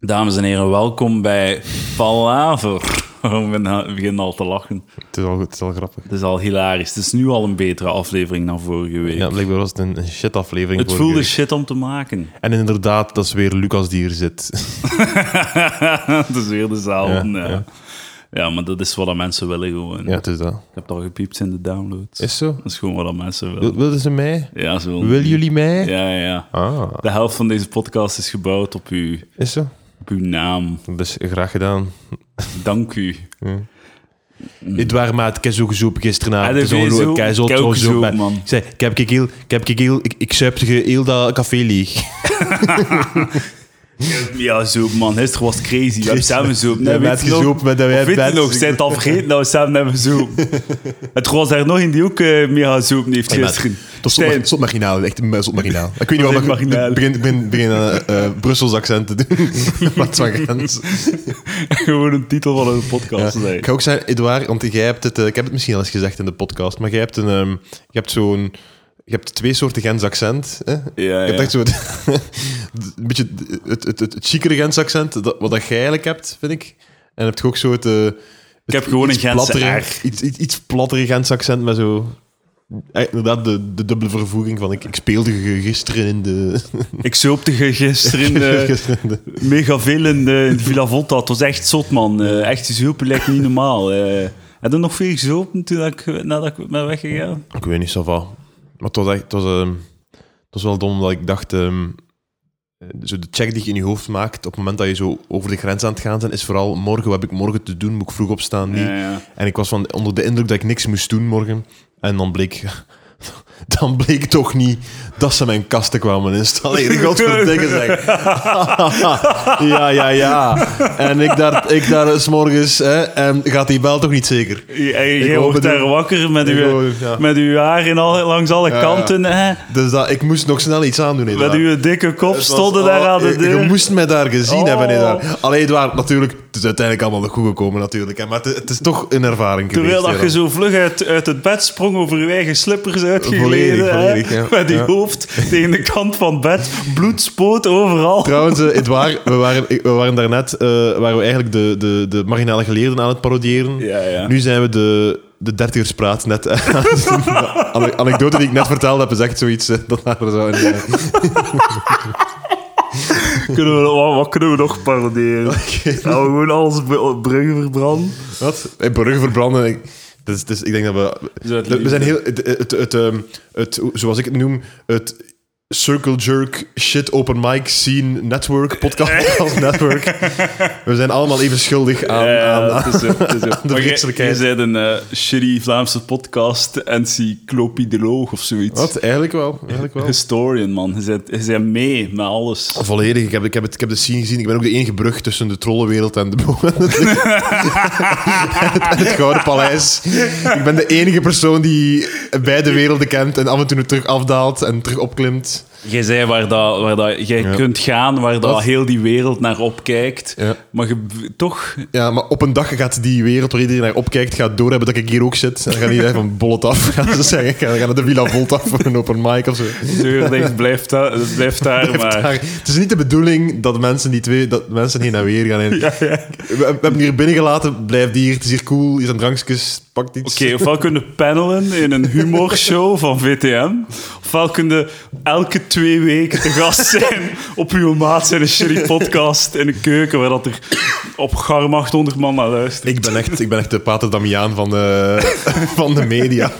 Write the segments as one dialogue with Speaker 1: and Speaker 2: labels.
Speaker 1: Dames en heren, welkom bij Palaver. Ik ben al- ik begin al te lachen.
Speaker 2: Het is al, goed, het is al grappig.
Speaker 1: Het is al hilarisch. Het is nu al een betere aflevering dan vorige week.
Speaker 2: Ja, blijkbaar was het een, een shit-aflevering.
Speaker 1: het
Speaker 2: vorige
Speaker 1: voelde
Speaker 2: week.
Speaker 1: shit om te maken.
Speaker 2: En inderdaad, dat is weer Lucas die hier zit.
Speaker 1: het is weer dezelfde. Ja,
Speaker 2: Ja,
Speaker 1: ja.
Speaker 2: ja.
Speaker 1: maar dat is wat dat mensen willen gewoon.
Speaker 2: ja, het is dat.
Speaker 1: Ik heb dat al gepiept in de downloads.
Speaker 2: Is zo?
Speaker 1: Dat is gewoon wat dat mensen willen.
Speaker 2: Wil- Wilden ze mij?
Speaker 1: Ja, zo.
Speaker 2: Wil jullie mij?
Speaker 1: Ja, ja, ja.
Speaker 2: Ah,
Speaker 1: De helft van deze podcast is gebouwd op uw,
Speaker 2: is zo?
Speaker 1: op uw naam.
Speaker 2: Dat is Dus graag gedaan.
Speaker 1: Dank u.
Speaker 2: Het waren maar het keizo gezopen gisteravond.
Speaker 1: Mm. Ah,
Speaker 2: Het is
Speaker 1: de
Speaker 2: ongelooflijk
Speaker 1: vezel,
Speaker 2: keizo
Speaker 1: keizo
Speaker 2: gezopen, maar-
Speaker 1: man.
Speaker 2: Ik zei, ik heb kekeel, ik heb kekeel, ik, ik zuip de ge- heel dat café leeg.
Speaker 1: Ja, zoep, man. Gisteren was crazy. We hebben samen zoep.
Speaker 2: Ja,
Speaker 1: Nee,
Speaker 2: met
Speaker 1: weet je nog?
Speaker 2: gezopen, met dat wij
Speaker 1: Of
Speaker 2: het
Speaker 1: weet je
Speaker 2: bed-
Speaker 1: nog? Zijn het al vergeten dat we samen hebben zoepen? het was er nog in die ook eh mee gaan zoepen heeft gisteren.
Speaker 2: Dat
Speaker 1: Stijn,
Speaker 2: is marginaal, echt zot marginaal. Ik weet niet
Speaker 1: Dat is
Speaker 2: waarom ik
Speaker 1: marginaal.
Speaker 2: ik begin, ik begin, begin eh, eh, Brussels accent te doen. Maar het is maar grens.
Speaker 1: gewoon een titel van een podcast.
Speaker 2: Ja.
Speaker 1: nee.
Speaker 2: Ik ga ook zeggen, Edouard, want jij hebt het, eh, ik heb het misschien al eens gezegd in de podcast, maar jij hebt, een, ehm, je hebt zo'n. Je hebt twee soorten Gens accent. Hè?
Speaker 1: ja.
Speaker 2: je hebt echt zo het, een beetje het, het, het, het chicere Gens accent, dat, wat dat jij eigenlijk hebt, vind ik. En heb je ook zo het. eh, het
Speaker 1: Ik heb gewoon
Speaker 2: iets
Speaker 1: een Gentse
Speaker 2: plattere-
Speaker 1: R.
Speaker 2: Iets, iets, iets plattere Gens accent, maar zo. eh, Inderdaad, de, de dubbele vervoering van ik, ik speelde ge- gisteren in de.
Speaker 1: Ik zoopte ge gisteren in de-
Speaker 2: gisteren in de-
Speaker 1: mega veel in, de, in Villa Volta. Het was echt zot, man. Eh, echt zoepen lijkt niet normaal. Eh heb je nog veel gezopen toen ik, nadat ik ben weggegaan?
Speaker 2: Ik weet niet, zoveel. Maar het was, echt, het was, ehm, het was wel dom, omdat ik dacht... ehm, eh, zo de check die je in je hoofd maakt op het moment dat je zo over de grens aan het gaan bent, is vooral morgen, wat heb ik morgen te doen? Moet ik vroeg opstaan? Niet?
Speaker 1: Ja, ja.
Speaker 2: En ik was van, onder de indruk dat ik niks moest doen morgen. En dan bleek... Dan bleek toch niet dat ze mijn kasten kwamen installeren. Godverdikke zeg. ja, ja, ja. En ik daar, ik daar s morgens... Hè, en gaat die bel toch niet zeker?
Speaker 1: Jij Eh, jij
Speaker 2: Ik hoop
Speaker 1: wordt
Speaker 2: het
Speaker 1: daar
Speaker 2: ook.
Speaker 1: wakker met
Speaker 2: Ik
Speaker 1: uw,
Speaker 2: hoop het, ja.
Speaker 1: met uw haar in al, langs alle
Speaker 2: Ja, ja.
Speaker 1: kanten. hè?
Speaker 2: Dus dat, ik moest nog snel iets aandoen.
Speaker 1: Met
Speaker 2: inderdaad.
Speaker 1: uw dikke kop
Speaker 2: Het was-
Speaker 1: stonden daar
Speaker 2: oh,
Speaker 1: aan de
Speaker 2: je- Je
Speaker 1: deur.
Speaker 2: moest mij daar gezien
Speaker 1: Oh.
Speaker 2: hebben, Edouard. Alleen Edouard, natuurlijk, het is uiteindelijk allemaal nog goed gekomen, natuurlijk. hè, Maar het, het is toch een ervaring
Speaker 1: Terwijl dat
Speaker 2: geweest.
Speaker 1: je zo vlug uit, uit het bed sprong, over je eigen slippers uitgegleden.
Speaker 2: Volledig,
Speaker 1: hè?
Speaker 2: volledig, ja.
Speaker 1: Met je
Speaker 2: Ja.
Speaker 1: hoofd tegen de kant van het bed. Bloed spoot overal.
Speaker 2: Trouwens, eh, Edouard, we waren, ik- we waren daarnet eh, waren we eigenlijk de, de, de marginale geleerden aan het parodiëren.
Speaker 1: Ja, ja.
Speaker 2: Nu zijn we de, de dertigerspraat net. de ane- anekdote die ik net vertelde heb, is echt zoiets eh, dat daar zo in, eh,
Speaker 1: Kunnen we, wat, wat kunnen we nog paroderen? Gaan we gewoon alles br- bruggen verbranden?
Speaker 2: Wat? Hey, bruggen verbranden. Ik, dat is- dat is- ik denk dat we.
Speaker 1: Zo het
Speaker 2: we- we
Speaker 1: liefde.
Speaker 2: zijn heel. Het, het, het, ehm, het- hoe- zoals ik het noem, het Circle Jerk Shit Open Mic Scene Network, Podcast Network. We zijn allemaal even schuldig aan. aan- aan- de
Speaker 1: Je
Speaker 2: vreselijkheid.
Speaker 1: bent een eh, shitty Vlaamse podcast, encyclopedoloog of zoiets.
Speaker 2: wat? Eigenlijk wel. Eigenlijk wel.
Speaker 1: Historian, man. Je bent, je bent mee met alles.
Speaker 2: Volledig. Ik heb, ik, heb het, ik heb de scene gezien. Ik ben ook de enige brug tussen de trollenwereld en de bo- en het, en het Gouden Paleis. Ik ben de enige persoon die beide werelden kent en af en toe terug afdaalt en terug opklimt.
Speaker 1: Jij zei waar dat, waar dat, jij kunt gaan, waar dat
Speaker 2: Wat?
Speaker 1: heel die wereld naar opkijkt.
Speaker 2: Ja.
Speaker 1: Maar je, b- toch,
Speaker 2: Ja, maar op een dag gaat die wereld waar iedereen naar opkijkt, gaat doorhebben dat ik hier ook zit. En dan gaan iedereen van bollet af. Gaan ze zeggen, gaan, gaan naar de Villa Volta voor een open mic of zo.
Speaker 1: de deur dicht, blijft daar, het blijft daar maar.
Speaker 2: Maar het is niet de bedoeling dat mensen die twee, dat mensen heen en weer gaan. heen. We, we hebben hier binnengelaten, blijf hier, het is hier cool, hier zijn drankjes, pak iets.
Speaker 1: Oké, ofwel kunnen panelen in een humorshow van VTM, ofwel kunnen elke twee weken te gast zijn op uw maat zijn een shitty podcast in de keuken, waar dat er op garm 800 man naar luistert.
Speaker 2: Ik ben echt, ik ben echt de pater Damiaan van de, van de media.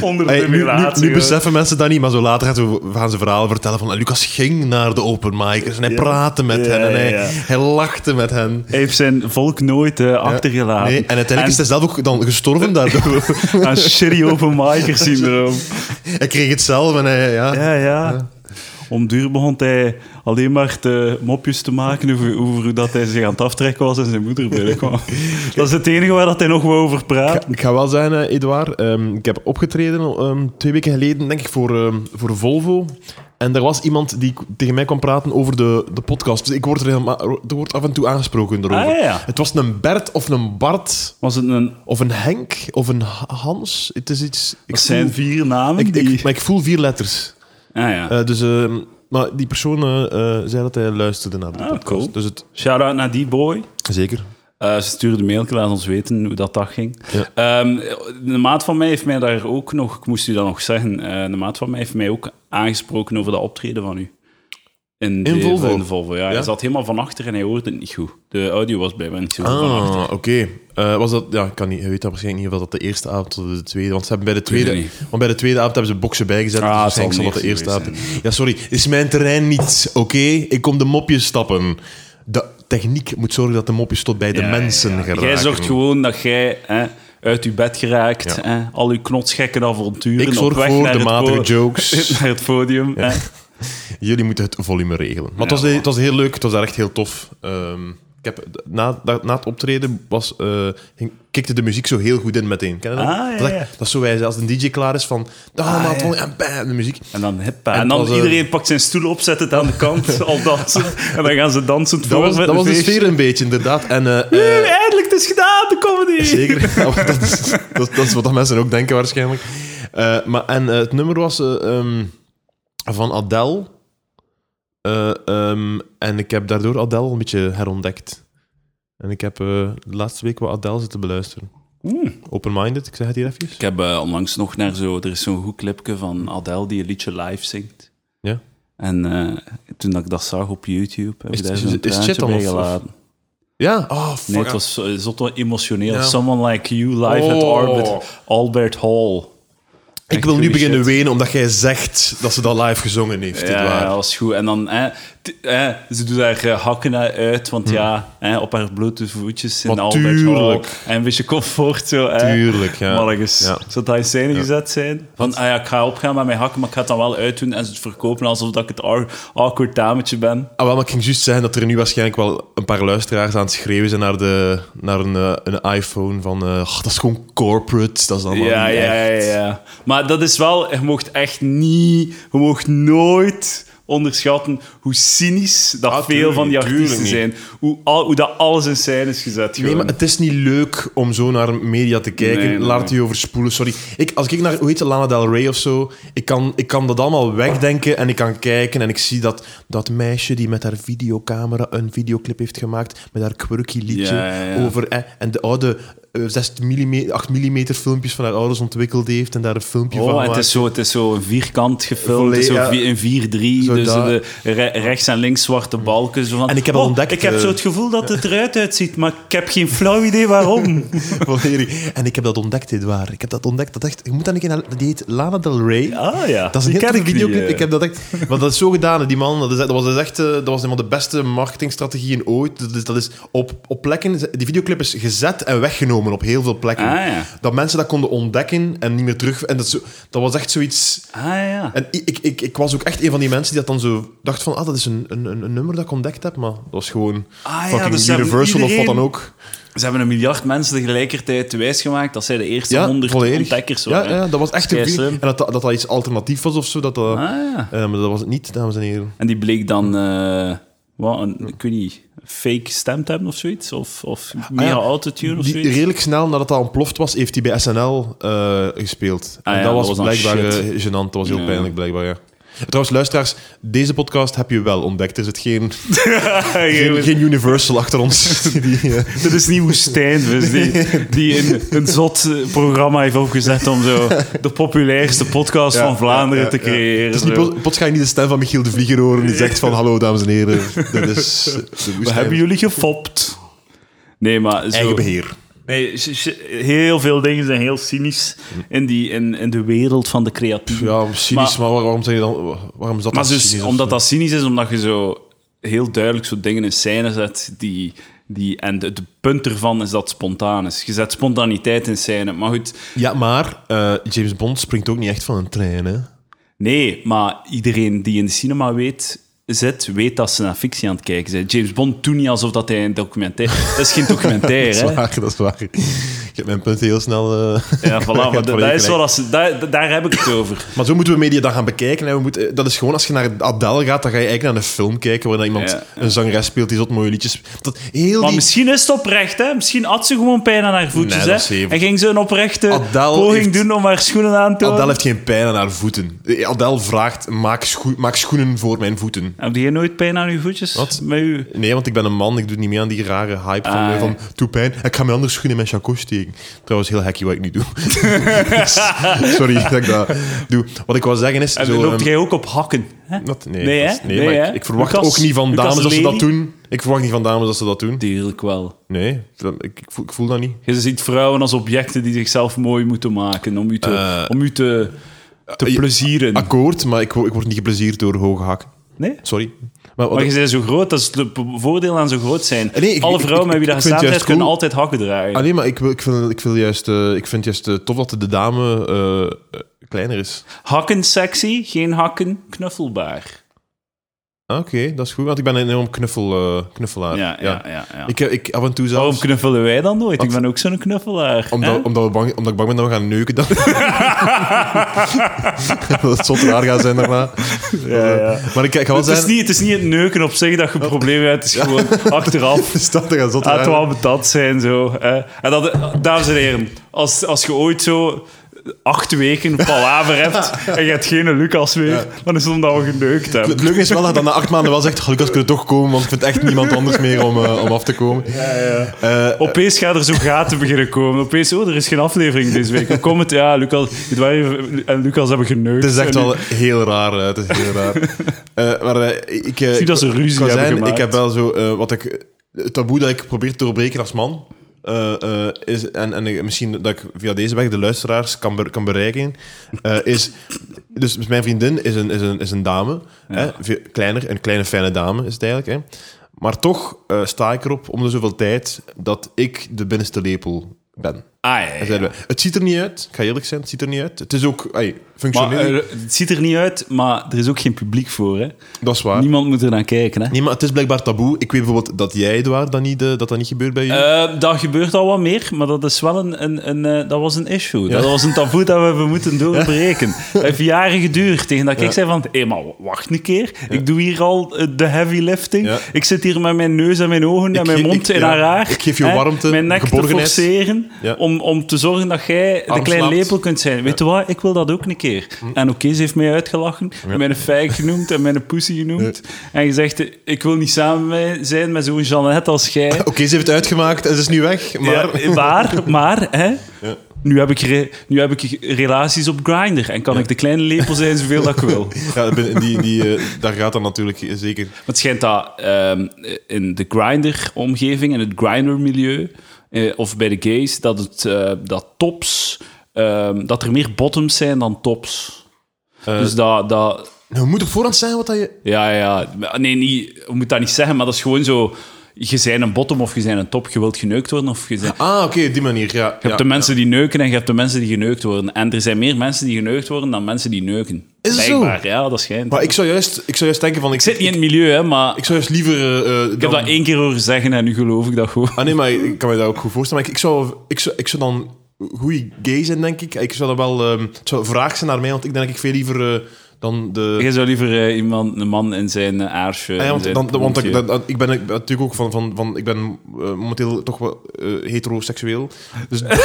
Speaker 1: Onder de
Speaker 2: Hey, nu, nu,
Speaker 1: relatie.
Speaker 2: nu
Speaker 1: hoor.
Speaker 2: beseffen mensen dat niet, maar zo later gaan ze, gaan ze verhalen vertellen van Lucas ging naar de open micers en hij
Speaker 1: Ja.
Speaker 2: praatte met
Speaker 1: Ja,
Speaker 2: hen en hij,
Speaker 1: ja, ja.
Speaker 2: hij lachte met hen.
Speaker 1: Hij eh, heeft zijn volk nooit eh, achtergelaten.
Speaker 2: Nee, en uiteindelijk is
Speaker 1: en,
Speaker 2: hij zelf ook dan gestorven daardoor.
Speaker 1: aan shitty open micer syndroom.
Speaker 2: hij kreeg het zelf en hij, ja.
Speaker 1: Ja, ja. Om duur begon hij alleen maar te mopjes te maken over, over hoe dat hij zich aan het aftrekken was en zijn moeder binnenkwam. dat is het enige waar dat hij nog wel over praat.
Speaker 2: Ik ga wel zeggen, eh, Edouard, ehm, ik heb opgetreden ehm, twee weken geleden, denk ik, voor, ehm, voor Volvo. En er was iemand die k- tegen mij kwam praten over de, de podcast. Dus ik word, er helemaal, er wordt af en toe aangesproken erover.
Speaker 1: Ah, ja, ja.
Speaker 2: Het was een Bert of een Bart
Speaker 1: Was het een...
Speaker 2: of een Henk of een H- Hans. Het is iets... Ik
Speaker 1: Het zijn
Speaker 2: voel,
Speaker 1: vier namen
Speaker 2: ik,
Speaker 1: die...
Speaker 2: ik, maar ik voel vier letters.
Speaker 1: ah ja.
Speaker 2: Eh, dus ehm, Maar die persoon eh, eh, zei dat hij luisterde naar de
Speaker 1: Ah,
Speaker 2: podcast.
Speaker 1: cool.
Speaker 2: Dus het...
Speaker 1: Shout-out naar die boy.
Speaker 2: Zeker.
Speaker 1: Eh, ze stuurde een mailje, laat ons weten hoe dat, dat ging.
Speaker 2: Ja.
Speaker 1: Ehm, de maat van mij heeft mij daar ook nog, ik moest u dat nog zeggen, eh, de maat van mij heeft mij ook aangesproken over dat optreden van u. In, de-
Speaker 2: Volvo?
Speaker 1: In Volvo, ja. Hij
Speaker 2: Ja?
Speaker 1: zat helemaal van achter en hij hoorde het niet goed. De audio was blijkbaar niet zo goed van achter.
Speaker 2: Ah, oké. Eh, was dat... Ja, ik kan niet, je weet dat waarschijnlijk niet of dat de eerste avond of de tweede... Want, ze hebben bij de
Speaker 1: weet
Speaker 2: tweede,
Speaker 1: het
Speaker 2: want bij de tweede avond hebben ze boksen bijgezet.
Speaker 1: Ah,
Speaker 2: dus
Speaker 1: het zal
Speaker 2: waarschijnlijk zal dat de
Speaker 1: niks
Speaker 2: eerste avond...
Speaker 1: geweest
Speaker 2: Ja, sorry. Is mijn terrein niet, oké? Ik kom de mopjes stappen. De techniek moet zorgen dat de mopjes tot bij de
Speaker 1: Ja,
Speaker 2: mensen
Speaker 1: ja, ja.
Speaker 2: geraken.
Speaker 1: Jij zorgt gewoon dat jij hè, uit je bed geraakt, hè, al uw knotsgekken avonturen
Speaker 2: Ik zorg
Speaker 1: op weg
Speaker 2: voor
Speaker 1: naar
Speaker 2: de
Speaker 1: het
Speaker 2: matige
Speaker 1: po-
Speaker 2: jokes.
Speaker 1: naar het podium. hè.
Speaker 2: Jullie moeten het volume regelen. Maar het, was, het was heel leuk, het was daar echt heel tof. Ehm, ik heb, na, da- na het optreden was, eh, ging- kikte de muziek zo heel goed in meteen. Ken je dat?
Speaker 1: Ah, ja,
Speaker 2: dat, is echt-
Speaker 1: ja.
Speaker 2: dat is zo wijze als een DJ klaar is van. Ah,
Speaker 1: Ah,
Speaker 2: maat,
Speaker 1: ja.
Speaker 2: vol- en bam, de muziek.
Speaker 1: En dan, hippa.
Speaker 2: En
Speaker 1: en dan
Speaker 2: als, eh,
Speaker 1: iedereen pakt zijn stoel op, zet het aan de kant, al dansen. En dan gaan ze dansend
Speaker 2: Dat
Speaker 1: voor
Speaker 2: was,
Speaker 1: met
Speaker 2: dat was
Speaker 1: een
Speaker 2: de
Speaker 1: feestje.
Speaker 2: sfeer een beetje, inderdaad. En, eh, eh,
Speaker 1: Oeh, eindelijk, het is gedaan, de comedy!
Speaker 2: Zeker. Ja, maar dat, is, dat, is- dat is wat dat mensen ook denken waarschijnlijk. Eh, maar, en eh, het nummer was eh, ehm, van Adele. Eh, ehm, en ik heb daardoor Adele een beetje herontdekt. En ik heb eh, de laatste week wat Adele zitten beluisteren.
Speaker 1: Hmm.
Speaker 2: Open-minded, ik zeg het hier even.
Speaker 1: Ik heb eh, onlangs nog naar zo... Er is zo'n goed clipje van Adele die een liedje live zingt.
Speaker 2: Ja.
Speaker 1: En eh, toen dat ik dat zag op YouTube, heb
Speaker 2: Is-
Speaker 1: ik daar
Speaker 2: is-
Speaker 1: zo'n
Speaker 2: is het
Speaker 1: traantje
Speaker 2: shit dan,
Speaker 1: bij
Speaker 2: of- of-
Speaker 1: gelaten.
Speaker 2: Ja, oh, fuck.
Speaker 1: Nee, het was eh, zot wel emotioneel.
Speaker 2: Ja.
Speaker 1: Someone Like You live at
Speaker 2: Oh.
Speaker 1: Albert, Albert Hall.
Speaker 2: ik wil nu
Speaker 1: goeie
Speaker 2: beginnen
Speaker 1: shit.
Speaker 2: wenen omdat jij zegt dat ze dat live gezongen heeft. dit
Speaker 1: Ja,
Speaker 2: waar.
Speaker 1: ja, dat was goed. En dan, hè, t- hè, ze doet daar eh, hakken uit, want ja, hè, op haar blote voetjes in
Speaker 2: Hmm. Maar
Speaker 1: Albert Hall.
Speaker 2: tuurlijk.
Speaker 1: En een beetje comfort zo. Hè.
Speaker 2: Tuurlijk, ja.
Speaker 1: Malletjes.
Speaker 2: Ja.
Speaker 1: Zou dat in scène gezet zijn? Van, ah ja, ik ga opgaan met mijn hakken, maar ik ga het dan wel uitdoen en ze het verkopen alsof dat ik het ar- awkward dametje ben.
Speaker 2: Ah, wel, maar ik ging juist zeggen dat er nu waarschijnlijk wel een paar luisteraars aan het schreeuwen zijn naar, de, naar een, eh, een iPhone van... eh, "Ach, dat is gewoon corporate, dat is allemaal
Speaker 1: Ja,
Speaker 2: niet
Speaker 1: ja,
Speaker 2: echt."
Speaker 1: ja, ja. Maar dat is wel, je mocht echt niet, je mocht nooit onderschatten hoe cynisch dat
Speaker 2: Ah,
Speaker 1: veel
Speaker 2: tuurlijk
Speaker 1: van die
Speaker 2: niet, tuurlijk
Speaker 1: artiesten
Speaker 2: niet.
Speaker 1: zijn. Hoe, al, hoe dat alles in scène is gezet.
Speaker 2: Nee,
Speaker 1: gewoon.
Speaker 2: maar het is niet leuk om zo naar media te kijken.
Speaker 1: Nee, nee,
Speaker 2: Laat je overspoelen. Sorry. Ik, als ik naar, hoe heet ze, Lana Del Rey of zo, ik kan, ik kan dat allemaal wegdenken en ik kan kijken en ik zie dat dat meisje die met haar videocamera een videoclip heeft gemaakt met haar quirky liedje
Speaker 1: Ja, ja, ja.
Speaker 2: over... eh, en de oude... eh, 6 mm, 8 mm filmpjes van haar ouders ontwikkeld heeft en daar een filmpje van
Speaker 1: Oh, en
Speaker 2: maakt.
Speaker 1: het is zo, het is zo een vierkant gefilmd,
Speaker 2: Volledig,
Speaker 1: het is zo
Speaker 2: ja.
Speaker 1: vi- in 4-3,
Speaker 2: Zo
Speaker 1: dus
Speaker 2: dat.
Speaker 1: de re- rechts en links zwarte balken. Zo van, oh,
Speaker 2: En ik heb al ontdekt,
Speaker 1: Ik heb
Speaker 2: eh,
Speaker 1: zo het gevoel dat het eruit uitziet, maar ik heb geen flauw idee waarom.
Speaker 2: Valérie. En ik heb dat ontdekt, dit waar. Ik heb dat ontdekt. Dat echt, je moet dan een keer naar, die heet Lana Del Rey.
Speaker 1: Ah ja,
Speaker 2: Dat is een
Speaker 1: die ken
Speaker 2: heel toffe
Speaker 1: ik niet,
Speaker 2: videoclip.
Speaker 1: eh.
Speaker 2: Ik heb dat echt... Want dat is zo gedaan, hè, die man. Dat, is, dat was dus echt eh, dat was een van de beste marketingstrategieën ooit. Dat is, dat is op, op plekken... Die videoclip is gezet en weggenomen op heel veel plekken.
Speaker 1: Ah, ja.
Speaker 2: Dat mensen dat konden ontdekken en niet meer terug... En dat, zo- dat was echt zoiets...
Speaker 1: Ah ja.
Speaker 2: En ik, ik, ik, ik was ook echt een van die mensen die dat dan zo dacht van... Ah, dat is een, een, een een nummer dat ik ontdekt heb, maar dat was gewoon...
Speaker 1: Ah, ja,
Speaker 2: fucking
Speaker 1: dus ze hebben
Speaker 2: Universal of wat
Speaker 1: iedereen-
Speaker 2: dan ook.
Speaker 1: Ze hebben een miljard mensen tegelijkertijd wijsgemaakt dat zij de eerste honderd
Speaker 2: volledig.
Speaker 1: ontdekkers
Speaker 2: Ja,
Speaker 1: waren.
Speaker 2: ja, dat was echt
Speaker 1: Kei
Speaker 2: een video.
Speaker 1: slim.
Speaker 2: En dat, dat dat iets alternatief was of zo. Dat, dat,
Speaker 1: Ah, ja.
Speaker 2: eh, maar dat was het niet, dames en heren.
Speaker 1: En die bleek dan, eh, wat, een, ik weet niet, fake stem te hebben of zoiets? Of, of mega autotune of
Speaker 2: Ah, Die-
Speaker 1: zoiets?
Speaker 2: redelijk snel nadat dat ontploft was, heeft hij bij SNL eh, gespeeld.
Speaker 1: Ah
Speaker 2: en
Speaker 1: ja,
Speaker 2: dat was
Speaker 1: dat was dan
Speaker 2: blijkbaar
Speaker 1: shit.
Speaker 2: eh, gênant. Dat was heel
Speaker 1: Ja.
Speaker 2: pijnlijk, blijkbaar, ja. Trouwens, luisteraars, deze podcast heb je wel ontdekt. Er zit geen, geen, geen Universal achter ons. Die, eh,
Speaker 1: Dit is niet woestijn, dus die, die een, een zot eh, programma heeft opgezet om zo de populairste podcast
Speaker 2: Ja,
Speaker 1: van Vlaanderen
Speaker 2: ja,
Speaker 1: te
Speaker 2: ja, ja.
Speaker 1: creëren.
Speaker 2: Het is niet,
Speaker 1: zo.
Speaker 2: plots- plots ga je niet de stem van Michiel de Vlieger horen die zegt van... Hallo, dames en heren. Dit is de
Speaker 1: We
Speaker 2: woestijn.
Speaker 1: hebben jullie gefopt. Nee, maar zo...
Speaker 2: Eigen beheer.
Speaker 1: Nee, sh- sh- heel veel dingen zijn heel cynisch in, die, in, in de wereld van de creatieven.
Speaker 2: Ja, cynisch,
Speaker 1: Maar-
Speaker 2: maar, waar- waarom zeg je dan... Waarom is dat
Speaker 1: Maar
Speaker 2: dan
Speaker 1: dus,
Speaker 2: cynisch of
Speaker 1: omdat
Speaker 2: zo?
Speaker 1: dat cynisch is, omdat je zo heel duidelijk zo dingen in scène zet die... die en de- het punt ervan is dat het spontaan is. Je zet spontaniteit in scène. Maar goed,
Speaker 2: Ja, maar eh, James Bond springt ook niet echt van een trein, hè.
Speaker 1: Nee, maar iedereen die in de cinema weet, zit, weet dat ze naar fictie aan het kijken zijn. James Bond doet niet alsof dat hij een documentaire... Dat is geen documentaire,
Speaker 2: Dat is
Speaker 1: hè?
Speaker 2: waar, dat is waar. Ik heb mijn punt heel snel... eh,
Speaker 1: Ja, voilà,
Speaker 2: hebt
Speaker 1: maar dat,
Speaker 2: volledig
Speaker 1: is wel als, daar, daar heb ik het over.
Speaker 2: Maar zo moeten we media dan gaan bekijken. Hè. We moeten, eh, dat is gewoon als je naar Adele gaat, dan ga je eigenlijk naar een film kijken waar dan iemand
Speaker 1: Ja, ja.
Speaker 2: een zangeres speelt die zot mooie liedjes. Dat heel
Speaker 1: Maar
Speaker 2: die...
Speaker 1: misschien is het oprecht, hè? Misschien had ze gewoon pijn aan haar voetjes,
Speaker 2: Nee, dat is
Speaker 1: hè?
Speaker 2: hevig.
Speaker 1: En ging ze een oprechte
Speaker 2: Adele
Speaker 1: poging
Speaker 2: heeft-
Speaker 1: doen om haar schoenen aan te
Speaker 2: Adele
Speaker 1: houden.
Speaker 2: heeft geen pijn aan haar voeten. Eh, Adele vraagt: maak, schoe- maak schoenen voor mijn voeten.
Speaker 1: Heb jij nooit pijn aan je voetjes?
Speaker 2: Wat?
Speaker 1: Met u?
Speaker 2: Nee, want ik ben een man, ik doe niet mee aan die rare hype van,
Speaker 1: Ah,
Speaker 2: eh, van
Speaker 1: ja.
Speaker 2: doe pijn, ik ga mijn andere schoenen in mijn chacos steken. Trouwens, heel hacky wat ik nu doe. Sorry dat ik dat doe. Wat ik wil zeggen is...
Speaker 1: En
Speaker 2: zo,
Speaker 1: loopt
Speaker 2: ehm,
Speaker 1: jij ook op hakken? Hè?
Speaker 2: dat- nee,
Speaker 1: Nee, hè?
Speaker 2: dat is- nee,
Speaker 1: Nee,
Speaker 2: maar ik-
Speaker 1: hè?
Speaker 2: ik, verwacht
Speaker 1: Lucas-
Speaker 2: ook niet van
Speaker 1: Lucas
Speaker 2: dames dat ze dat
Speaker 1: Lely?
Speaker 2: doen. Ik verwacht niet van dames dat ze dat doen.
Speaker 1: Tuurlijk wel.
Speaker 2: Nee, dat- ik, ik, voel, ik voel dat niet.
Speaker 1: Je ziet vrouwen als objecten die zichzelf mooi moeten maken om u te,
Speaker 2: Eh,
Speaker 1: om u te, te
Speaker 2: eh,
Speaker 1: plezieren.
Speaker 2: Akkoord, maar ik, wo- ik word niet geplezierd door hoge hak.
Speaker 1: nee?
Speaker 2: Sorry. Maar, wat-
Speaker 1: Maar je bent zo groot, dat is het voordeel aan zo groot zijn.
Speaker 2: Nee, ik-
Speaker 1: Alle
Speaker 2: ik-
Speaker 1: vrouwen
Speaker 2: ik-
Speaker 1: met wie daar
Speaker 2: ik
Speaker 1: gestaan
Speaker 2: vind het
Speaker 1: zijn,
Speaker 2: juist
Speaker 1: kunnen
Speaker 2: cool.
Speaker 1: altijd hakken dragen.
Speaker 2: Ah, nee, maar ik, wil, ik, wil, ik, wil juist, eh, ik vind het juist eh, tof dat de dame eh, eh, kleiner is.
Speaker 1: Hakken sexy, geen hakken knuffelbaar.
Speaker 2: Ah, Oké, dat is goed, want ik ben een enorm knuffel, eh, knuffelaar.
Speaker 1: Ja, ja, ja. ja.
Speaker 2: Ik, eh, ik af en toe zelfs...
Speaker 1: Waarom knuffelen wij dan nooit? Ik ben ook zo'n knuffelaar. Dus- hè?
Speaker 2: omdat, omdat, we bang, omdat ik bang ben dat we gaan neuken dan. dat het zot raar gaat zijn daarna. Eh,
Speaker 1: Ja, ja.
Speaker 2: Maar ik, ik ga wel
Speaker 1: Het is,
Speaker 2: zeggen...
Speaker 1: niet, het is niet het neuken op zich dat je
Speaker 2: Oh.
Speaker 1: problemen hebt. Het is gewoon achteraf.
Speaker 2: Is dat, dat gaat zot
Speaker 1: Ah, het
Speaker 2: raar.
Speaker 1: wel betat zijn zo. hè. En dat, dames en heren, als, als je ooit zo acht weken palaver hebt en je hebt geen Lucas meer, dan is het omdat we geneukt hebben.
Speaker 2: Het leuke is wel dat dan na acht maanden wel zegt... "Goh, Lucas, kunnen toch komen, want ik vind echt niemand anders meer om, eh, om af te komen. Eh,
Speaker 1: Opeens gaan er zo gaten beginnen komen. Opeens, oh, er is geen aflevering deze week. Hoe komt het? Ja, Lucas Edouard en Lucas hebben geneukt.
Speaker 2: Het is echt
Speaker 1: En nu-
Speaker 2: wel heel raar. hè. Het is heel raar. Eh, maar eh, ik, eh,
Speaker 1: zie dat ze
Speaker 2: ik-
Speaker 1: ruzie
Speaker 2: ik wou
Speaker 1: hebben
Speaker 2: Ik
Speaker 1: gemaakt.
Speaker 2: heb wel zo eh, wat ik het taboe dat ik probeer te doorbreken als man. eh, eh, is, en, en ik- misschien dat ik via deze weg de luisteraars kan, be- kan bereiken. eh, is, dus mijn vriendin is een, is een, is een dame. Hè, veel kleiner, een kleine fijne dame is het eigenlijk. Hè. Maar toch eh, sta ik erop om de zoveel tijd dat ik de binnenste lepel ben.
Speaker 1: Ah, ja, ja.
Speaker 2: En zeiden we, het ziet er niet uit. Ik ga eerlijk zijn, het ziet er niet uit. Het is ook ay,
Speaker 1: Maar,
Speaker 2: functioneel.
Speaker 1: eh, het ziet er niet uit, maar er is ook geen publiek voor. Hè?
Speaker 2: Dat is waar.
Speaker 1: Niemand moet er naar kijken. Hè?
Speaker 2: Nee, maar het is blijkbaar taboe. Ik weet bijvoorbeeld dat jij, Edouard, dat, niet, eh, dat dat niet gebeurt bij jullie.
Speaker 1: Eh, dat gebeurt al wat meer, maar dat is wel een, een, een eh, dat was een issue. Dat was een taboe dat we hebben moeten doorbreken. Het heeft jaren geduurd tegen dat ik zei van, hé, maar wacht een keer. Ik doe hier al eh, de heavy lifting.
Speaker 2: Ja.
Speaker 1: Ik zit hier met mijn neus en mijn ogen en
Speaker 2: Ik
Speaker 1: mijn
Speaker 2: ge-
Speaker 1: mond
Speaker 2: ik-
Speaker 1: in
Speaker 2: ja.
Speaker 1: haar haar.
Speaker 2: Ik geef je
Speaker 1: hè,
Speaker 2: warmte,
Speaker 1: Mijn nek te
Speaker 2: geborgenheid.
Speaker 1: forceren
Speaker 2: Ja.
Speaker 1: om, om te zorgen dat jij de
Speaker 2: Arm
Speaker 1: kleine
Speaker 2: slaapt.
Speaker 1: lepel kunt zijn. Weet je wat? Ik wil dat ook een keer.
Speaker 2: Hm.
Speaker 1: En oké, ze heeft mij uitgelachen, en mij een fijk genoemd en mij een pussy genoemd. En gezegd, eh, ik wil niet samen met- zijn met zo'n Jeannette als jij.
Speaker 2: Oké, ze heeft het uitgemaakt en ze is nu weg. Maar
Speaker 1: Ja, eh, maar, maar hè? Nu, heb ik re- nu heb ik relaties op Grindr en kan ik de kleine lepel zijn zoveel dat ik wil. Want
Speaker 2: ja. die, die, eh, daar gaat dan natuurlijk zeker.
Speaker 1: het schijnt dat ehm, in de Grindr-omgeving, in het Grindr-milieu, eh, of bij de gays, dat, het, eh, dat tops, ehm, dat er meer bottoms zijn dan tops. dus dat, dat
Speaker 2: Nou, moet op voorhand zijn wat dat je.
Speaker 1: Ja, ja. ja. Nee, niet, je moet dat niet zeggen, maar dat is gewoon zo... Je zijn een bottom of je zijn een top. Je wilt geneukt worden of je zijn...
Speaker 2: Ah, oké, op die manier. Ja,
Speaker 1: Je hebt
Speaker 2: ja.
Speaker 1: de mensen die neuken en je hebt de mensen die geneukt worden. En er zijn meer mensen die geneukt worden dan mensen die neuken.
Speaker 2: Is het zo?
Speaker 1: Blijkbaar, ja, dat schijnt.
Speaker 2: Maar ik zou, juist, ik zou juist denken: van, ik,
Speaker 1: ik zit niet in het milieu, hè, maar
Speaker 2: ik zou juist liever. eh, eh,
Speaker 1: ik heb
Speaker 2: dan-
Speaker 1: dat één keer horen zeggen en nu geloof ik dat gewoon.
Speaker 2: Ah nee, maar ik kan me dat ook goed voorstellen. Maar ik, ik, zou, ik, zou, ik zou dan goede gay zijn, denk ik. Ik zou dat wel... ehm, het zou een vraag zijn naar mij, want ik denk dat ik veel liever eh, dan de...
Speaker 1: Je zou liever eh, iemand, een man in zijn eh, aarsje...
Speaker 2: Ah ja,
Speaker 1: in
Speaker 2: want
Speaker 1: zijn
Speaker 2: dan, dan- want ik,
Speaker 1: kontje.
Speaker 2: dan- dan- ik ben ik ben natuurlijk ook van... van, van ik ben eh, momenteel toch wel eh, heteroseksueel. Dus dan,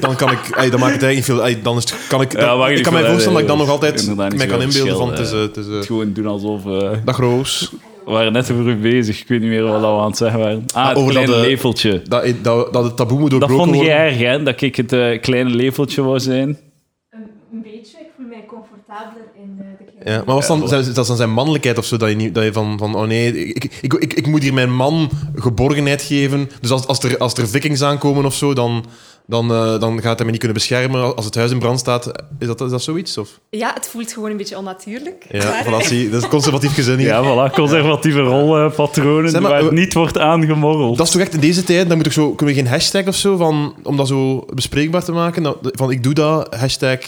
Speaker 2: dan kan ik... ey, dan maakt het eigenlijk niet veel... ey, dan is het- kan ik, dan-
Speaker 1: Ja, maakt niet
Speaker 2: ik kan
Speaker 1: veel uit,
Speaker 2: mij voorstellen dat ik dan
Speaker 1: eh,
Speaker 2: nog altijd
Speaker 1: inderdaad niet
Speaker 2: mij kan
Speaker 1: zoveel
Speaker 2: inbeelden van... Het
Speaker 1: verschil,
Speaker 2: is, eh, het is, eh,
Speaker 1: Gewoon doen alsof... eh,
Speaker 2: dag Roos.
Speaker 1: we waren net over u bezig. Ik weet niet meer wat we aan het zeggen waren. Ah, het
Speaker 2: over dat,
Speaker 1: kleine
Speaker 2: eh,
Speaker 1: lepeltje.
Speaker 2: Dat, dat, dat het taboe moet
Speaker 1: Dat
Speaker 2: doorbroken
Speaker 1: vond je
Speaker 2: worden.
Speaker 1: erg, hè? Dat ik het eh, kleine lepeltje wou zijn.
Speaker 3: Een, een beetje. Ik voel mij comfortabeler in eh, de kleding.
Speaker 2: Ja, maar was dan, zijn- dat is dan zijn mannelijkheid of zo, dat je, niet, dat je van, van, oh nee, ik, ik, ik, ik moet hier mijn man geborgenheid geven. Dus als, als, er, als er vikings aankomen of zo, dan, dan, eh, dan gaat hij me niet kunnen beschermen. Als het huis in brand staat, is dat, is dat zoiets? Of?
Speaker 3: Ja, het voelt gewoon een beetje onnatuurlijk.
Speaker 2: Ja,
Speaker 3: Maar,
Speaker 2: voilà, zie je, dat is een conservatief gezin hier.
Speaker 1: Ja, voilà. Conservatieve rolpatronen
Speaker 2: Zeg maar,
Speaker 1: waar het
Speaker 2: we-
Speaker 1: niet wordt aangemorreld.
Speaker 2: Dat is toch echt in deze tijd, dan moet ik zo, kunnen we geen hashtag of zo, van, om dat zo bespreekbaar te maken? Dat- Van ik doe dat, hashtag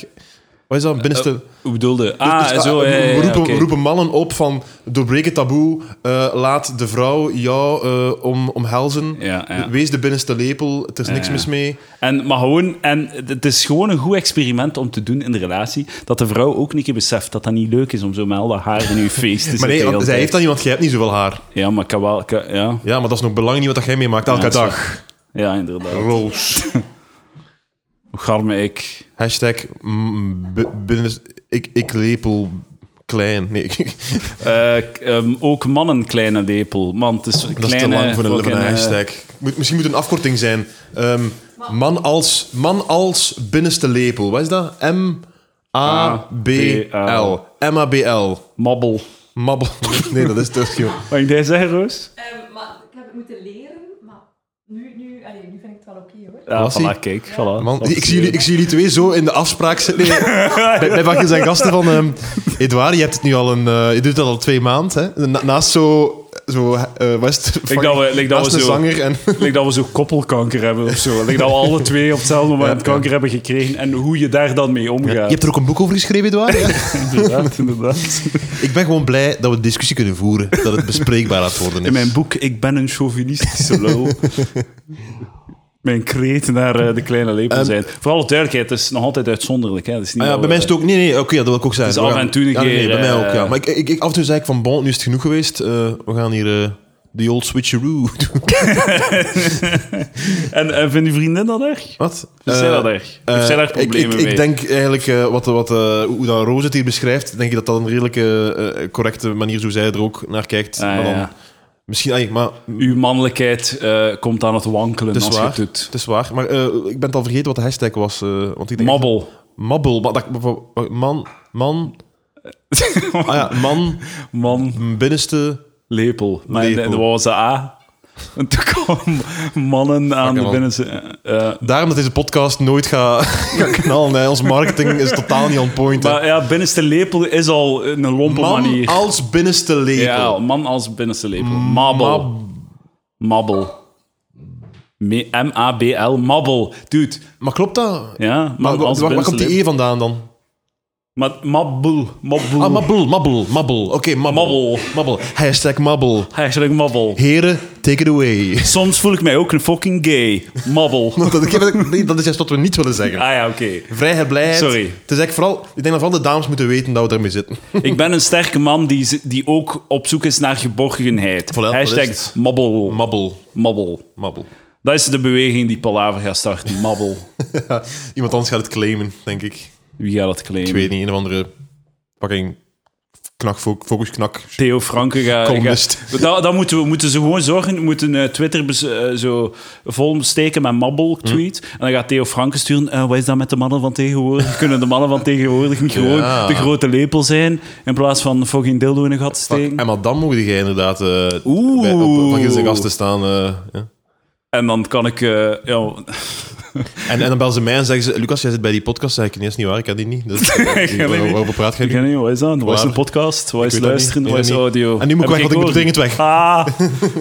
Speaker 2: Wat is dat? Binnenste...
Speaker 1: Hoe bedoelde?
Speaker 2: Dus-
Speaker 1: Ah,
Speaker 2: dus,
Speaker 1: zo, ja,
Speaker 2: ah,
Speaker 1: ja, ja,
Speaker 2: we roepen,
Speaker 1: oké.
Speaker 2: we roepen mannen op van doorbreek het taboe, eh, laat de vrouw jou eh, om, omhelzen,
Speaker 1: Ja, ja.
Speaker 2: wees de binnenste lepel, er is niks
Speaker 1: ja.
Speaker 2: mis mee.
Speaker 1: En, maar gewoon, en het is gewoon een goed experiment om te doen in de relatie. Dat de vrouw ook een keer beseft dat dat niet leuk is om zo met al dat haar in uw feest te
Speaker 2: maar nee,
Speaker 1: zitten de hele
Speaker 2: want zij
Speaker 1: tijd.
Speaker 2: heeft dan iemand, jij hebt niet zoveel haar.
Speaker 1: Ja, maar ik kan wel... ik kan- ja.
Speaker 2: Ja, maar dat is nog belangrijk niet wat dat jij meemaakt elke
Speaker 1: Ja, dat is
Speaker 2: dag.
Speaker 1: ja, inderdaad.
Speaker 2: Roos.
Speaker 1: Garme ik.
Speaker 2: Hashtag mm, b- binnen- ik, ik lepel klein. Nee, ik-
Speaker 1: Eh, k- ehm, ook mannen kleine lepel. Man, het is een
Speaker 2: dat is te
Speaker 1: kleine,
Speaker 2: lang voor een, voor een
Speaker 1: fucking, eh,
Speaker 2: hashtag. Moet, misschien moet een afkorting zijn. Ehm, man, als, man als binnenste lepel. Wat is dat? M-A-B-L. M-A-B-L.
Speaker 1: Mabbel.
Speaker 2: Mabbel. Nee, dat is toch, joh.
Speaker 1: Wat ik jij zeggen, Roos?
Speaker 3: Ehm, maar ik heb het moeten leren, maar nu, nu, allee, nu vind ik het wel oké hoor.
Speaker 1: Ja,
Speaker 2: Was ie?
Speaker 1: voilà, kijk. Voilà,
Speaker 2: Man,
Speaker 1: Dat eh,
Speaker 2: ik,
Speaker 1: is-
Speaker 2: zie jullie, ik zie jullie twee zo in de afspraak zitten. Nee, bij, bij Bakker zijn gasten van... ehm Edouard, je, hebt het nu al een, eh, je doet dat al twee maanden. Hè? Na- naast zo... zo eh wat is het?
Speaker 1: Ik dat we- ik dat
Speaker 2: Naast
Speaker 1: we
Speaker 2: een
Speaker 1: zo-
Speaker 2: zanger en...
Speaker 1: Lijkt dat we zo koppelkanker hebben of zo. Lijkt dat we alle twee op hetzelfde moment
Speaker 2: Ja.
Speaker 1: kanker hebben gekregen en hoe je daar dan mee
Speaker 2: Je
Speaker 1: omgaat.
Speaker 2: hebt er ook een boek over geschreven, Edouard. Ja.
Speaker 1: inderdaad, inderdaad.
Speaker 2: Ik ben gewoon blij dat we de discussie kunnen voeren. Dat het bespreekbaar aan het worden is.
Speaker 1: In mijn boek Ik ben een chauvinistische lul. mijn kreet naar eh, de kleine lepel
Speaker 2: Ehm,
Speaker 1: zijn. Voor alle duidelijkheid, het is nog altijd uitzonderlijk. Hè? Het is niet
Speaker 2: Ah ja,
Speaker 1: dat
Speaker 2: bij
Speaker 1: we-
Speaker 2: mij is het ook... Nee, nee, oké, ja, dat wil ik ook zeggen.
Speaker 1: Het is
Speaker 2: We
Speaker 1: af
Speaker 2: gaan-
Speaker 1: en toe een
Speaker 2: ja, nee,
Speaker 1: keer,
Speaker 2: bij mij ook, ja.
Speaker 1: eh,
Speaker 2: Maar ik, ik, ik, af en toe zei ik van, bon, nu is het genoeg geweest. Eh, we gaan hier eh, the old switcheroo doen.
Speaker 1: En, en vindt uw vriendin dat erg?
Speaker 2: Wat?
Speaker 1: Vindt zij dat erg? Heeft
Speaker 2: Eh,
Speaker 1: zij daar
Speaker 2: ik- ik-
Speaker 1: problemen
Speaker 2: ik,
Speaker 1: mee?
Speaker 2: denk eigenlijk, eh, wat, wat, eh, hoe dat Roos het hier beschrijft, denk ik dat dat een redelijk eh, eh, correcte manier is hoe zij er ook naar kijkt.
Speaker 1: Ah,
Speaker 2: maar dan,
Speaker 1: ja.
Speaker 2: Misschien, ah, maar
Speaker 1: Uw mannelijkheid eh, komt aan het wankelen
Speaker 2: het is,
Speaker 1: als je
Speaker 2: waar,
Speaker 1: het doet.
Speaker 2: het is waar. Maar eh, ik ben het al vergeten wat de hashtag was. eh, want ik denk,
Speaker 1: Mabbel.
Speaker 2: Mabbel. Maar dat, oh, man, man... ah ja, man,
Speaker 1: Man,
Speaker 2: binnenste...
Speaker 1: lepel. Maar
Speaker 2: Lepel.
Speaker 1: en wat was de A? En toen kwam mannen aan de
Speaker 2: man.
Speaker 1: binnenste... eh, eh,
Speaker 2: Daarom dat deze podcast nooit gaat ga knallen. Hè. Ons marketing is totaal niet on point. hè.
Speaker 1: maar ja, binnenste lepel is al een lompe
Speaker 2: Man
Speaker 1: manier.
Speaker 2: als binnenste
Speaker 1: Ja,
Speaker 2: lepel.
Speaker 1: man als binnenste lepel. Mabbel.
Speaker 2: Mm. Mab-
Speaker 1: Mabbel. Me- M-A-B-L. Mabbel. Dude.
Speaker 2: maar klopt dat?
Speaker 1: Ja,
Speaker 2: Maar
Speaker 1: man
Speaker 2: wa-
Speaker 1: als
Speaker 2: waar, waar
Speaker 1: binnenste
Speaker 2: komt die
Speaker 1: lepel.
Speaker 2: E vandaan dan?
Speaker 1: Maar mabbel. Mabbel.
Speaker 2: Ah, mabbel, mabbel, mabbel. Oké, mabbel.
Speaker 1: Mabbel.
Speaker 2: Mabbel. Hashtag mabbel.
Speaker 1: Eigenlijk mabbel.
Speaker 2: Heren, take it away.
Speaker 1: Soms voel ik mij ook een fucking gay. Mabbel.
Speaker 2: Want dat, ik heb het- nee, dat is juist wat we niet willen zeggen.
Speaker 1: Ah ja, oké.
Speaker 2: Vrijheid, blijheid.
Speaker 1: Sorry.
Speaker 2: Het is eigenlijk vooral... Ik denk dat vooral de dames moeten weten dat we daarmee zitten.
Speaker 1: Ik ben een sterke man die, z- die ook op zoek is naar geborgenheid.
Speaker 2: Voilà, dat is
Speaker 1: Hashtag
Speaker 2: het.
Speaker 1: mabbel.
Speaker 2: Mabbel.
Speaker 1: Mabbel.
Speaker 2: Mabbel.
Speaker 1: Dat is de beweging die Palaver gaat starten. Mabbel.
Speaker 2: Iemand anders gaat het claimen, denk ik.
Speaker 1: Wie gaat dat claimen?
Speaker 2: Ik weet niet, een of andere... Fucking... Knak, fo- focus, knak.
Speaker 1: Theo Franken gaat...
Speaker 2: Columnist.
Speaker 1: gaat- dat, dat moeten we moeten ze gewoon zorgen. We moeten eh, Twitter bes- eh, zo vol steken met mabbel-tweet.
Speaker 2: Hm.
Speaker 1: En dan gaat Theo Franken sturen... eh, wat is dat met de mannen van tegenwoordig? Kunnen de mannen van tegenwoordig niet gewoon
Speaker 2: Ja.
Speaker 1: de grote lepel zijn? In plaats van fucking dildo in een gat
Speaker 2: Fuck,
Speaker 1: steken?
Speaker 2: En maar dan mogen jij inderdaad eh
Speaker 1: Oeh.
Speaker 2: bij, op, van zijn gasten staan. eh, ja.
Speaker 1: En dan kan ik... eh, ja,
Speaker 2: en, en dan bellen ze mij en zeggen ze... Lucas, jij zit bij die podcast. Zeg ik, nee, is niet waar. Ik ken die niet. Dus, eh,
Speaker 1: ken die
Speaker 2: waar-
Speaker 1: niet.
Speaker 2: Waarover praat jij
Speaker 1: ik
Speaker 2: nu?
Speaker 1: weet niet, wat is dat? Wat is
Speaker 2: Waar?
Speaker 1: een podcast? Wat is
Speaker 2: weet dat
Speaker 1: luisteren?
Speaker 2: niet.
Speaker 1: Wat
Speaker 2: Ik
Speaker 1: is
Speaker 2: weet dat niet.
Speaker 1: audio?
Speaker 2: En nu moet ik
Speaker 1: Heb
Speaker 2: weg, want ik moet
Speaker 1: geen
Speaker 2: dringend weg.
Speaker 1: Ah,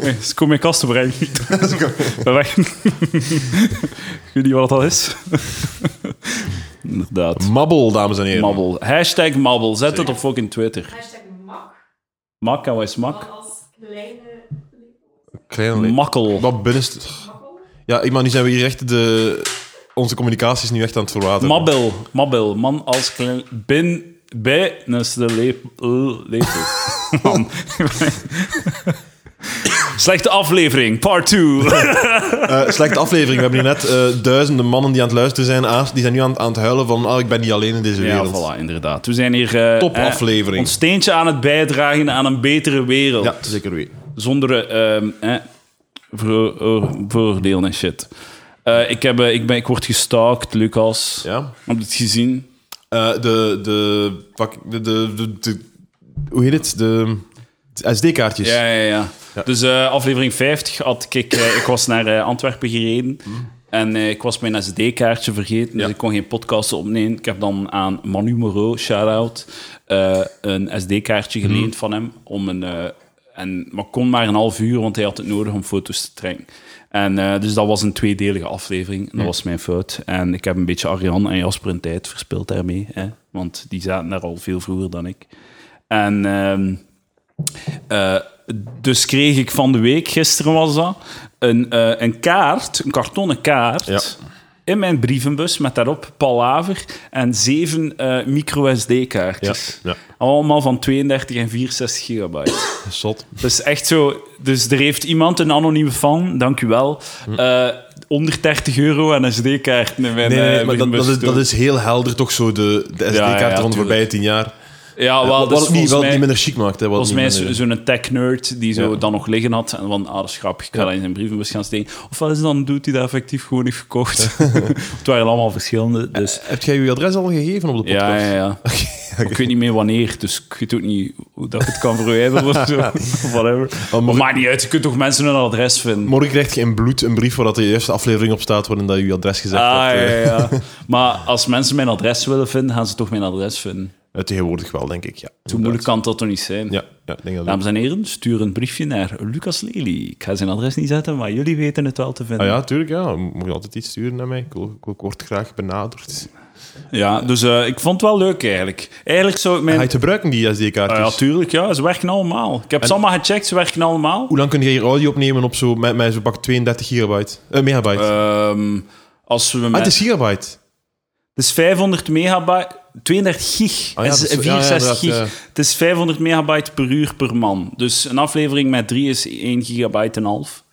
Speaker 1: nee, ze komen mijn kasten brengen. Ik ben weg. Ik weet niet wat dat is. Inderdaad.
Speaker 2: Mabbel, dames en heren.
Speaker 1: Mabbel. Hashtag mabbel. Zet het op fucking Twitter.
Speaker 3: Hashtag mak,
Speaker 1: Mak en wat is mak?
Speaker 3: man als kleine
Speaker 2: Klein le-
Speaker 1: Makkel.
Speaker 2: Wat binnenste...
Speaker 3: makkel.
Speaker 2: Ja, ik- maar nu zijn we hier echt de... Onze communicatie is nu echt aan het verwateren.
Speaker 1: Mabbel. Mabbel. Man als klein... Bin... Bij... Dat is de leep- l- lepel. Man. Slechte aflevering. Part 2.
Speaker 2: Eh, slechte aflevering. We hebben hier net eh, duizenden mannen die aan het luisteren zijn. aan- Die zijn nu aan, aan het huilen van... Ah, ik ben niet alleen in deze
Speaker 1: Ja,
Speaker 2: wereld.
Speaker 1: voilà, inderdaad. We zijn hier... eh,
Speaker 2: Top
Speaker 1: eh,
Speaker 2: aflevering.
Speaker 1: ons steentje aan het bijdragen aan een betere wereld.
Speaker 2: Ja, zeker weet.
Speaker 1: Zonder ehm eh, voor, voor- vooroordelen en shit. Eh, ik, heb, eh, ik, ben, ik word gestalkt, Lucas.
Speaker 2: Ja.
Speaker 1: Heb je het gezien?
Speaker 2: Eh, de, de, fuck, de, de, de, de- Hoe heet het? De, de SD-kaartjes.
Speaker 1: Ja, ja, ja. Dus eh, aflevering 50 had ik... ik, eh, ik was naar eh, Antwerpen gereden. En eh, ik was mijn SD-kaartje vergeten, dus
Speaker 2: Ja.
Speaker 1: ik kon geen podcast opnemen. Ik heb dan aan Manu Moreau, shout-out, eh, een SD-kaartje geleend van hem om een eh, En, maar kon maar een half uur, want hij had het nodig om foto's te trekken. En, eh, dus dat was een tweedelige aflevering. En dat was mijn fout. En ik heb een beetje Arjan en Jasper een tijd verspild daarmee. Hè? Want die zaten daar al veel vroeger dan ik. En ehm, eh, dus kreeg ik van de week, gisteren was dat, een, eh, een kaart, een kartonnen kaart.
Speaker 2: Ja.
Speaker 1: In mijn brievenbus met daarop Palaver en zeven eh,
Speaker 2: Ja,
Speaker 1: micro-SD-kaartjes.
Speaker 2: ja.
Speaker 1: Allemaal van 32 en 64 gigabyte.
Speaker 2: Zot.
Speaker 1: Dus echt zo. Dus er heeft iemand, een anonieme fan, dank u wel, eh, 130 euro aan SD-kaart in mijn
Speaker 2: Hm. Nee, nee,
Speaker 1: eh,
Speaker 2: maar dat, dat,
Speaker 1: brievenbus
Speaker 2: is, dat
Speaker 1: doen.
Speaker 2: is heel helder toch zo de, de SD-kaart
Speaker 1: ja,
Speaker 2: van de
Speaker 1: tuurlijk.
Speaker 2: voorbije tien jaar.
Speaker 1: Ja, wel,
Speaker 2: wat
Speaker 1: dat is
Speaker 2: het niet,
Speaker 1: volgens
Speaker 2: wel
Speaker 1: mij-
Speaker 2: niet minder chic maakt. Hè, wat
Speaker 1: Volgens
Speaker 2: niet
Speaker 1: mij
Speaker 2: minder-
Speaker 1: zo- zo'n tech-nerd die zo
Speaker 2: Ja.
Speaker 1: dan nog liggen had. En van, ah, dat is grappig, ik ga dat in zijn brievenbus gaan steken. Of wat is het dan, doet hij dat effectief gewoon heeft verkocht? het waren allemaal verschillende, dus...
Speaker 2: Heb jij je adres al gegeven op de podcast?
Speaker 1: Eh, Ja, ja, ja. Maar Ik weet niet meer wanneer, dus ik weet ook niet hoe dat ik het kan verwijderen of zo. Of whatever.
Speaker 2: Maar
Speaker 1: Maar
Speaker 2: morgen,
Speaker 1: maakt niet uit, je kunt toch mensen hun adres vinden?
Speaker 2: morgen krijg je in bloed een brief waar dat de eerste aflevering op staat waarin dat je je adres gezegd
Speaker 1: Ah,
Speaker 2: hebt.
Speaker 1: ja,
Speaker 2: eh.
Speaker 1: ja, ja. Maar als mensen mijn adres willen vinden, gaan ze toch mijn adres vinden.
Speaker 2: Eh, Tegenwoordig wel, denk ik. Ja,
Speaker 1: Zo moeilijk kan dat toch niet zijn?
Speaker 2: Ja, ja, ik denk dat wel.
Speaker 1: Dames en heren, stuur een briefje naar Lucas Lely. Ik ga zijn adres niet zetten, maar jullie weten het wel te vinden.
Speaker 2: Ah ja, tuurlijk. Ja. Moet je altijd iets sturen naar mij. Ik, wil- ik word graag benaderd.
Speaker 1: Ja, dus eh, ik vond het wel leuk eigenlijk. Eigenlijk zou ik mijn...
Speaker 2: Ga je gebruiken die SD-kaartjes?
Speaker 1: Ah ja, tuurlijk, ja. Ze werken allemaal. Ik heb ze allemaal gecheckt, ze werken allemaal.
Speaker 2: Hoe lang kun je hier audio opnemen op zo, met, met zo'n pak 32 gigabyte? Eh, megabyte.
Speaker 1: Ehm, als we met...
Speaker 2: ah, het is gigabyte.
Speaker 1: Het is 500 megabyte... 32 gig.
Speaker 2: Ah ja,
Speaker 1: Het is
Speaker 2: dat is- ja,
Speaker 1: 64
Speaker 2: ja,
Speaker 1: gig.
Speaker 2: inderdaad,
Speaker 1: Het is 500 megabyte per uur per man. Dus een aflevering met 3 is 1 gigabyte en half.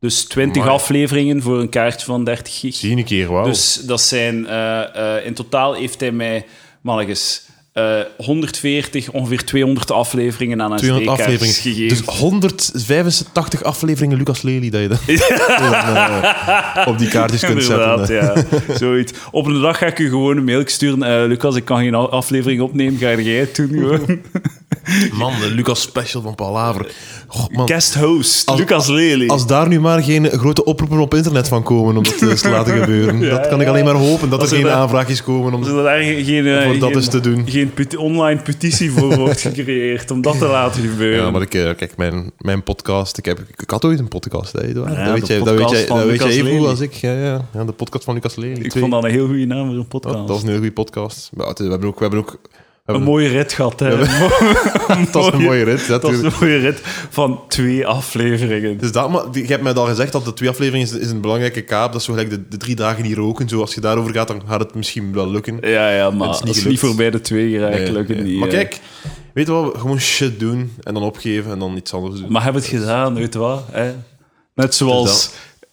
Speaker 1: Dus 20
Speaker 2: Amai.
Speaker 1: afleveringen voor een kaartje van 30 gig.
Speaker 2: Zie je een keer, wauw.
Speaker 1: Dus dat zijn... eh, eh, in totaal heeft hij mij... Mannetjes... eh 140, ongeveer 200 afleveringen aan een
Speaker 2: 200 afleveringen.
Speaker 1: gegeven.
Speaker 2: Dus 185 afleveringen Lucas Lely dat je dat eh, op die kaartjes kunt zetten. eh.
Speaker 1: Inderdaad, ja. Zoiets. Op een dag ga ik u gewoon een mail sturen. eh, Lucas, ik kan geen a- aflevering opnemen. Ga jij het doen? Gewoon.
Speaker 2: Man, de Lucas Special van Palaver. God, man.
Speaker 1: Guest host,
Speaker 2: Als-
Speaker 1: Lucas Lely.
Speaker 2: Als daar nu maar geen grote oproepen op internet van komen om dat eh, te laten gebeuren. dat kan ik alleen maar hopen, dat er
Speaker 1: Als er
Speaker 2: geen
Speaker 1: daar-
Speaker 2: aanvraagjes komen. Om...
Speaker 1: Als er daar geen, geen, eh,
Speaker 2: Om dat
Speaker 1: geen-
Speaker 2: eens te doen.
Speaker 1: geen peti- online petitie voor wordt gecreëerd om dat te laten gebeuren.
Speaker 2: Ja, maar ik, eh, kijk, mijn, mijn podcast... Ik, heb, ik had ooit een podcast, hè, Eduard.
Speaker 1: Ja,
Speaker 2: dat
Speaker 1: de
Speaker 2: weet jij, dat weet
Speaker 1: podcast
Speaker 2: jij,
Speaker 1: van
Speaker 2: dat weet jij
Speaker 1: Lucas
Speaker 2: even goed
Speaker 1: Lely.
Speaker 2: als ik. Ja, ja. ja, de podcast van Lucas Lely.
Speaker 1: ik
Speaker 2: Twee-
Speaker 1: vond dat een heel goede naam voor een podcast.
Speaker 2: dat, dat was een heel goede podcast. Maar het- we hebben ook... We hebben ook we
Speaker 1: een
Speaker 2: hebben-
Speaker 1: mooie rit gehad, hè?
Speaker 2: het was een mooie rit. ja,
Speaker 1: Dat was
Speaker 2: tuurlijk.
Speaker 1: een mooie rit van twee afleveringen.
Speaker 2: Dus dat, maar die- je hebt mij al gezegd dat de twee afleveringen is, is een belangrijke kaap. Dat is zo gelijk de, de drie dagen hier roken. Zo, als je daarover gaat, dan gaat het misschien wel lukken.
Speaker 1: Ja, ja, maar
Speaker 2: Het is niet
Speaker 1: als het niet
Speaker 2: gelukt.
Speaker 1: voorbij de twee geraakt,
Speaker 2: Nee,
Speaker 1: lukt het
Speaker 2: nee.
Speaker 1: niet. eh.
Speaker 2: Maar
Speaker 1: hè.
Speaker 2: kijk, weet je wat? Gewoon shit doen en dan opgeven en dan iets anders doen.
Speaker 1: Maar hebben het gedaan, weet je wat? Hè? Net zoals
Speaker 2: Dus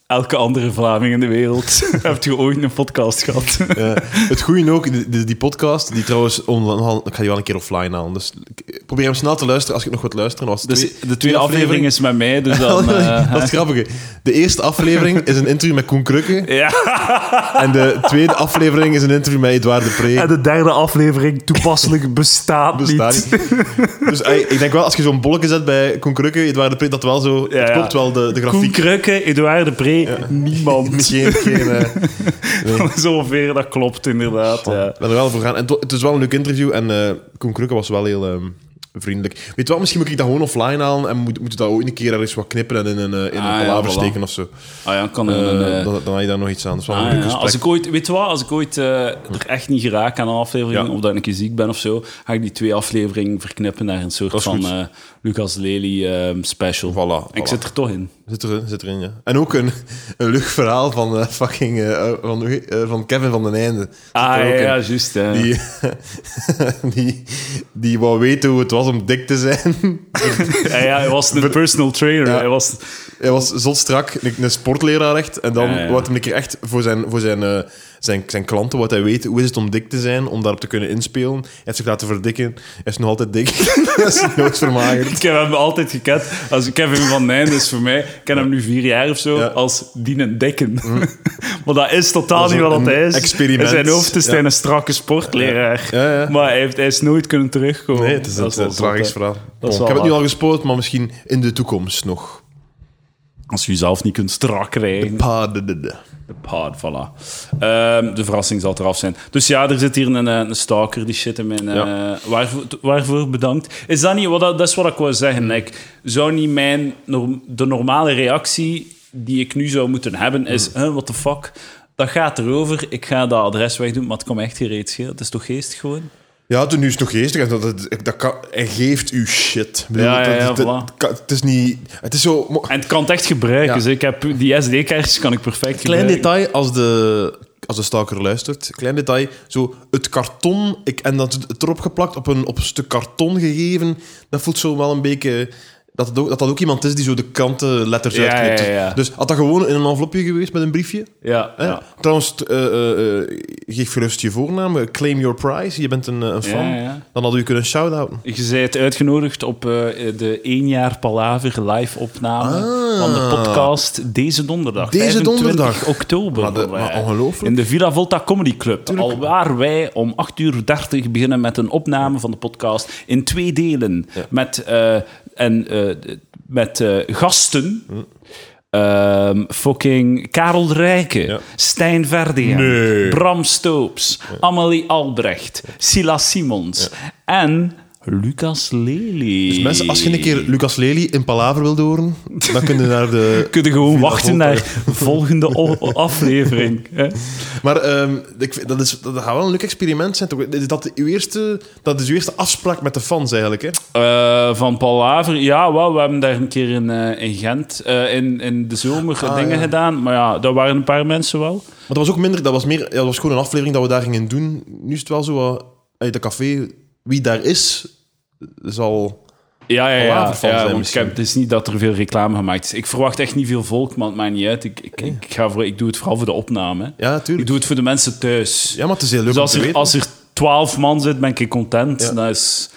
Speaker 1: elke andere Vlaming in de wereld. Heb je ooit een podcast gehad?
Speaker 2: Eh, het goede ook, die, die- die podcast, die trouwens online... Ik ga die wel een keer offline halen. Dus ik- probeer hem snel te luisteren als je nog wat luisteren. Was
Speaker 1: Dus de tweede aflevering
Speaker 2: afleveringen-
Speaker 1: is met mij, dus dan... eh,
Speaker 2: dat is grappig. De eerste aflevering is een interview met Koen Krukke.
Speaker 1: ja,
Speaker 2: En de tweede aflevering is een interview met Edouard de Pre.
Speaker 1: de derde aflevering toepasselijk bestaat,
Speaker 2: Bestaat niet. Dus ey, ik denk wel, als je zo'n bolletje zet bij Koen Krukke, Edouard de Pre, dat wel zo...
Speaker 1: Ja,
Speaker 2: het
Speaker 1: ja.
Speaker 2: klopt wel, de, de
Speaker 1: Koen
Speaker 2: grafiek.
Speaker 1: Krukke, Edouard de Pre, niemand.
Speaker 2: Geen, geen, eh,
Speaker 1: Zo ongeveer, dat klopt inderdaad.
Speaker 2: Van,
Speaker 1: Ja.
Speaker 2: Ik ben er wel voor gaan. En het, wa- het is wel een leuk interview. En eh Koen Krukke was wel heel ehm, vriendelijk. Weet je wat, misschien moet ik dat gewoon offline halen. En moet, moet dat ook een keer ergens wat knippen en in een, eh, in een
Speaker 1: Ah, ja,
Speaker 2: palaver
Speaker 1: voilà.
Speaker 2: steken of zo.
Speaker 1: Ah ja, kan
Speaker 2: Eh,
Speaker 1: een... eh,
Speaker 2: dan, dan had je daar nog iets aan. Dat is wel een
Speaker 1: Ah,
Speaker 2: leuk
Speaker 1: ja.
Speaker 2: gesprek.
Speaker 1: Als ik ooit, weet je wat, als ik ooit eh, er echt niet geraak aan een aflevering,
Speaker 2: Ja.
Speaker 1: of dat ik een keer ziek ben of zo, ga ik die twee afleveringen verknippen naar een soort
Speaker 2: Dat is
Speaker 1: van
Speaker 2: goed.
Speaker 1: eh, Lucas Lely ehm, special.
Speaker 2: Voilà,
Speaker 1: Ik
Speaker 2: voilà.
Speaker 1: zit er toch in.
Speaker 2: Zit erin, zit erin, ja. En ook een, een lucht verhaal van, eh, fucking, eh, van, eh, van Kevin van den Einde. Zit er
Speaker 1: Ah, ja,
Speaker 2: ook in.
Speaker 1: ja, juist. hè.
Speaker 2: Die, die, die wou weten hoe het was om dik te zijn.
Speaker 1: Ja, ja, hij was een personal trainer.
Speaker 2: Ja.
Speaker 1: Hij was,
Speaker 2: Hij was zot strak, een, een sportleraar echt. En dan
Speaker 1: Ja, ja.
Speaker 2: wat hem een keer echt voor zijn, voor zijn, eh, zijn, zijn klanten, wat hij weet, hoe is het om dik te zijn, om daarop te kunnen inspelen. Hij heeft zich laten verdikken. Hij is nog altijd dik. hij is nooit vermagerd.
Speaker 1: ik heb hem altijd gekend. Als Kevin van Nijn is voor mij, ik ken hem nu vier jaar of zo,
Speaker 2: Ja. Mhm.
Speaker 1: als Dien Dekken. maar dat is totaal
Speaker 2: Dat is
Speaker 1: niet
Speaker 2: een-
Speaker 1: wat dat hij is.
Speaker 2: een experiment.
Speaker 1: In zijn hoofd is hij
Speaker 2: Ja.
Speaker 1: een strakke sportleraar.
Speaker 2: Ja, ja.
Speaker 1: Maar hij, heeft, hij is nooit kunnen terugkomen.
Speaker 2: Nee, het is een,
Speaker 1: Dat wel
Speaker 2: een tragisch
Speaker 1: zot, hè.
Speaker 2: verhaal.
Speaker 1: wel
Speaker 2: ik heb het
Speaker 1: waar.
Speaker 2: nu al gespoord, maar misschien in de toekomst nog.
Speaker 1: Als je jezelf niet kunt strak krijgen.
Speaker 2: Padadada.
Speaker 1: De paard, voilà. Ehm, de verrassing zal eraf zijn. Dus ja, er zit hier een, eh, een stalker die shit in mijn... eh,
Speaker 2: Ja.
Speaker 1: waarvoor, waarvoor bedankt? Is dat niet... Wat, dat is wat ik wou zeggen. Ik zou niet mijn... norm- De normale reactie die ik nu zou moeten hebben is... Huh, what the fuck? Dat gaat erover. Ik ga dat adres wegdoen, maar het komt echt geen reet schelen. Het is toch geestig gewoon?
Speaker 2: Ja, toen nu is het nog geestig. en Dat, dat, dat kan, hij geeft u shit. Ik bedoel,
Speaker 1: Ja, ja, ja,
Speaker 2: dat- dat-
Speaker 1: voilà.
Speaker 2: dat kan- Het is niet... Het is zo... mo-
Speaker 1: En het kan het echt gebruiken.
Speaker 2: Ja.
Speaker 1: Dus ik heb die SD-kaartjes kan ik perfect
Speaker 2: Klein
Speaker 1: gebruiken.
Speaker 2: detail, als de, als de stalker luistert, klein detail, zo het karton, ik, en dat het erop geplakt, op een, op een stuk karton gegeven, dat voelt zo wel een beetje... Dat, het ook, dat dat ook iemand is die zo de kanten letters
Speaker 1: Ja,
Speaker 2: uitknipt.
Speaker 1: ja, ja.
Speaker 2: Dus had dat gewoon in een envelopje geweest met een briefje?
Speaker 1: Ja,
Speaker 2: Hè?
Speaker 1: ja.
Speaker 2: Trouwens, t- eh, eh, eh, geef gerust je voornaam, eh, claim your prize, je bent een, eh, een fan.
Speaker 1: Ja, ja.
Speaker 2: Dan hadden we je kunnen shout-outen.
Speaker 1: Je bent uitgenodigd op eh, de 1 jaar Palaver live-opname
Speaker 2: Ah.
Speaker 1: van de podcast deze donderdag.
Speaker 2: Deze
Speaker 1: 25
Speaker 2: donderdag.
Speaker 1: oktober.
Speaker 2: Maar de- maar ongelooflijk.
Speaker 1: In de Villa Volta Comedy Club.
Speaker 2: Tuurlijk.
Speaker 1: Alwaar wij om 8 uur 30 beginnen met een opname van de podcast in twee delen. Met, eh, en, eh, met eh, gasten. Ehm, fucking Karel de Rijke, Stijn Verdingen,
Speaker 2: Nee.
Speaker 1: Bram Stoops, Amelie Albrecht, Sila Simons en Lucas Lely.
Speaker 2: Dus mensen, als je een keer Lucas Lely in Palaver wilt horen, dan kun je naar de...
Speaker 1: Kun je gewoon
Speaker 2: Villa
Speaker 1: wachten
Speaker 2: Volta.
Speaker 1: naar de volgende o- aflevering. hè?
Speaker 2: Maar ehm, ik, vind- dat, is, dat gaat wel een leuk experiment zijn. Toch? Is Dat, uw eerste, dat is uw eerste afspraak met de fans eigenlijk. Hè?
Speaker 1: Eh, van Paul Haver, ja, wel, we hebben daar een keer in, eh, in Gent eh, in, in de zomer
Speaker 2: Ah,
Speaker 1: dingen
Speaker 2: ja.
Speaker 1: gedaan. Maar ja, dat waren een paar mensen wel.
Speaker 2: Maar dat was ook minder, dat was, meer, ja, dat was gewoon een aflevering dat we daar gingen doen. Nu is het wel zo wat uit de café. Wie daar is, zal.
Speaker 1: Ja, ja, ja.
Speaker 2: Palaver van
Speaker 1: ja,
Speaker 2: zijn
Speaker 1: want
Speaker 2: misschien.
Speaker 1: ik heb- het is niet dat er veel reclame gemaakt is. Ik verwacht echt niet veel volk, maar het maakt niet uit. Ik, ik, ik, ga voor, ik doe het vooral voor de opname. hè.
Speaker 2: Ja,
Speaker 1: Ik
Speaker 2: natuurlijk.
Speaker 1: doe het voor de mensen thuis.
Speaker 2: Ja, maar het is heel leuk.
Speaker 1: dus
Speaker 2: om
Speaker 1: als
Speaker 2: te
Speaker 1: er,
Speaker 2: weten.
Speaker 1: als er twaalf man zit, ben ik content.
Speaker 2: Ja.
Speaker 1: Dat, is,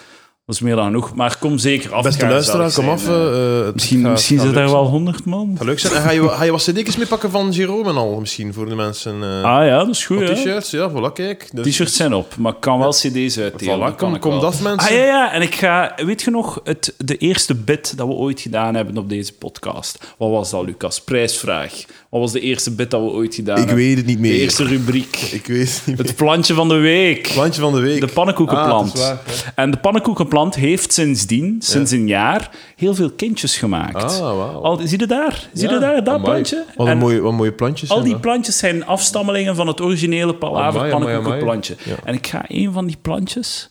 Speaker 1: dat is meer dan genoeg. Maar kom zeker af.
Speaker 2: Beste
Speaker 1: ga
Speaker 2: luisteraar,
Speaker 1: gezellig
Speaker 2: kom af.
Speaker 1: zijn, hè.
Speaker 2: eh, het
Speaker 1: misschien
Speaker 2: gaat-
Speaker 1: misschien
Speaker 2: gaat
Speaker 1: zit
Speaker 2: leuk
Speaker 1: er
Speaker 2: zijn.
Speaker 1: wel honderd man.
Speaker 2: Gaat leuk zijn. En ga je, ga je wat cd's mee pakken van Jerome en al misschien voor de mensen? eh,
Speaker 1: Ah ja, dat is goed.
Speaker 2: wat
Speaker 1: hè.
Speaker 2: T-shirts, ja, voilà, kijk. Dus,
Speaker 1: T-shirts zijn op, maar ik kan wel cd's uitdelen.
Speaker 2: Voilà,
Speaker 1: dat kan
Speaker 2: kom,
Speaker 1: ik
Speaker 2: kom
Speaker 1: wel.
Speaker 2: dat mensen.
Speaker 1: Ah ja, ja, en ik ga... Weet je nog, het, de eerste bit dat we ooit gedaan hebben op deze podcast? Wat was dat, Lucas? Prijsvraag. Wat was de eerste bit dat we ooit gedaan
Speaker 2: Ik
Speaker 1: hebben?
Speaker 2: weet het niet
Speaker 1: De
Speaker 2: meer.
Speaker 1: eerste rubriek.
Speaker 2: Ik weet het niet meer.
Speaker 1: Het plantje van de week.
Speaker 2: Plantje van de week.
Speaker 1: De pannenkoekenplant.
Speaker 2: Ah, dat is waar,
Speaker 1: en de pannenkoekenplant heeft sindsdien, sinds een jaar, heel veel kindjes gemaakt.
Speaker 2: Ah, wauw.
Speaker 1: Al, zie je daar? Zie je
Speaker 2: Ja,
Speaker 1: daar, dat
Speaker 2: amai.
Speaker 1: plantje?
Speaker 2: Wat een
Speaker 1: En
Speaker 2: mooie, wat mooie plantjes.
Speaker 1: al
Speaker 2: zijn
Speaker 1: die
Speaker 2: dat.
Speaker 1: plantjes zijn afstammelingen van het originele palaver
Speaker 2: Amai, amai,
Speaker 1: pannenkoekenplantje.
Speaker 2: amai. Ja.
Speaker 1: En ik ga een van die plantjes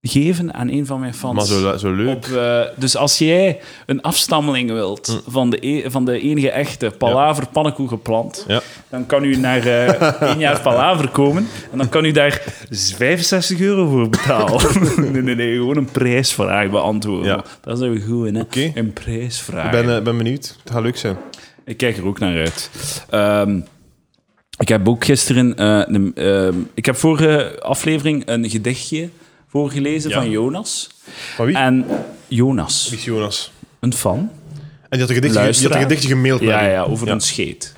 Speaker 1: geven aan een van mijn fans.
Speaker 2: Maar zo, zo leuk.
Speaker 1: Op, eh, dus als jij een afstammeling wilt
Speaker 2: Hm.
Speaker 1: van, de e- van de enige echte palaver pannenkoekenplant,
Speaker 2: Ja.
Speaker 1: dan kan u naar eh één jaar palaver komen en dan kan u daar 65 euro voor betalen. nee, nee, nee, gewoon een prijsvraag beantwoorden.
Speaker 2: Ja.
Speaker 1: Daar zijn we goed in, hè.
Speaker 2: Oké.
Speaker 1: Een prijsvraag.
Speaker 2: Ik ben, eh, ben benieuwd. Het gaat leuk zijn.
Speaker 1: Ik kijk er ook naar uit. Ehm, ik heb ook gisteren... eh, een- ehm, ik heb vorige aflevering een gedichtje voorgelezen
Speaker 2: Ja.
Speaker 1: van Jonas.
Speaker 2: Van wie?
Speaker 1: En Jonas,
Speaker 2: Wie is Jonas?
Speaker 1: een fan,
Speaker 2: En die had een gedichtje, die had
Speaker 1: Luisteraar.
Speaker 2: een gedichtje gemaild
Speaker 1: ja,
Speaker 2: naar u.
Speaker 1: ja, over
Speaker 2: Ja.
Speaker 1: een scheet.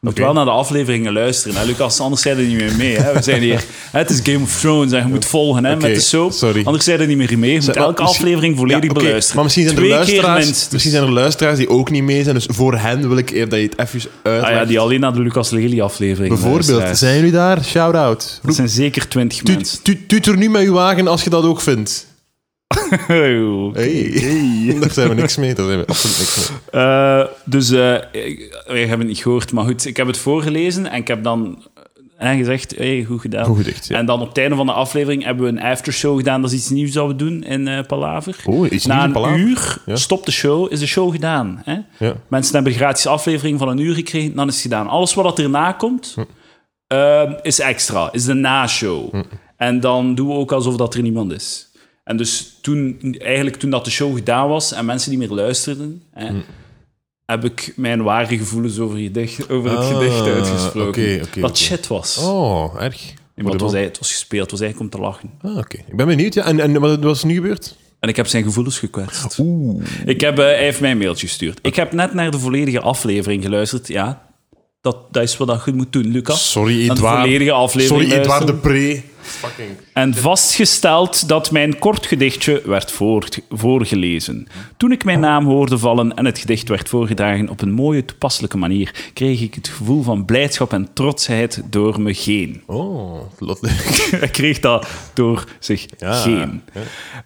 Speaker 1: Moet
Speaker 2: Oké.
Speaker 1: wel naar de afleveringen luisteren. Hè, Lucas, anders zijn er niet meer mee. Hè. We zijn hier, hè, het is Game of Thrones en je moet volgen hè,
Speaker 2: Oké,
Speaker 1: met de soap.
Speaker 2: sorry.
Speaker 1: Anders zijn er niet meer mee. Je moet
Speaker 2: Zijn-
Speaker 1: elke
Speaker 2: misschien-
Speaker 1: aflevering volledig
Speaker 2: Ja, oké,
Speaker 1: beluisteren.
Speaker 2: Maar misschien zijn, er
Speaker 1: Twee keer
Speaker 2: luisteraars,
Speaker 1: minstens.
Speaker 2: misschien zijn er luisteraars die ook niet mee zijn. Dus voor hen wil ik eer dat je het even uitlegt.
Speaker 1: Ah ja, die alleen naar de Lucas Lely aflevering
Speaker 2: Bijvoorbeeld,
Speaker 1: luisteren.
Speaker 2: zijn jullie daar? Shout-out.
Speaker 1: Dat zijn zeker twintig mensen.
Speaker 2: Tuut, tuut, tuut er nu met uw wagen als je dat ook vindt.
Speaker 1: Hey.
Speaker 2: Hey. Daar zijn we niks mee. Daar zijn we absoluut niks mee.
Speaker 1: Eh, dus eh ik, wij hebben het niet gehoord, maar goed, ik heb het voorgelezen en ik heb dan eh, gezegd, hey, goed gedaan.
Speaker 2: Goed gedicht, ja.
Speaker 1: En dan op het einde van de aflevering hebben we een aftershow gedaan. Dat is iets nieuws dat we doen in eh Palaver.
Speaker 2: Oh, iets
Speaker 1: Na
Speaker 2: nieuws
Speaker 1: een
Speaker 2: in Palaver.
Speaker 1: uur
Speaker 2: Ja.
Speaker 1: stopt de show, is de show gedaan. Hè?
Speaker 2: Ja.
Speaker 1: Mensen hebben een gratis aflevering van een uur gekregen, dan is het gedaan. Alles wat dat erna komt, eh, is extra, is de na-show.
Speaker 2: Hm.
Speaker 1: En dan doen we ook alsof dat er niemand is. En dus toen, eigenlijk toen dat de show gedaan was en mensen niet meer luisterden, hè,
Speaker 2: Hm.
Speaker 1: heb ik mijn ware gevoelens over, gedicht, over het
Speaker 2: Ah,
Speaker 1: gedicht uitgesproken.
Speaker 2: oké, oké,
Speaker 1: Wat
Speaker 2: oké.
Speaker 1: shit was.
Speaker 2: Oh, erg.
Speaker 1: Maar het was,
Speaker 2: Voor de man.
Speaker 1: eigenlijk- het was gespeeld, het was eigenlijk om te lachen.
Speaker 2: Ah, oké. Ik ben benieuwd. Ja. En, en wat wat is er nu gebeurd?
Speaker 1: En ik heb zijn gevoelens gekwetst.
Speaker 2: Oeh.
Speaker 1: Ik heb, eh, hij heeft mij een mailtje gestuurd. Ik heb net naar de volledige aflevering geluisterd. Ja, dat, dat is wat dat je moet doen, Lucas.
Speaker 2: Sorry,
Speaker 1: Een
Speaker 2: Edouard.
Speaker 1: volledige aflevering
Speaker 2: Sorry, Edouard de
Speaker 1: luisteren.
Speaker 2: Pre. Fucking.
Speaker 1: en vastgesteld dat mijn kort gedichtje werd voort- voorgelezen. Toen ik mijn naam hoorde vallen en het gedicht werd voorgedragen op een mooie toepasselijke manier, kreeg ik het gevoel van blijdschap en trotsheid door me heen.
Speaker 2: Oh, wat leuk.
Speaker 1: Hij kreeg dat door zich
Speaker 2: Ja.
Speaker 1: heen.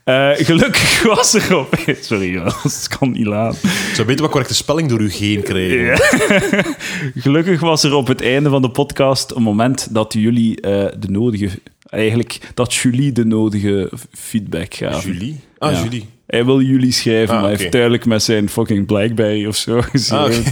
Speaker 1: Eh, gelukkig was er op... Sorry, dat kan niet laat.
Speaker 2: Ik zou beter wat correcte spelling door u heen krijgen.
Speaker 1: Ja. Gelukkig was er op het einde van de podcast een moment dat jullie eh, de nodige... Eigenlijk, dat jullie de nodige feedback gaven.
Speaker 2: Julie? Ah,
Speaker 1: Ja.
Speaker 2: Julie.
Speaker 1: Hij wil jullie schrijven,
Speaker 2: Ah,
Speaker 1: maar hij
Speaker 2: oké. Ah,
Speaker 1: heeft duidelijk met zijn fucking Blackberry of zo geschreven.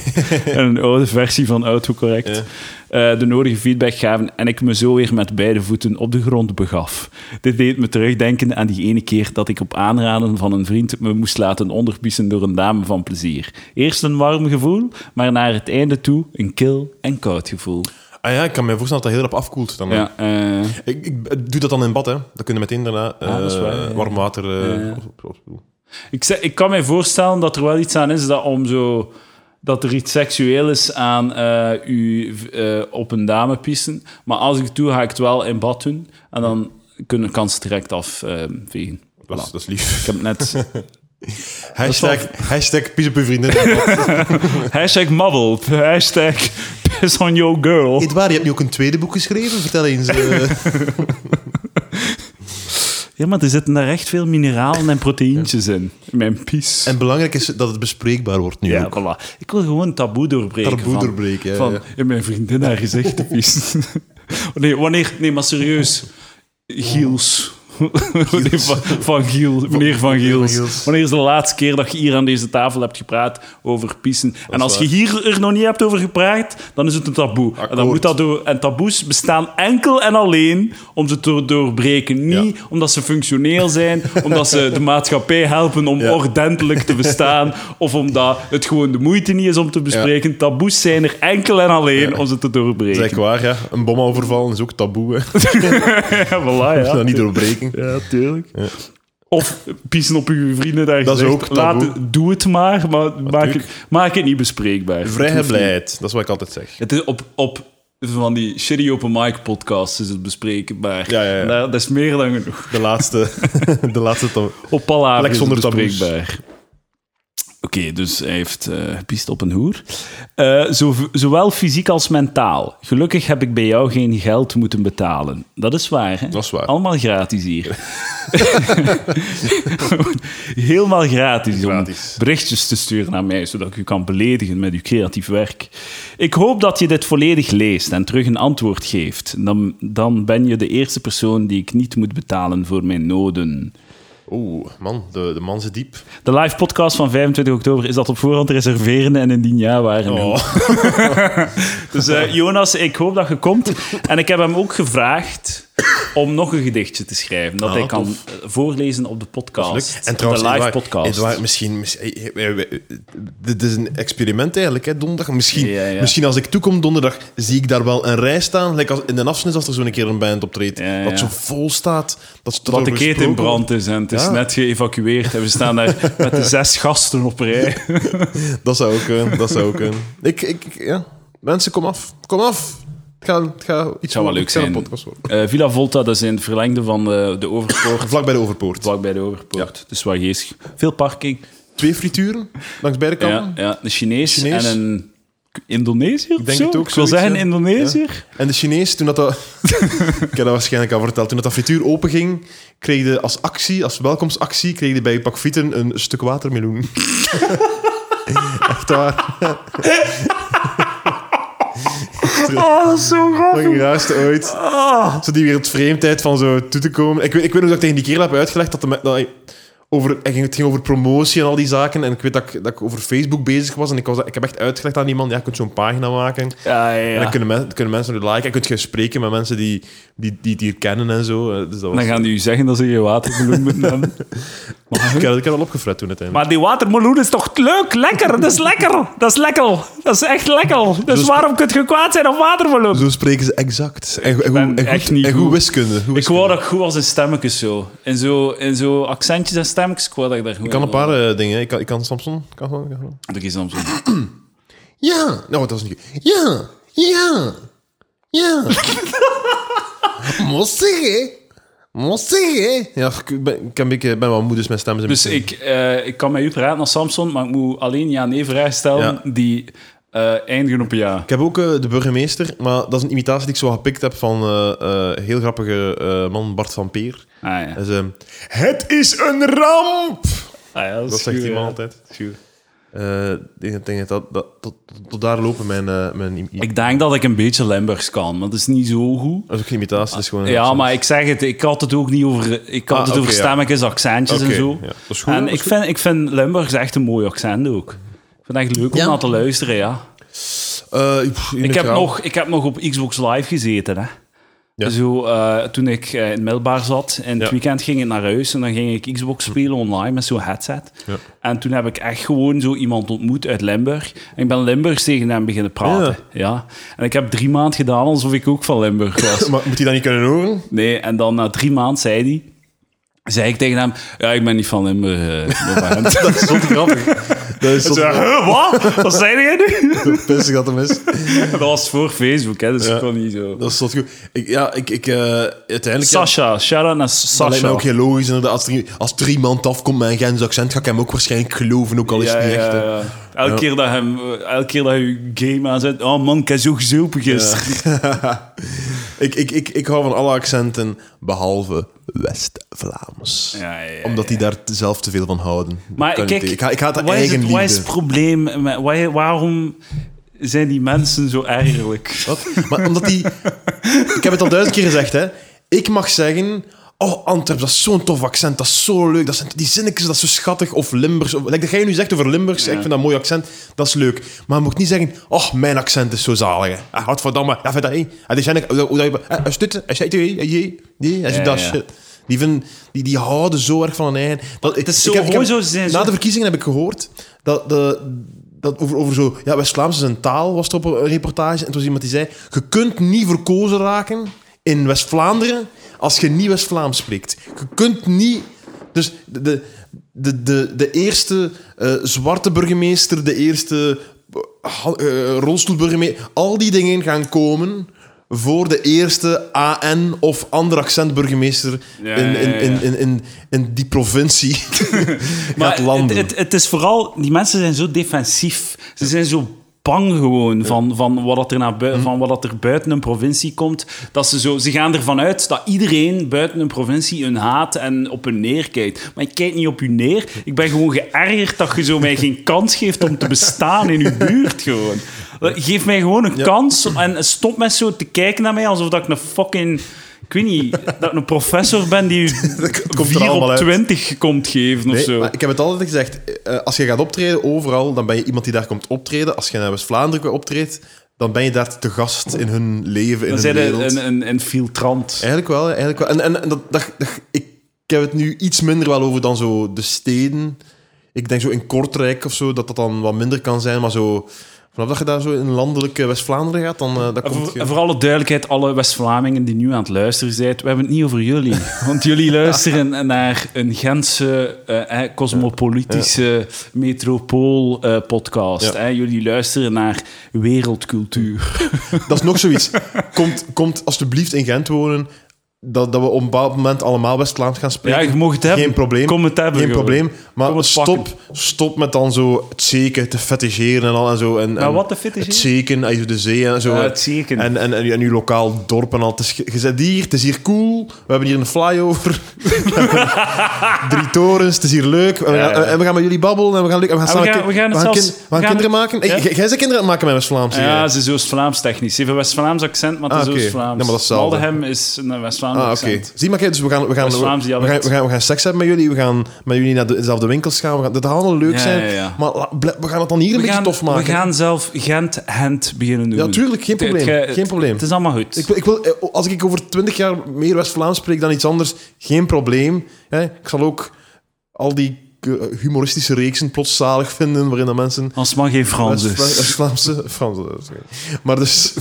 Speaker 1: En een oude versie van autocorrect. Eh, de nodige feedback gaven en ik me zo weer met beide voeten op de grond begaf. Dit deed me terugdenken aan die ene keer dat ik op aanraden van een vriend me moest laten onderpissen door een dame van plezier. Eerst een warm gevoel, maar naar het einde toe een kil en koud gevoel.
Speaker 2: Ah ja, ik kan me voorstellen dat dat heel rap afkoelt. Dan.
Speaker 1: Ja, eh,
Speaker 2: Ik, ik doe dat dan in bad, hè. Dan kunnen meteen daarna eh,
Speaker 1: dat is waar, ja.
Speaker 2: warm water... eh,
Speaker 1: Ja.
Speaker 2: op- op- op-
Speaker 1: Ik, zeg- ik kan me voorstellen dat er wel iets aan is dat om zo dat er iets seksueel is aan eh, u eh, op een dame pissen. Maar als ik het doe, ga ik het wel in bad doen. En dan kunnen kan ze direct afvegen.
Speaker 2: Dat, is,
Speaker 1: Voilà.
Speaker 2: dat is
Speaker 1: Ik
Speaker 2: lief.
Speaker 1: heb net...
Speaker 2: Hashtag, hashtag pies op uw vriendin.
Speaker 1: hashtag mabbel. Hashtag piss on your girl.
Speaker 2: Edouard, je hebt nu ook een tweede boek geschreven. Vertel eens. eh.
Speaker 1: Ja, maar er zitten daar echt veel mineralen en proteïntjes in. in mijn pies.
Speaker 2: en belangrijk is dat het bespreekbaar wordt nu
Speaker 1: Ja,
Speaker 2: ook.
Speaker 1: voilà. Ik wil gewoon taboe doorbreken.
Speaker 2: Taboe
Speaker 1: van-
Speaker 2: doorbreken, ja,
Speaker 1: Van
Speaker 2: ja.
Speaker 1: in mijn vriendin haar gezicht te pissen. nee, wanneer... Nee, maar serieus. Giels. Nee, van, van Giel, meneer Van Giels.
Speaker 2: Giels.
Speaker 1: Wanneer is de laatste keer dat je hier aan deze tafel hebt gepraat over pissen? En als je
Speaker 2: waar.
Speaker 1: hier er nog niet hebt over gepraat, dan is het een taboe. En, dan
Speaker 2: Akkoord.
Speaker 1: moet dat door, en taboes bestaan enkel en alleen om ze te doorbreken. Niet omdat ze functioneel zijn, omdat ze de maatschappij helpen om
Speaker 2: Ja.
Speaker 1: ordentelijk te bestaan, of omdat het gewoon de moeite niet is om te bespreken. Taboes zijn er enkel en alleen om ze te
Speaker 2: Dat
Speaker 1: doorbreken.
Speaker 2: is echt waar, ja. Een bomoverval is ook taboe. Hè.
Speaker 1: Ja, voilà, ja.
Speaker 2: Dat niet doorbreken.
Speaker 1: Ja, tuurlijk. Of pissen op uw vrienden daar
Speaker 2: Dat is
Speaker 1: gezegd,
Speaker 2: ook taboe.
Speaker 1: laat het- Doe het maar, maar maak het, maak het niet bespreekbaar. Het hoeft niet.
Speaker 2: Vrijheid, dat is wat ik altijd zeg.
Speaker 1: Het is op, op van die shitty open mic podcasts is het bespreekbaar.
Speaker 2: Ja, ja, ja.
Speaker 1: Daar- Dat is meer dan genoeg.
Speaker 2: De laatste, de laatste taboe.
Speaker 1: Op Palaver
Speaker 2: Plek
Speaker 1: is het
Speaker 2: zonder taboes.
Speaker 1: bespreekbaar. Oké, dus hij heeft eh gepiest op een hoer. Eh, zo, zowel fysiek als mentaal. Gelukkig heb ik bij jou geen geld moeten betalen. Dat is waar, hè?
Speaker 2: Dat is waar.
Speaker 1: Allemaal gratis hier. Helemaal gratis,
Speaker 2: Gratis.
Speaker 1: om berichtjes te sturen naar mij, zodat ik u kan beledigen met uw creatief werk. Ik hoop dat je dit volledig leest en terug een antwoord geeft. Dan, dan ben je de eerste persoon die ik niet moet betalen voor mijn noden.
Speaker 2: Oeh, man, de, de man zit diep.
Speaker 1: De live podcast van 25 oktober is dat op voorhand reserveren en indien ja, waar
Speaker 2: Oh.
Speaker 1: en hoe. Dus eh, Jonas, ik hoop dat je komt. En ik heb hem ook gevraagd om nog een gedichtje te schrijven, dat
Speaker 2: Ah,
Speaker 1: hij kan
Speaker 2: tof.
Speaker 1: eh, voorlezen op de podcast.
Speaker 2: En trouwens,
Speaker 1: de live
Speaker 2: Edouard-
Speaker 1: podcast.
Speaker 2: Edouard, misschien, mis- eh, eh, eh, eh, dit is een experiment eigenlijk, hè, donderdag. Misschien,
Speaker 1: Ja, ja.
Speaker 2: misschien als ik toekom donderdag, zie ik daar wel een rij staan. Like als, in de afsnit als er zo'n keer een band optreedt.
Speaker 1: Ja, ja.
Speaker 2: Dat zo vol staat. Dat,
Speaker 1: dat de keet in brand is en het is
Speaker 2: Ja.
Speaker 1: net geëvacueerd en we staan daar met de zes gasten op rij.
Speaker 2: Dat zou ook kunnen. Dat zou ook kunnen. Ik, ik, ik- ja. Mensen, kom af. Kom af. Het gaat het gaat iets
Speaker 1: Zou wel leuk
Speaker 2: het gaat een
Speaker 1: zijn.
Speaker 2: podcast worden.
Speaker 1: Eh, Villa Volta, dat is in het verlengde van eh, de Overpoort,
Speaker 2: Vlak bij de overpoort.
Speaker 1: vlak bij de Overpoort. Dus waar geest. Veel parking.
Speaker 2: Twee frituren langs beide kanten.
Speaker 1: Ja, ja, een Chinees,
Speaker 2: Chinees.
Speaker 1: en een Indonesiër of
Speaker 2: Ik denk
Speaker 1: zo?
Speaker 2: het ook,
Speaker 1: Ik wil
Speaker 2: zoiets,
Speaker 1: zeggen
Speaker 2: ja.
Speaker 1: Indonesiër.
Speaker 2: En de Chinees, toen dat, dat... Ik heb dat waarschijnlijk al verteld. Toen dat, dat frituur openging, kreeg je als actie, als welkomstactie, kreeg je bij je pak frieten een stuk watermeloen. Echt waar.
Speaker 1: Oh, dat is zo grappig.
Speaker 2: Fucking raarste ooit. Zo die weer op vreemdheid van zo toe te komen. Ik weet, ik weet nog dat ik tegen die kerel heb uitgelegd dat, de me- dat hij over, hij ging, het ging over promotie en al die zaken. En ik weet dat ik, dat ik over Facebook bezig was. En ik, was, dat- ik heb echt uitgelegd aan iemand, ja, je kunt zo'n pagina maken.
Speaker 1: Ja, ja, ja.
Speaker 2: En dan
Speaker 1: Dan,
Speaker 2: kunnen, men- kunnen mensen het liken. En kun je spreken met mensen die, die, die het hier kennen en zo. Eh, Dus dat was,
Speaker 1: gaan die u zeggen dat ze je watermeloen moeten hebben. Ah,
Speaker 2: ik, heb, ik heb al opgefret toen uiteindelijk.
Speaker 1: Maar die watermeloen is toch leuk, lekker. Dat is lekker. Dat is lekker. Dat is echt lekker. Dus waarom kunt je kwaad zijn op watermeloen?
Speaker 2: Zo spreken ze exact. En, go- en,
Speaker 1: ben
Speaker 2: goed, en,
Speaker 1: echt
Speaker 2: goed,
Speaker 1: niet
Speaker 2: en goed
Speaker 1: goed.
Speaker 2: wiskunde. Goed
Speaker 1: Ik
Speaker 2: wiskunde.
Speaker 1: wou dat ik goed was in stemmetjes zo. In zo, in zo accentjes en stemmetjes, ik wou dat ik daar goed
Speaker 2: Ik kan een
Speaker 1: in
Speaker 2: paar
Speaker 1: was.
Speaker 2: eh, dingen. Ik kan, ik kan Samson. Ik kan, ik kan-
Speaker 1: Dat is dan zo.
Speaker 2: Ja! Nou, dat was niet. Ja! Ja! Ja! Mossig, hè? Mossig, hè? Ja, ik ben, ik ben, een beetje- ben wel moe, dus mijn stem is een
Speaker 1: Dus
Speaker 2: beetje-
Speaker 1: ik, eh, ik kan met u praten als Samson, maar ik moet alleen ja-nee-vragen stellen die eh, eindigen op ja.
Speaker 2: Ik heb ook eh, de burgemeester, maar dat is een imitatie die ik zo gepikt heb van eh, eh, heel grappige eh, man Bart van Peer.
Speaker 1: Ah ja,
Speaker 2: Dat is, eh, het is een ramp!
Speaker 1: Ah, ja
Speaker 2: Dat zegt
Speaker 1: goed,
Speaker 2: die man
Speaker 1: ja.
Speaker 2: altijd.
Speaker 1: Goed.
Speaker 2: Eh, ik denk- ik denk dat, dat, tot, tot daar lopen mijn, eh, mijn im-
Speaker 1: Ik denk dat ik een beetje Limburgs kan, maar dat is niet zo goed.
Speaker 2: Dat is ook geen imitatie, dat is gewoon... een
Speaker 1: Ja,
Speaker 2: accent.
Speaker 1: maar ik zeg het, ik had het ook niet over, ik had
Speaker 2: Ah,
Speaker 1: het over
Speaker 2: oké, ja.
Speaker 1: stemmetjes, accentjes
Speaker 2: Oké,
Speaker 1: en zo.
Speaker 2: ja. Dat is goed,
Speaker 1: en
Speaker 2: dat is
Speaker 1: ik vind, ik vind Limburgs echt een mooi accent ook. Ik vind het echt leuk om
Speaker 2: Ja.
Speaker 1: naar te luisteren, ja.
Speaker 2: Eh, pff,
Speaker 1: Ik heb,
Speaker 2: neutraal.
Speaker 1: nog, ik heb nog op Xbox Live gezeten, hè.
Speaker 2: Ja.
Speaker 1: Zo, eh, toen ik eh, in het middelbaar zat, en
Speaker 2: Ja.
Speaker 1: het weekend ging ik naar huis en dan ging ik Xbox spelen online met zo'n headset.
Speaker 2: Ja.
Speaker 1: En toen heb ik echt gewoon zo iemand ontmoet uit Limburg. En ik ben Limburgs tegen hem beginnen praten. Ja. En ik heb drie maanden gedaan alsof ik ook van Limburg was.
Speaker 2: Maar moet hij dat niet kunnen horen?
Speaker 1: Nee, en dan na drie maanden zei hij... Zei ik tegen hem, ja, ik ben niet van Limburg. eh, ik ben van Gent."
Speaker 2: Dat is zot grappig. Dat is zot
Speaker 1: Zo,
Speaker 2: grappig.
Speaker 1: "Huh, wat? Wat zei jij nu?
Speaker 2: Pissig dat hem is.
Speaker 1: Dat was voor Facebook, hè, dus ik kon niet zo...
Speaker 2: Dat is zot goed. Ik, ja, ik... ik eh, uiteindelijk...
Speaker 1: Sasha, shout-out naar
Speaker 2: Dat lijkt
Speaker 1: Sasha.
Speaker 2: mij ook heel logisch. Inderdaad. Als, drie, als er iemand afkomt met een Gens accent, ga ik hem ook waarschijnlijk geloven, ook al is het niet echt. hè.
Speaker 1: ja. Elke, Keer dat hem, eh, elke keer dat je game aanzet, oh man, ik heb zo gezopen gisteren.
Speaker 2: Ik, ik, ik, ik hou van alle accenten, behalve West-Vlaams.
Speaker 1: Ja, ja, ja,
Speaker 2: Omdat die daar zelf te veel van houden.
Speaker 1: Maar
Speaker 2: Kan
Speaker 1: kijk,
Speaker 2: niet. ik, ga- ik ga het
Speaker 1: wat is
Speaker 2: eigen
Speaker 1: het, wat is het
Speaker 2: liefde.
Speaker 1: probleem? Met, waar- waarom zijn die mensen zo ergerlijk?
Speaker 2: Wat? Maar omdat die... Ik heb het al duizend keer gezegd, hè. Ik mag zeggen... Oh, Antwerp, dat is zo'n tof accent. Dat is zo leuk. Dat zijn, die zinnetjes, dat is zo schattig. Of Limburgs. Of, like, dat jij nu zegt over Limburgs, ik vind dat een mooi accent. Dat is leuk. Maar je moet niet zeggen... Oh, mijn accent is zo zalig. hè. Eh, Godverdamme. Even dat... Hey, het is eigenlijk... hoe- hoe dat je- eh, Als dit... Als jij... eh, je- die, Als je
Speaker 1: Ja,
Speaker 2: dat
Speaker 1: ja.
Speaker 2: shit... Die, vinden, die, die houden zo erg van hun eigen... Dat, het
Speaker 1: is zo
Speaker 2: ik heb,
Speaker 1: gewoon zo- ze-
Speaker 2: Na de verkiezingen heb ik gehoord dat, de, dat over, over zo... Ja, West-Vlaams is een taal, was het op een reportage. En toen was iemand die zei... Je kunt niet verkozen raken in West-Vlaanderen als je niet West-Vlaams spreekt. Je kunt niet... Dus de, de, de, de, de eerste eh, zwarte burgemeester, de eerste eh, ha- eh, rolstoelburgemeester... Al die dingen gaan komen voor de eerste AN of ander accent burgemeester
Speaker 1: Ja,
Speaker 2: in, in,
Speaker 1: ja, ja.
Speaker 2: in, in, in, in die provincie gaat
Speaker 1: het,
Speaker 2: landen.
Speaker 1: het, het is vooral, die mensen zijn zo defensief. Ze zijn zo bang gewoon van, van, wat dat er naar
Speaker 2: Mhm.
Speaker 1: bui- van wat dat er buiten een provincie komt. Dat ze, zo, ze gaan ervan uit dat iedereen buiten een provincie hun haat en op hun neer kijkt. Maar ik kijk niet op u neer. Ik ben gewoon geërgerd dat je zo mij geen kans geeft om te bestaan in uw buurt gewoon. Geef mij gewoon een kans en stop met zo te kijken naar mij alsof dat ik een fucking... Ik weet niet, dat ik een professor ben die u
Speaker 2: komt er
Speaker 1: 4
Speaker 2: allemaal
Speaker 1: op
Speaker 2: uit.
Speaker 1: 20 komt geven of
Speaker 2: Nee,
Speaker 1: zo.
Speaker 2: maar ik heb het altijd gezegd. eh, Als je gaat optreden overal, dan ben je iemand die daar komt optreden. Als je naar West-Vlaanderen optreedt, dan ben je daar te gast in hun leven, in
Speaker 1: Dan
Speaker 2: hun
Speaker 1: zijn
Speaker 2: wereld.
Speaker 1: een, een, een, een filtrant.
Speaker 2: Eigenlijk wel, eigenlijk wel. En, en, en dat, dat, dat- ik, ik heb het nu iets minder wel over dan zo de steden. Ik denk zo in Kortrijk of zo, dat dat dan wat minder kan zijn. Maar zo, vanaf dat je daar zo in landelijke West-Vlaanderen gaat, dan eh, dat
Speaker 1: En
Speaker 2: komt...
Speaker 1: Voor,
Speaker 2: je-
Speaker 1: en voor alle duidelijkheid, alle West-Vlamingen die nu aan het luisteren zijn, we hebben het niet over jullie. Want jullie luisteren naar een Gentse, eh, eh, cosmopolitische metropool-podcast.
Speaker 2: Ja.
Speaker 1: Jullie luisteren naar wereldcultuur.
Speaker 2: Dat is nog zoiets. Komt, komt alsjeblieft in Gent wonen, dat, dat we op een bepaald moment allemaal West-Vlaams gaan
Speaker 1: Ja,
Speaker 2: spreken.
Speaker 1: je mag het hebben.
Speaker 2: Geen probleem.
Speaker 1: Kom het hebben.
Speaker 2: Geen
Speaker 1: gewoon.
Speaker 2: probleem.
Speaker 1: Kom
Speaker 2: Maar
Speaker 1: het
Speaker 2: stop, stop met dan zo het zeken te fettigeren en al en zo. En,
Speaker 1: Maar
Speaker 2: en
Speaker 1: wat te feticheren?
Speaker 2: Het zeken, en zo de zee en zo.
Speaker 1: Ja, het zeken.
Speaker 2: En, en, en, en uw lokaal dorp en al. Het is, je zit hier, het is hier cool. We hebben hier een flyover. Drie torens, het is hier leuk. En we,
Speaker 1: Ja,
Speaker 2: gaan,
Speaker 1: ja.
Speaker 2: en we gaan met jullie babbelen en we gaan leuk. En we gaan,
Speaker 1: En we gaan-
Speaker 2: samen kin-
Speaker 1: we gaan het zelfs-
Speaker 2: kin- we gaan
Speaker 1: we gaan
Speaker 2: kinderen maken.
Speaker 1: Ja?
Speaker 2: Ik- Jij jij bent kinderen aan het maken met West-Vlaams. hier, hè?
Speaker 1: Ja, ze is Oost-Vlaams technisch. Ze heeft een West-Vlaams accent, maar het
Speaker 2: Ah,
Speaker 1: is
Speaker 2: oké.
Speaker 1: Oost-Vlaams.
Speaker 2: Ja, maar dat is hetzelfde.
Speaker 1: Maldegem is een West-Vlaams
Speaker 2: Ah, oké.
Speaker 1: accent.
Speaker 2: Zie maar, kijk, dus we gaan, we, gaan, we, gaan,
Speaker 1: West-Vlaams
Speaker 2: we, gaan,
Speaker 1: dialect.
Speaker 2: we, gaan, seks hebben met jullie, we gaan met jullie naar de- dezelfde winkels gaan, we gaan, dat gaat allemaal leuk
Speaker 1: Ja,
Speaker 2: zijn,
Speaker 1: ja, ja.
Speaker 2: maar la- ble- we gaan het dan hier een beetje tof maken.
Speaker 1: We gaan zelf Gent Hent beginnen doen.
Speaker 2: Ja, tuurlijk, geen
Speaker 1: Het- het
Speaker 2: probleem,
Speaker 1: ge-
Speaker 2: geen probleem.
Speaker 1: Het is allemaal goed.
Speaker 2: Ik, wil- ik wil, eh, als ik over twintig jaar meer West-Vlaams spreek dan iets anders, geen probleem. Hè? Ik zal ook al die eh, humoristische reeksen plots zalig vinden, waarin dan mensen...
Speaker 1: Als man geen Frans dus.
Speaker 2: West-
Speaker 1: is.
Speaker 2: West- Vlaamse... Franse, dat is oké. Maar dus...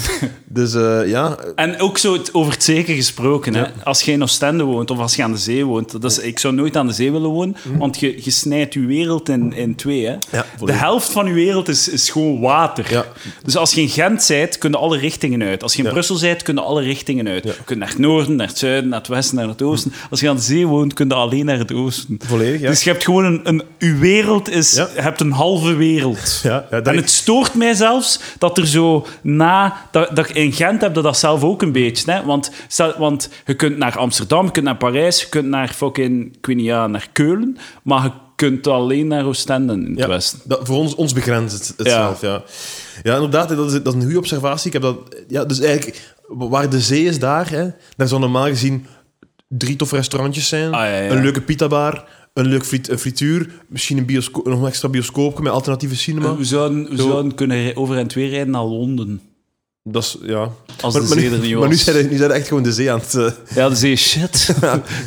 Speaker 2: Dus eh, ja,
Speaker 1: En ook zo het, over het zeker gesproken. Hè? Als je in Oostende woont of als je aan de zee woont. Dat is, ik zou nooit aan de zee willen wonen,
Speaker 2: Mhm.
Speaker 1: want je, je snijdt je wereld in, in twee. Hè? de
Speaker 2: volledig.
Speaker 1: helft van je wereld is, is gewoon water.
Speaker 2: Ja.
Speaker 1: Dus als je in Gent bent, kunnen alle richtingen uit. Als je in Brussel bent, kunnen alle richtingen uit. Je kunt naar het noorden, naar het zuiden, naar het westen, naar het oosten. Als je aan de zee woont, kun je alleen naar het oosten.
Speaker 2: Mhm. Volledig, ja.
Speaker 1: Dus je hebt gewoon een... een je wereld is...
Speaker 2: Ja.
Speaker 1: Je hebt een halve wereld.
Speaker 2: Ja, ja, dat-
Speaker 1: en het stoort mij zelfs dat er zo na... Dat, dat, in Gent heb je dat zelf ook een beetje. Hè? Want, stel- want je kunt naar Amsterdam, je kunt naar Parijs, je kunt naar fucking... Ik weet niet, ja, naar Keulen. Maar je kunt alleen naar Oostende in het
Speaker 2: ja,
Speaker 1: westen.
Speaker 2: Dat, voor ons, ons begrenst het, het
Speaker 1: Ja.
Speaker 2: zelf, ja. Ja, inderdaad, dat is, dat is een goede observatie. Ik heb dat... Ja, dus eigenlijk, waar de zee is daar, hè, daar zou normaal gezien drie tof restaurantjes zijn.
Speaker 1: Ah, ja, ja.
Speaker 2: Een leuke pitabar, een leuk friet, een frituur, misschien een, biosco- nog een extra bioscoopje met alternatieve cinema.
Speaker 1: We zouden, we
Speaker 2: Zo.
Speaker 1: zouden kunnen rij- over en twee rijden naar Londen.
Speaker 2: dat is, ja.
Speaker 1: Als de
Speaker 2: maar,
Speaker 1: zee er
Speaker 2: nu,
Speaker 1: niet was.
Speaker 2: maar nu zijn er- nu zijn er echt gewoon de zee aan het... eh,
Speaker 1: Ja, dat is echt shit.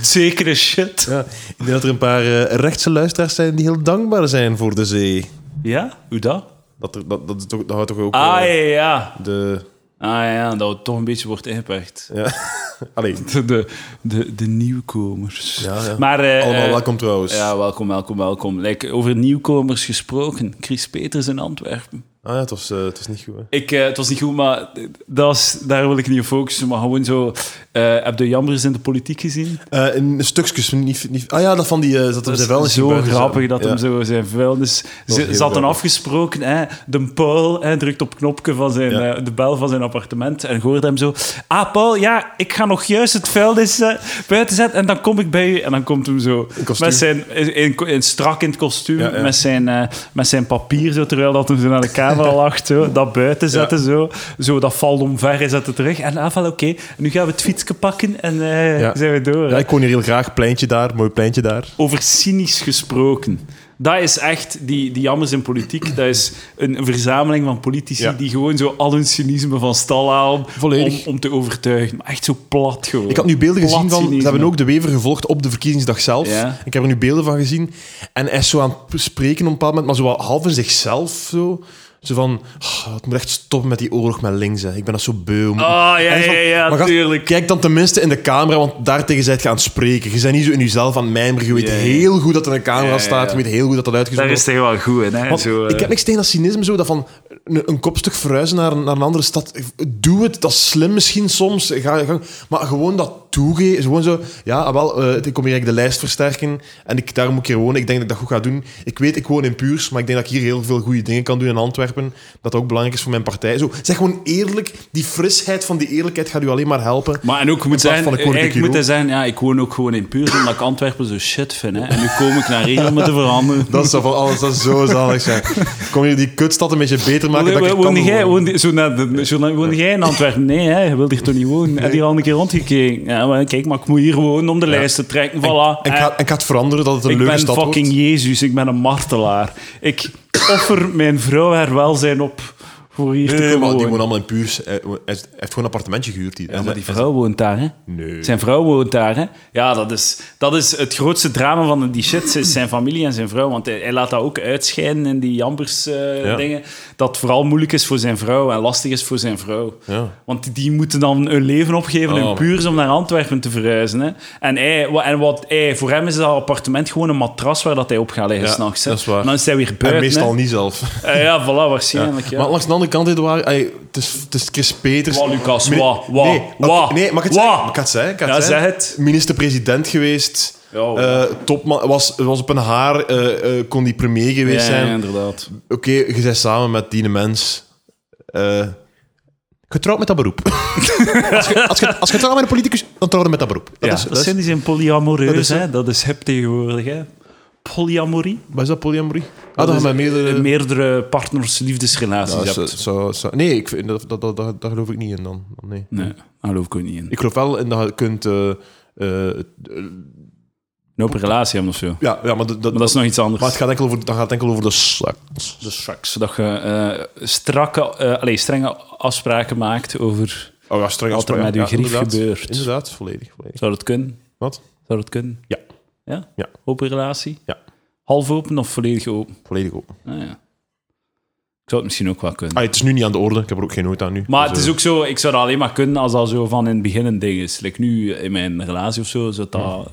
Speaker 1: Zekere shit.
Speaker 2: ja. Ik denk dat er een paar eh, rechtse luisteraars zijn die heel dankbaar zijn voor de zee.
Speaker 1: Ja? Hoe dat?
Speaker 2: Dat, er, dat, dat, is toch- dat houdt toch ook... eh,
Speaker 1: Ah, ja, ja.
Speaker 2: De...
Speaker 1: Ah, ja, dat het toch een beetje wordt ingeperkt.
Speaker 2: Ja. Allee.
Speaker 1: De, de, de, de nieuwkomers.
Speaker 2: Ja, ja.
Speaker 1: Maar, eh,
Speaker 2: Allemaal
Speaker 1: eh,
Speaker 2: welkom trouwens.
Speaker 1: Ja, welkom, welkom, welkom. Like, over nieuwkomers gesproken. Chris Peters in Antwerpen.
Speaker 2: Ah ja, het was, eh, het was niet goed. Hè.
Speaker 1: Ik, eh, het was niet goed, maar dat is, daar wil ik niet op focussen. Maar gewoon zo... eh, heb je Jambers in de politiek gezien?
Speaker 2: Eh, in stukjes. Niet, niet, ah ja, dat van die... eh, dat hem zijn
Speaker 1: Dat
Speaker 2: vuilnis
Speaker 1: is zo
Speaker 2: gebruikt is, hè.
Speaker 1: grappig dat
Speaker 2: ja.
Speaker 1: hem zo zijn vuilnis...
Speaker 2: was
Speaker 1: Ze,
Speaker 2: heel
Speaker 1: ze hadden
Speaker 2: grappig.
Speaker 1: afgesproken, hè, de Paul hè, drukt op knopje van zijn,
Speaker 2: Ja.
Speaker 1: eh, de bel van zijn appartement en hoort hem zo... Ah, Paul, ja, ik ga nog juist het vuilnis eh, buiten zetten en dan kom ik bij u. En dan komt hem zo
Speaker 2: kostuum.
Speaker 1: met zijn, in, in, in strak in het kostuum,
Speaker 2: Ja, ja.
Speaker 1: Met, zijn, eh, met zijn papier, zo, terwijl dat hem zo naar de camera lacht, zo, dat buiten zetten, zo, zo, dat valt omver en zetten terug. En ah, van, oké, nu gaan we het fietsje pakken en eh,
Speaker 2: Ja.
Speaker 1: zijn we door.
Speaker 2: Ja, ik kon hier heel graag. Pleintje daar, mooi pleintje daar.
Speaker 1: over cynisch gesproken. Dat is echt, die, die jammers in politiek, dat is een verzameling van politici
Speaker 2: Ja.
Speaker 1: die gewoon zo al hun cynisme van stal halen om,
Speaker 2: Volledig.
Speaker 1: om te overtuigen. Maar echt zo plat gewoon.
Speaker 2: Ik had nu beelden
Speaker 1: Plat
Speaker 2: gezien van... Ze
Speaker 1: cynisme.
Speaker 2: hebben ook de Wever gevolgd op de verkiezingsdag zelf.
Speaker 1: Ja.
Speaker 2: Ik heb er nu beelden van gezien. En hij is zo aan het spreken op een bepaald moment, maar zo wat half in zichzelf zo. Zo van, "Ah, het moet echt stoppen met die oorlog met links. Hè. Ik ben dat zo beu. Ah,
Speaker 1: Ah, ja, ja, ja, tuurlijk.
Speaker 2: Kijk dan tenminste in de camera, want daartegen zijt je aan het spreken. Je bent niet zo in jezelf aan het mijmeren. Je weet
Speaker 1: Ja, ja.
Speaker 2: heel goed dat er een camera
Speaker 1: Ja, ja,
Speaker 2: staat. Je
Speaker 1: ja.
Speaker 2: weet heel goed dat dat uitgezonden
Speaker 1: Daar
Speaker 2: wordt.
Speaker 1: is hij wel goed in. Hè?
Speaker 2: Want
Speaker 1: Zo, eh,
Speaker 2: ik heb niks tegen dat cynisme, zo, dat van een, een kopstuk verhuizen naar, een- naar een andere stad. Doe het, dat is slim misschien soms. Ga, ga, maar gewoon dat toegeven. Gewoon zo, ja, ah, wel, eh, ik kom hier eigenlijk de lijst versterken. En ik, daar moet ik hier wonen. Ik denk dat ik dat goed ga doen. Ik weet, ik woon in Puurs, maar ik denk dat ik hier heel veel goede dingen kan doen in Antwerpen. Dat dat ook belangrijk is voor mijn partij. Zo, zeg gewoon eerlijk. Die frisheid van die eerlijkheid gaat u alleen maar helpen.
Speaker 1: Maar en ook moet
Speaker 2: plaats
Speaker 1: zijn,
Speaker 2: van een koninklijke
Speaker 1: eigenlijk moet hij zijn, ja, ik woon ook gewoon in Puurs omdat ik Antwerpen zo shit vind. Hè? En nu kom ik naar hier om het te veranderen.
Speaker 2: Dat zou van alles dat zou zo zalig zijn. Kom je die kutstad een beetje beter maken? dat ik er kan
Speaker 1: Woonde jij,
Speaker 2: wonen.
Speaker 1: woonde, zo naar de, zo naar- woonde jij in Antwerpen? Nee, hè, je wilde hier toch niet wonen? En die al een keer rondgekeken. Ja, maar kijk, maar ik moet hier wonen om de lijst te trekken. Voilà.
Speaker 2: En ik, ga, en ik ga het veranderen dat het een
Speaker 1: ik
Speaker 2: leuke
Speaker 1: ben
Speaker 2: stad
Speaker 1: fucking
Speaker 2: wordt.
Speaker 1: Jezus, ik ben een martelaar. Ik offer mijn vrouw haar welzijn op voor hier te
Speaker 2: Nee,
Speaker 1: komen
Speaker 2: maar die woont
Speaker 1: wonen.
Speaker 2: allemaal in Puurs. eh, Hij hij heeft gewoon een appartementje gehuurd. Die,
Speaker 1: Ja, maar die vrouw woont daar, hè?
Speaker 2: Nee.
Speaker 1: Zijn vrouw woont daar, hè? Ja, dat is, dat is het grootste drama van die shit. is Zijn familie en zijn vrouw. Want hij, hij laat dat ook uitscheiden in die
Speaker 2: Ja.
Speaker 1: Jambers-dingen. dat het vooral moeilijk is voor zijn vrouw en lastig is voor zijn vrouw.
Speaker 2: Ja.
Speaker 1: Want die moeten dan hun leven opgeven
Speaker 2: Oh,
Speaker 1: in
Speaker 2: maar-
Speaker 1: Puurs om naar Antwerpen te verhuizen. Hè? En, hij, wa- en wat, hij, voor hem is dat appartement gewoon een matras waar dat hij op gaat liggen
Speaker 2: Ja,
Speaker 1: s'nachts.
Speaker 2: dat is waar.
Speaker 1: Dan is hij weer buiten.
Speaker 2: En meestal
Speaker 1: hè.
Speaker 2: niet zelf.
Speaker 1: Eh, ja, voilà, waarschijnlijk. Ja.
Speaker 2: Maar langs de andere kant, Edouard, ey, het is, het is Chris Peters.
Speaker 1: Wa, Lucas,
Speaker 2: Mini-
Speaker 1: wa, wa,
Speaker 2: nee, oké,
Speaker 1: wa,
Speaker 2: nee, mag ik het
Speaker 1: wa.
Speaker 2: zeggen? Mag ik het zeggen? Mag ik
Speaker 1: Ja,
Speaker 2: het zeggen?
Speaker 1: zeg het.
Speaker 2: Minister-president geweest.
Speaker 1: Ja, hoor.
Speaker 2: eh, topman, was, was op een haar, eh, eh, kon die premier geweest
Speaker 1: Ja,
Speaker 2: zijn.
Speaker 1: ja, inderdaad.
Speaker 2: Oké, je bent samen met die mens. eh, getrouwd met dat beroep. als, je, als, je, als je trouwt met een politicus, dan trouw je met dat beroep. Dat
Speaker 1: ja,
Speaker 2: is,
Speaker 1: dat,
Speaker 2: dat is-
Speaker 1: zijn die zijn polyamoreus,
Speaker 2: dat is-
Speaker 1: hè? Dat is hip tegenwoordig, hè? Polyamorie?
Speaker 2: Wat is dat, polyamorie? Ah, dat
Speaker 1: is
Speaker 2: gaan met meerdere...
Speaker 1: meerdere partners liefdesrelaties
Speaker 2: Ja,
Speaker 1: hebt.
Speaker 2: zo, zo, zo- Nee, ik vind, dat, dat, dat, dat- daar geloof ik niet in dan. Nee.
Speaker 1: Nee, daar geloof ik ook niet in.
Speaker 2: Ik geloof wel in dat je kunt... eh, eh, eh,
Speaker 1: Een open relatie hebben of zo. Maar
Speaker 2: ja, ja, maar, dat, dat-
Speaker 1: dat is nog iets anders.
Speaker 2: maar het gaat enkel over, dat gaat enkel over de seks.
Speaker 1: de straks. Dat je eh, strakke, eh, allee, strenge afspraken maakt over...
Speaker 2: Oh ja, streng
Speaker 1: Wat er met
Speaker 2: afspraak,
Speaker 1: uw
Speaker 2: ja,
Speaker 1: grief
Speaker 2: inderdaad.
Speaker 1: gebeurt.
Speaker 2: Inderdaad, volledig. volledig.
Speaker 1: Zou dat kunnen?
Speaker 2: Wat?
Speaker 1: Zou dat kunnen?
Speaker 2: Ja.
Speaker 1: Ja?
Speaker 2: Ja.
Speaker 1: Open relatie?
Speaker 2: Ja.
Speaker 1: Half open of volledig open?
Speaker 2: Volledig open.
Speaker 1: Ah, ja. Ik zou het misschien ook wel kunnen.
Speaker 2: Ah, het is nu niet aan de orde. Ik heb er ook geen nood aan nu.
Speaker 1: Maar
Speaker 2: Dus,
Speaker 1: het is
Speaker 2: eh,
Speaker 1: ook zo, ik zou dat alleen maar kunnen als dat zo van in het begin een ding is. Like nu in mijn relatie of zo, zou dat...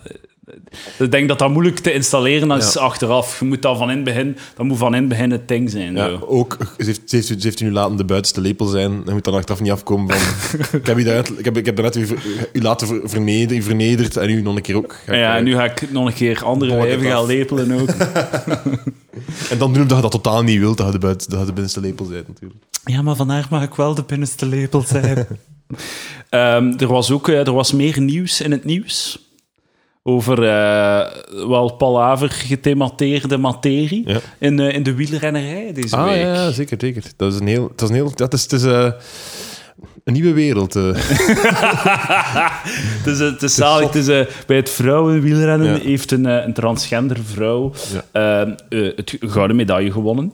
Speaker 1: Ik denk dat dat moeilijk te installeren is
Speaker 2: Ja.
Speaker 1: achteraf. Je moet dat van in het begin, dat moet van in het begin het ding zijn.
Speaker 2: eh, Ja,
Speaker 1: zo.
Speaker 2: ook, ze heeft, ze, heeft, ze heeft u nu laten de buitenste lepel zijn. Je moet dan achteraf niet afkomen van... ik heb u daarnet, ik heb, ik heb daarnet u, ver- u laten ver- verneder- vernederd en u nog een keer ook. Ga ik,
Speaker 1: ja,
Speaker 2: eh,
Speaker 1: en nu ga ik nog een keer andere
Speaker 2: Bol ik het
Speaker 1: wijven gaan
Speaker 2: af.
Speaker 1: lepelen ook.
Speaker 2: En dan doen we dat je dat totaal niet wilt, dat je de, buiten, dat je de binnenste lepel bent natuurlijk.
Speaker 1: ja, maar vandaag mag ik wel de binnenste lepel zijn. er was ook eh, er was meer nieuws in het nieuws. Over eh, wel palaver gethemateerde materie
Speaker 2: Ja. Ah,
Speaker 1: in, eh, in de wielrennerij deze week.
Speaker 2: zeker, zeker. Dat is een heel... Dat is een, heel, dat is, het is, eh, een nieuwe wereld. eh.
Speaker 1: Het is, het is zalig. Het is, eh, bij het vrouwenwielrennen
Speaker 2: Ja.
Speaker 1: heeft een, eh, een transgender vrouw ehm, eh, het gouden medaille gewonnen.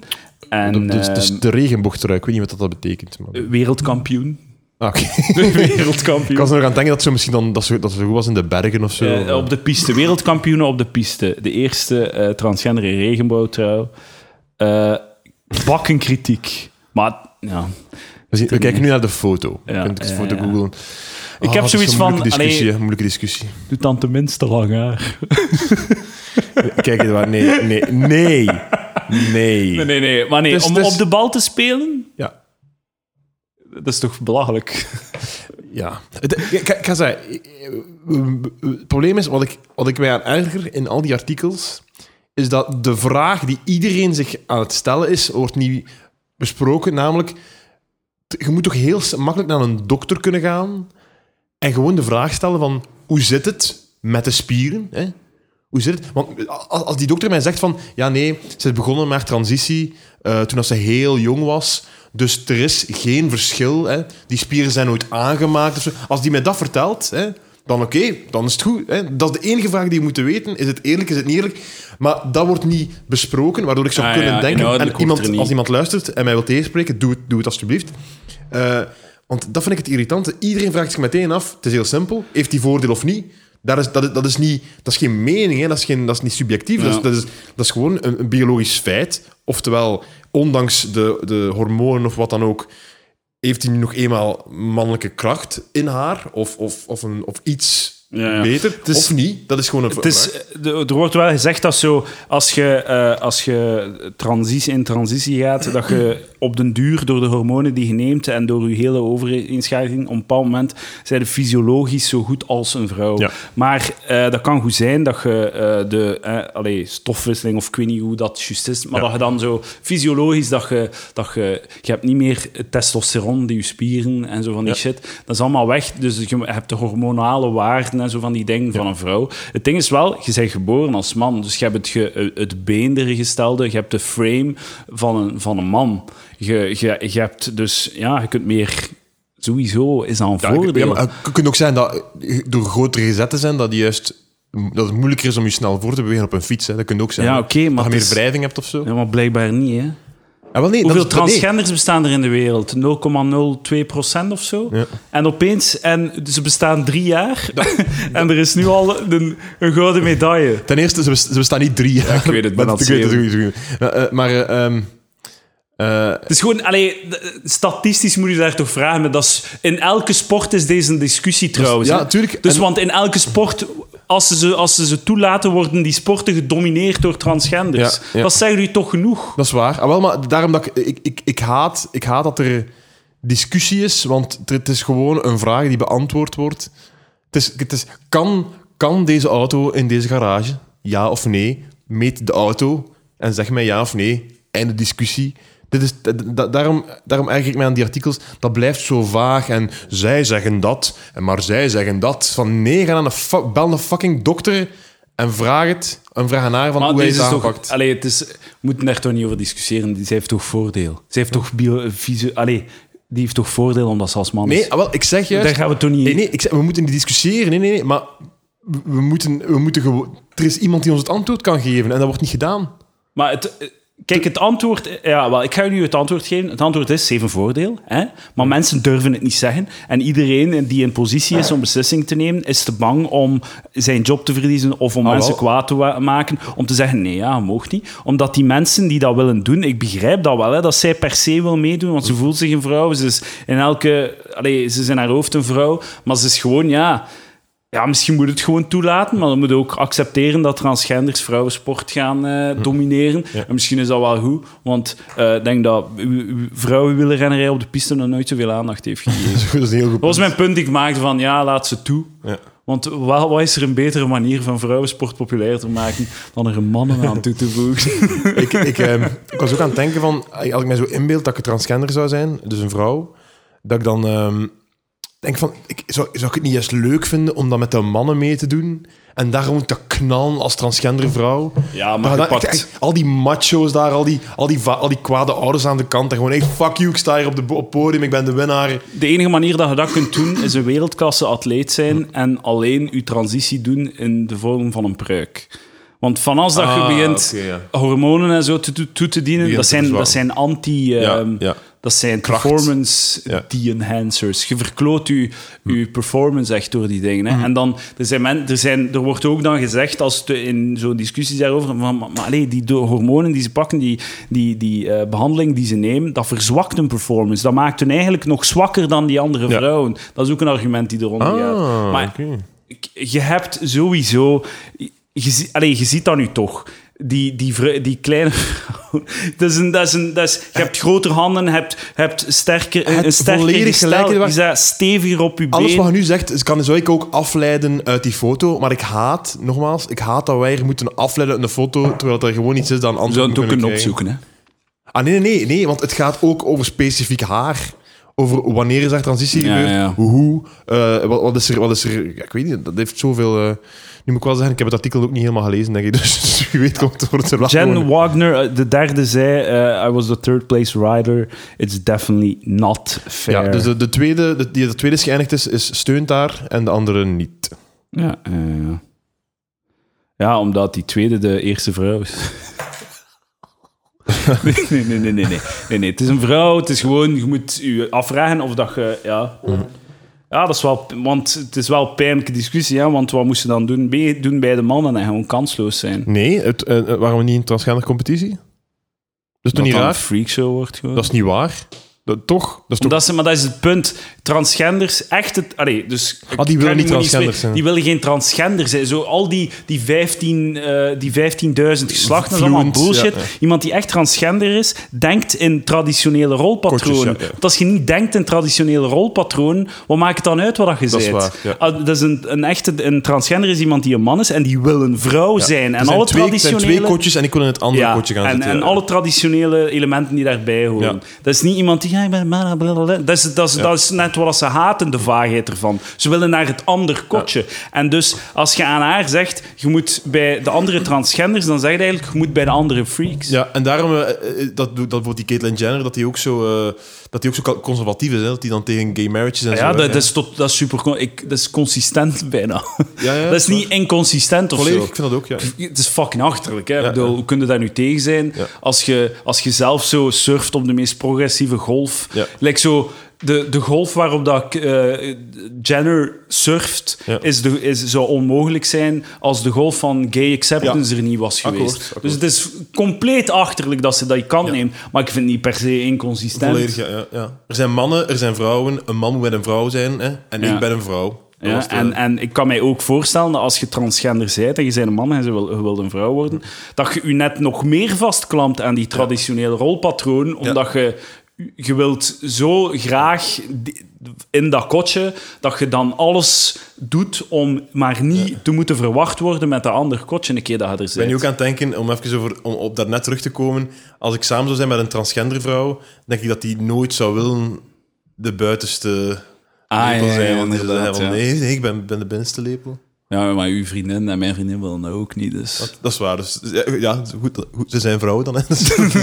Speaker 1: En Eh,
Speaker 2: Dat- dus, dus
Speaker 1: ehm,
Speaker 2: de regenboogtrui, ik weet niet wat dat betekent. Maar...
Speaker 1: wereldkampioen.
Speaker 2: Ah, oké. ik
Speaker 1: wereldkampioen.
Speaker 2: was er nog aan het denken dat ze misschien dan, dat ze, dat ze goed was in de bergen of zo.
Speaker 1: Eh, op de piste. Wereldkampioenen op de piste. De eerste eh transgender in regenboogtrouw. Eh bakken kritiek. Maar ja.
Speaker 2: we, zien- we kijken nu naar de foto.
Speaker 1: Ja,
Speaker 2: Ja, ik
Speaker 1: ja,
Speaker 2: de foto
Speaker 1: ja.
Speaker 2: googlen.
Speaker 1: Ik heb
Speaker 2: Ah, dat is
Speaker 1: zoiets
Speaker 2: een
Speaker 1: van,
Speaker 2: Moeilijke discussie,
Speaker 1: allee-
Speaker 2: hè, moeilijke discussie.
Speaker 1: doet dan tenminste lang haar.
Speaker 2: Kijk, waar, nee, nee, nee. Nee.
Speaker 1: Nee, nee, nee. Maar nee,
Speaker 2: Dus-
Speaker 1: om
Speaker 2: dus-
Speaker 1: op de bal te spelen,
Speaker 2: Ja.
Speaker 1: dat is toch belachelijk?
Speaker 2: Ja. Het- Ik, ik ga zeggen, het probleem is, wat ik, wat ik mij aan erger in al die artikels, is dat de vraag die iedereen zich aan het stellen is, wordt niet besproken, namelijk, t- je moet toch heel s- makkelijk naar een dokter kunnen gaan en gewoon de vraag stellen van, hoe zit het met de spieren? Hè? Hoe zit het? Want als, als die dokter mij zegt van, ja nee, ze is begonnen met haar transitie eh, toen als ze heel jong was, dus er is geen verschil. Hè? Die spieren zijn nooit aangemaakt. Of zo. Als die mij dat vertelt, hè, dan oké, dan is het goed. Hè? Dat is de enige vraag die je moet weten. Is het eerlijk, is het niet eerlijk? Maar dat wordt niet besproken, waardoor ik zou
Speaker 1: Ah,
Speaker 2: kunnen
Speaker 1: ja,
Speaker 2: denken...
Speaker 1: inhoudelijk
Speaker 2: En
Speaker 1: wordt er
Speaker 2: iemand,
Speaker 1: niet.
Speaker 2: als iemand luistert en mij wil tegenspreken, doe het, doe het alsjeblieft. Eh, want dat vind ik het irritante. Iedereen vraagt zich meteen af, het is heel simpel, heeft hij voordeel of niet? Dat is, dat, is, dat, is niet, dat is geen mening, hè? Dat, is geen, dat is niet subjectief. Dat,
Speaker 1: Ja.
Speaker 2: is, dat, is, dat is gewoon een, een biologisch feit. Oftewel, ondanks de, de hormonen of wat dan ook, heeft hij nu nog eenmaal mannelijke kracht in haar of, of, of, een, of iets
Speaker 1: Ja, ja.
Speaker 2: beter.
Speaker 1: is-
Speaker 2: of niet, dat is gewoon een
Speaker 1: Het is, eh, de- er wordt wel gezegd dat zo, als je, eh, als je transitie in transitie gaat, dat je op den duur door de hormonen die je neemt en door je hele overeenschakeling, op een bepaald moment zijn de fysiologisch zo goed als een vrouw.
Speaker 2: Ja.
Speaker 1: Maar eh, dat kan goed zijn dat je eh, de eh, allee, stofwisseling of ik weet niet hoe dat juist is, maar
Speaker 2: Ja.
Speaker 1: dat je dan zo fysiologisch dat je, dat je, je hebt niet meer het testosteron die je spieren en zo van die
Speaker 2: Ja.
Speaker 1: shit, dat is allemaal weg. Dus je hebt de hormonale waarden en zo van die dingen van een vrouw. Het ding is wel, je bent geboren als man, dus je hebt het, ge, het been erin gestelde, je hebt de frame van een, van een man. Je, je, je hebt dus, ja, je kunt meer, sowieso is dat een voordeel.
Speaker 2: Ah, Ja, maar het kan ook zijn dat eh, door grotere gezet te zijn, dat, die juist, dat het moeilijker is om je snel voor te bewegen op een fiets. Hè. Dat kan ook zijn.
Speaker 1: Ja,
Speaker 2: hè.
Speaker 1: oké, maar
Speaker 2: dat je
Speaker 1: het
Speaker 2: meer
Speaker 1: is-
Speaker 2: wrijving hebt of zo.
Speaker 1: Ja, maar blijkbaar niet, hè.
Speaker 2: Ah, wel, nee,
Speaker 1: Hoeveel
Speaker 2: dat is- nee.
Speaker 1: transgenders bestaan er in de wereld? 0,02% of zo?
Speaker 2: Ja.
Speaker 1: En opeens, en ze bestaan drie jaar, en er is nu al een, een gouden medaille.
Speaker 2: Ten eerste, ze, bes- ze bestaan niet drie. Ja,
Speaker 1: ik weet het, ben aan het
Speaker 2: Maar, eh, ehm, eh,
Speaker 1: Het is gewoon, allee, d- statistisch moet je daar toch vragen. Maar dat is, in elke sport is deze een discussie trouwens.
Speaker 2: ja,
Speaker 1: hè.
Speaker 2: tuurlijk.
Speaker 1: Dus,
Speaker 2: En-
Speaker 1: want in elke sport, als ze, ze- als ze ze toelaten, worden die sporten gedomineerd door transgenders.
Speaker 2: Ja, ja.
Speaker 1: Dat zeggen jullie toch genoeg?
Speaker 2: Dat is waar. Ah, wel, maar daarom dat ik, ik, ik, ik, haat, ik haat dat er discussie is, want er- het is gewoon een vraag die beantwoord wordt. Het is, het is, kan, kan deze auto in deze garage? Ja of nee? Meet de auto en zeg mij ja of nee. Einde discussie. Dit is, da- da- daarom, daarom erger ik mij aan die artikels. Dat blijft zo vaag en zij zeggen dat, en maar zij zeggen dat. Van nee, ga naar een fu- bel een fucking dokter en vraag het. En vraag aan haar van hoe hij
Speaker 1: deze
Speaker 2: het
Speaker 1: is
Speaker 2: aangepakt.
Speaker 1: toch, allee, het is, we moeten daar toch niet over discussiëren. Zij heeft toch voordeel? Zij heeft toch bio, visu, allee, die heeft toch voordeel omdat ze als man is?
Speaker 2: Nee, ah, wel, ik zeg juist...
Speaker 1: Dus daar gaan we toch niet
Speaker 2: Nee, nee, ik zeg, we moeten niet discussiëren. Nee, nee, nee, maar we- we moeten, we moeten gewoon... Er is iemand die ons het antwoord kan geven en dat wordt niet gedaan.
Speaker 1: Maar het, eh, Kijk, het antwoord... eh, Ja, wel, ik ga nu het antwoord geven. Het antwoord is zeven voordeel. Hè? Maar mensen durven het niet zeggen. En iedereen die in positie is om beslissing te nemen, is te bang om zijn job te verliezen of om
Speaker 2: Ah,
Speaker 1: mensen
Speaker 2: wel.
Speaker 1: kwaad te wa- maken. Om te zeggen, nee, ja, je mag niet. Omdat die mensen die dat willen doen, ik begrijp dat wel, hè, dat zij per se wil meedoen, want ze voelt zich een vrouw. Ze is in elke... Allee, ze is in haar hoofd een vrouw. Maar ze is gewoon, ja... Ja, misschien moet het gewoon toelaten, maar dan moet je ook accepteren dat transgenders vrouwensport gaan eh, domineren. En misschien is dat wel goed, want eh, ik denk dat uw- uw vrouwenwielerrennerij op de piste nog nooit zoveel aandacht heeft gegeven.
Speaker 2: Dat is goed, dat is een heel goed
Speaker 1: Dat
Speaker 2: punt.
Speaker 1: was mijn punt die ik maakte van, ja, laat ze toe.
Speaker 2: Ja.
Speaker 1: Want wa- wat is er een betere manier van vrouwensport populair te maken dan er mannen aan toe te voegen?
Speaker 2: ik, ik, ehm, ik was ook aan het denken van, als ik mij zo inbeeld dat ik een transgender zou zijn, dus een vrouw, dat ik dan ehm, denk van, ik, zou, zou ik het niet juist leuk vinden om dat met de mannen mee te doen? En daarom te knallen als transgender vrouw. Ah,
Speaker 1: Ja, maar
Speaker 2: dan-
Speaker 1: gepakt.
Speaker 2: echt, al die macho's daar, al die, al, die, va- al die kwade ouders aan de kant. En gewoon, hey, fuck you, ik sta hier op, de, bo- op het podium, ik ben de winnaar.
Speaker 1: De enige manier dat je dat kunt doen, is een wereldklasse atleet zijn en alleen je transitie doen in de vorm van een pruik. Want van als dat
Speaker 2: Ah,
Speaker 1: je begint
Speaker 2: oké, ja.
Speaker 1: hormonen en zo te, toe- toe te dienen,
Speaker 2: Begint
Speaker 1: dat
Speaker 2: te
Speaker 1: zijn, dat
Speaker 2: verzwakken.
Speaker 1: zijn anti... ehm,
Speaker 2: ja.
Speaker 1: Dat zijn
Speaker 2: Kracht.
Speaker 1: performance
Speaker 2: Ja. Hm.
Speaker 1: de-enhancers. Je verkloot je, je performance echt door die dingen. Hè. En dan, er, zijn men, er, zijn, er wordt ook dan gezegd, als te, in zo'n discussies daarover, van, maar, maar allee, die do- hormonen die ze pakken, die, die, die eh, behandeling die ze nemen, dat verzwakt hun performance. Dat maakt hun eigenlijk nog zwakker dan die andere
Speaker 2: Ja. Ah,
Speaker 1: vrouwen. Dat is ook een argument die eronder gaat. Maar
Speaker 2: oké.
Speaker 1: ik- je hebt sowieso. Je, zie- allee, je ziet dat nu toch. Die, die, vrou- die kleine vrouw. Dat is een, dat is een, dat is, je hebt grotere handen, je hebt, je hebt sterker,
Speaker 2: Het
Speaker 1: een sterker
Speaker 2: volledig
Speaker 1: gestel.
Speaker 2: gelijk,
Speaker 1: Je
Speaker 2: Eduard.
Speaker 1: staat steviger op je
Speaker 2: Alles wat
Speaker 1: been.
Speaker 2: je nu zegt, is- kan, zou ik ook afleiden uit die foto. Maar ik haat, nogmaals, ik haat dat wij er moeten afleiden uit een foto, terwijl er gewoon iets is dat een
Speaker 1: We
Speaker 2: antwoord
Speaker 1: zouden het ook
Speaker 2: moet
Speaker 1: kunnen
Speaker 2: krijgen.
Speaker 1: opzoeken. Hè?
Speaker 2: Ah, nee, nee, nee, nee, want het gaat ook over specifiek haar. Over wanneer is haar transitie
Speaker 1: Ja,
Speaker 2: gebeurd,
Speaker 1: ja.
Speaker 2: hoe, eh, wat, wat is er, wat is er... ja, ik weet niet, dat heeft zoveel... eh, nu moet ik wel zeggen, ik heb het artikel ook niet helemaal gelezen, denk ik. Dus je weet komt het wordt er wel
Speaker 1: Jen
Speaker 2: gewoon-
Speaker 1: Wagner, eh, de derde, zei: eh, I was the third place rider. It's definitely not fair.
Speaker 2: Ja, dus de, de tweede, de, die de tweede is geëindigd is, is steunt daar en de andere niet.
Speaker 1: Ja, ja, ja. ja, omdat die tweede de eerste vrouw is. Nee, nee, nee, nee, nee, nee, nee, nee. Het is een vrouw, het is gewoon, je moet je afvragen of dat je, ja...
Speaker 2: Mhm.
Speaker 1: Ja, dat is wel, want het is wel een pijnlijke discussie, hè, want wat moest ze dan doen, Be- doen bij de mannen en gewoon kansloos zijn?
Speaker 2: Nee, het, eh, eh, waarom niet een transgender competitie? Dat is toch
Speaker 1: dat
Speaker 2: niet
Speaker 1: dan
Speaker 2: raar?
Speaker 1: een freakshow wordt gewoon.
Speaker 2: Dat is niet waar. Dat, toch? Dat is toch...
Speaker 1: Omdat ze, maar dat is het punt. Transgenders, echt het. Allee, dus,
Speaker 2: Ah, die willen
Speaker 1: ik ga
Speaker 2: niet
Speaker 1: nu
Speaker 2: transgenders
Speaker 1: spreken.
Speaker 2: zijn.
Speaker 1: Die willen geen transgender zijn. Zo, al die, die 15, eh, die 15.000 geslachten, dat is allemaal
Speaker 2: Vloeiend,
Speaker 1: bullshit.
Speaker 2: ja, ja.
Speaker 1: Iemand die echt transgender is, denkt in traditionele rolpatronen.
Speaker 2: Kortjes, ja, ja.
Speaker 1: Want als je niet denkt in traditionele rolpatronen, wat maakt het dan uit wat dat je
Speaker 2: Dat is
Speaker 1: bent?
Speaker 2: waar, ja.
Speaker 1: Ah, dat is een, een echte een transgender is iemand die een man is en die wil een vrouw zijn.
Speaker 2: Er
Speaker 1: En alle
Speaker 2: twee, er zijn
Speaker 1: traditionele
Speaker 2: twee kotjes en ik wil in het andere kotje gaan
Speaker 1: en,
Speaker 2: zitten.
Speaker 1: En
Speaker 2: ja.
Speaker 1: alle traditionele elementen die daarbij horen.
Speaker 2: Ja.
Speaker 1: Dat is niet iemand die... Ja, ik ben een man, blablabla. dat, is, dat, is, dat is net wat ze haten, de vaagheid ervan. Ze willen naar het ander kotje. En dus als je aan haar zegt... Je moet bij de andere transgenders... Dan zeg je eigenlijk... Je moet bij de andere freaks.
Speaker 2: Ja, en daarom eh, eh, dat, dat bijvoorbeeld die Caitlyn Jenner, dat die ook zo, eh, dat die ook zo conservatief is, hè? dat die dan tegen gay marriages en zo.
Speaker 1: Ja,
Speaker 2: hè.
Speaker 1: dat, dat is tot, dat is super... con- Ik, dat is consistent bijna.
Speaker 2: Ja, ja,
Speaker 1: dat is niet inconsistent of
Speaker 2: Volledig,
Speaker 1: zo.
Speaker 2: ik vind dat ook, ja.
Speaker 1: Het is fucking achterlijk. Hè? Ik
Speaker 2: Ja,
Speaker 1: bedoel,
Speaker 2: ja.
Speaker 1: Hoe kun je daar nu tegen zijn?
Speaker 2: Ja.
Speaker 1: Als, je, als je zelf zo surft op de meest progressieve golf.
Speaker 2: Ja.
Speaker 1: Lijkt zo... De, de golf waarop dat, eh, Jenner surft,
Speaker 2: Ja.
Speaker 1: is de, is, zou onmogelijk zijn als de golf van gay acceptance er niet was
Speaker 2: Akkoord,
Speaker 1: geweest.
Speaker 2: akkoord.
Speaker 1: Dus het is compleet achterlijk dat ze dat je kan nemen. Maar ik vind het niet per se inconsistent.
Speaker 2: Volledig, ja, ja, ja. Er zijn mannen, er zijn vrouwen. Een man moet met een vrouw zijn hè? en
Speaker 1: Ja.
Speaker 2: ik ben een vrouw. Dat was
Speaker 1: Ja,
Speaker 2: de-
Speaker 1: en, en ik kan mij ook voorstellen dat als je transgender bent en je bent een man en je wil, je wilt een vrouw worden, dat je je net nog meer vastklampt aan die traditionele rolpatroon, omdat je, je wilt zo graag die- in dat kotje dat je dan alles doet om maar niet te moeten verwacht worden met dat ander kotje een keer dat je er
Speaker 2: Ik ben
Speaker 1: bent.
Speaker 2: nu ook aan het denken, om even over, om op daarnet terug te komen. Als ik samen zou zijn met een transgender vrouw, denk ik dat die nooit zou willen de buitenste
Speaker 1: Ah,
Speaker 2: lepel
Speaker 1: ja, ja,
Speaker 2: zijn. Want die zou
Speaker 1: inderdaad,
Speaker 2: zeggen van,
Speaker 1: ja.
Speaker 2: nee, nee, ik ben, ben de binnenste lepel.
Speaker 1: Ja, maar uw vriendin en mijn vriendin willen dat ook niet, dus...
Speaker 2: Dat, dat is waar. Dus, ja, ja, goed, goed, ze zijn vrouwen dan. hè. Dus, eh,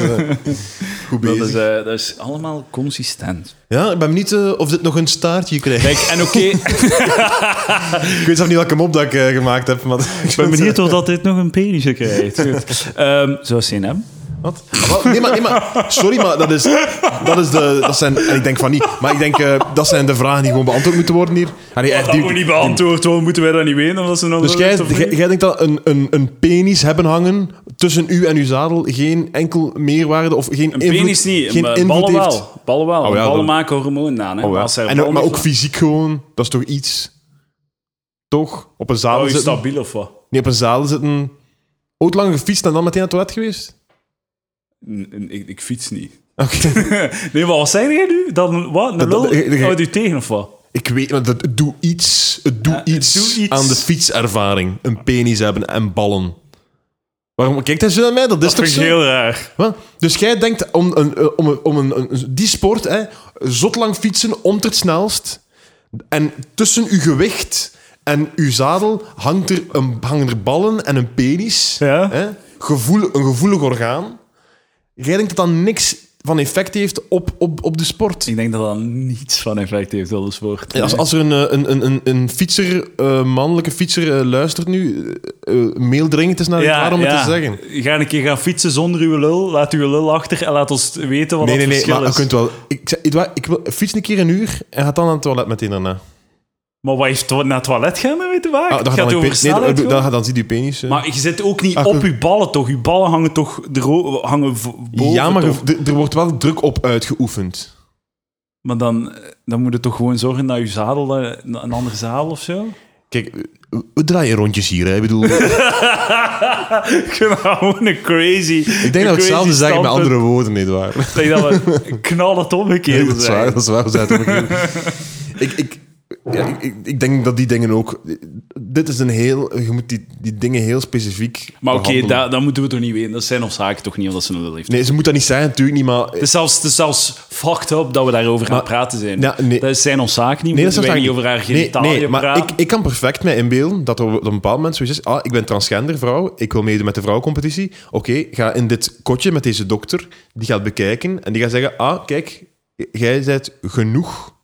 Speaker 2: goed
Speaker 1: Dat
Speaker 2: bezig.
Speaker 1: is, eh, dat is allemaal consistent.
Speaker 2: Ja, ik ben benieuwd eh, of dit nog een staartje krijgt.
Speaker 1: Kijk, en oké,
Speaker 2: Ik weet zelf niet welke mop dat ik eh, gemaakt heb. Maar
Speaker 1: Ik ben benieuwd of dat dit nog een penisje krijgt. Goed. Ehm, zou CNM?
Speaker 2: Wat? Ah, wel, nee, maar, nee, maar sorry, maar dat is, dat is de, dat zijn, en ik denk van niet, maar ik denk, eh, dat zijn de vragen die gewoon beantwoord moeten worden hier. Ah, nee, echt,
Speaker 1: Dat
Speaker 2: die-
Speaker 1: moet niet beantwoord worden. Moeten wij dat niet weten? Omdat ze nog
Speaker 2: dus
Speaker 1: wel
Speaker 2: jij,
Speaker 1: weten of
Speaker 2: jij,
Speaker 1: niet?
Speaker 2: jij denkt dat een, een, een penis hebben hangen tussen u en uw zadel geen enkel meerwaarde of geen
Speaker 1: Een
Speaker 2: invloed,
Speaker 1: penis niet,
Speaker 2: geen
Speaker 1: maar
Speaker 2: invloed
Speaker 1: ballen
Speaker 2: heeft?
Speaker 1: wel. Ballen wel.
Speaker 2: Oh ja,
Speaker 1: ballen
Speaker 2: dat-
Speaker 1: maken hormoon aan. Hè.
Speaker 2: Oh, ja.
Speaker 1: Als er
Speaker 2: en, ook-
Speaker 1: ballen
Speaker 2: maar
Speaker 1: is-
Speaker 2: ook fysiek gewoon, dat is toch iets? Toch? Op een zadel
Speaker 1: Hou je
Speaker 2: zitten?
Speaker 1: stabiel of wat?
Speaker 2: Nee, op een zadel zitten. Ooit lang gefietst en dan meteen naar het toilet geweest?
Speaker 1: N- n- Ik, ik fiets niet.
Speaker 2: Oké.
Speaker 1: Nee, maar wat zei jij nu? Dan, wat? Een
Speaker 2: Dat- dat-
Speaker 1: lul?
Speaker 2: dat- dat-
Speaker 1: Houdt u tegen of wat?
Speaker 2: Ik weet, maar dat, het doet iets, het doet
Speaker 1: Ja, het
Speaker 2: iets,
Speaker 1: doet iets.
Speaker 2: aan de fietservaring. Een penis hebben en ballen. Waarom kijkt hij zo naar mij? Dat is
Speaker 1: Dat
Speaker 2: toch
Speaker 1: vind
Speaker 2: zo?
Speaker 1: ik heel raar.
Speaker 2: Wel, Dus jij denkt om, een, eh, om, een, om een, een- die sport, hè, zot lang fietsen, om het snelst. En tussen uw gewicht en uw zadel hangt er een, hangen er ballen en een penis.
Speaker 1: Ja.
Speaker 2: Hè, gevoel, een gevoelig orgaan. Jij denkt dat dat niks van effect heeft op, op, op de sport.
Speaker 1: Ik denk dat dat niets van effect heeft, dat is woord.
Speaker 2: Ja, Als, als er een, eh, een, een, een, een fietser, eh, mannelijke fietser, eh, luistert nu, eh, eh, mail dringend is naar elkaar om het te zeggen.
Speaker 1: Ga een keer gaan fietsen zonder uw lul. Laat uw lul achter en laat ons weten wat
Speaker 2: Nee,
Speaker 1: dat
Speaker 2: nee, nee,
Speaker 1: verschil
Speaker 2: maar je
Speaker 1: is.
Speaker 2: kunt wel. Ik, zeg, Edouard, ik wil, fiets een keer een uur en gaat dan naar het toilet meteen daarna.
Speaker 1: Maar wat heeft to- naar het toilet gaan mee te maken?
Speaker 2: Ah, dan
Speaker 1: het gaat over
Speaker 2: dan, je pe- nee,
Speaker 1: snelheid.
Speaker 2: dan,
Speaker 1: gewoon.
Speaker 2: dan, dan ziet je penis. eh.
Speaker 1: maar je zit ook niet
Speaker 2: Ah,
Speaker 1: op
Speaker 2: goed.
Speaker 1: uw ballen, toch? Uw ballen hangen toch dro- hangen v- boven,
Speaker 2: ja, maar
Speaker 1: toch?
Speaker 2: je- d- er wordt wel druk op uitgeoefend.
Speaker 1: Maar dan, eh, dan moet je toch gewoon zorgen dat je zadel eh, na- een andere zadel of zo?
Speaker 2: Kijk, we- we draaien rondjes hier. Hè. Ik bedoel,
Speaker 1: Gewoon een crazy
Speaker 2: ik denk dat we hetzelfde zeggen met andere woorden, Edouard.
Speaker 1: Ik denk dat we knal het
Speaker 2: Nee,
Speaker 1: omgekeerd
Speaker 2: dat is
Speaker 1: zijn.
Speaker 2: waar, dat is waar. we zijn het omgekeerd. ik, ik, ja, ik, ik- ik denk dat die dingen ook... Dit is een heel... Je moet die, die dingen heel specifiek
Speaker 1: Maar oké,
Speaker 2: behandelen.
Speaker 1: dat, dat moeten we toch niet weten. Dat zijn of zaken toch niet, omdat ze een lul heeft.
Speaker 2: Nee, ze moet dat niet zijn, natuurlijk niet, maar...
Speaker 1: Het is, zelfs, het is zelfs fucked up dat we daarover gaan
Speaker 2: Maar-
Speaker 1: praten zijn.
Speaker 2: Ja, nee.
Speaker 1: Dat is zijn ons zaak niet.
Speaker 2: Nee, dat
Speaker 1: moeten
Speaker 2: is
Speaker 1: wij
Speaker 2: waar.
Speaker 1: niet over haar
Speaker 2: nee,
Speaker 1: genitalie
Speaker 2: nee, maar
Speaker 1: praten.
Speaker 2: ik, ik kan perfect mij inbeelden dat er op een bepaald moment zoiets is. Ah, ik ben transgender vrouw, ik wil meedoen met de vrouwencompetitie. Oké, ga in dit kotje met deze dokter, die gaat bekijken en die gaat zeggen: Ah, kijk, jij bent genoeg.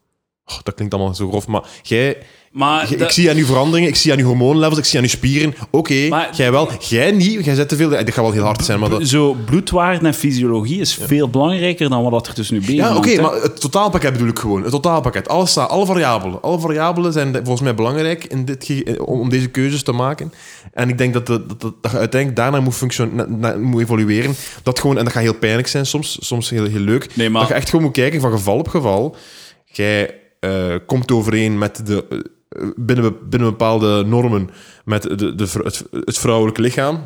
Speaker 2: Oh, dat klinkt allemaal zo grof, maar jij,
Speaker 1: maar
Speaker 2: Jij-
Speaker 1: dat-
Speaker 2: Ik zie aan uw veranderingen, ik zie aan uw hormoonlevels, ik zie aan uw spieren. Oké,
Speaker 1: Maar-
Speaker 2: jij wel, jij niet, jij zet te veel. Dat gaat wel heel hard zijn, maar dat...
Speaker 1: zo bloedwaarden en fysiologie is veel belangrijker dan wat dat er dus nu bezig is.
Speaker 2: Ja, oké, maar het totaalpakket bedoel ik gewoon. Het totaalpakket. Alles staat, alle variabelen. Alle variabelen zijn de- volgens mij belangrijk in dit ge- eh, om, om deze keuzes te maken. En ik denk dat, de- dat, dat, dat je uiteindelijk daarna moet, function- na- na- moet evolueren. Dat gewoon, en dat gaat heel pijnlijk zijn soms, soms heel, heel leuk.
Speaker 1: Nee, maar-
Speaker 2: Dat je echt gewoon moet kijken van geval op geval. Jij eh, komt overeen met de... eh, binnen, be- binnen bepaalde normen met de, de, vr- het, het vrouwelijke lichaam.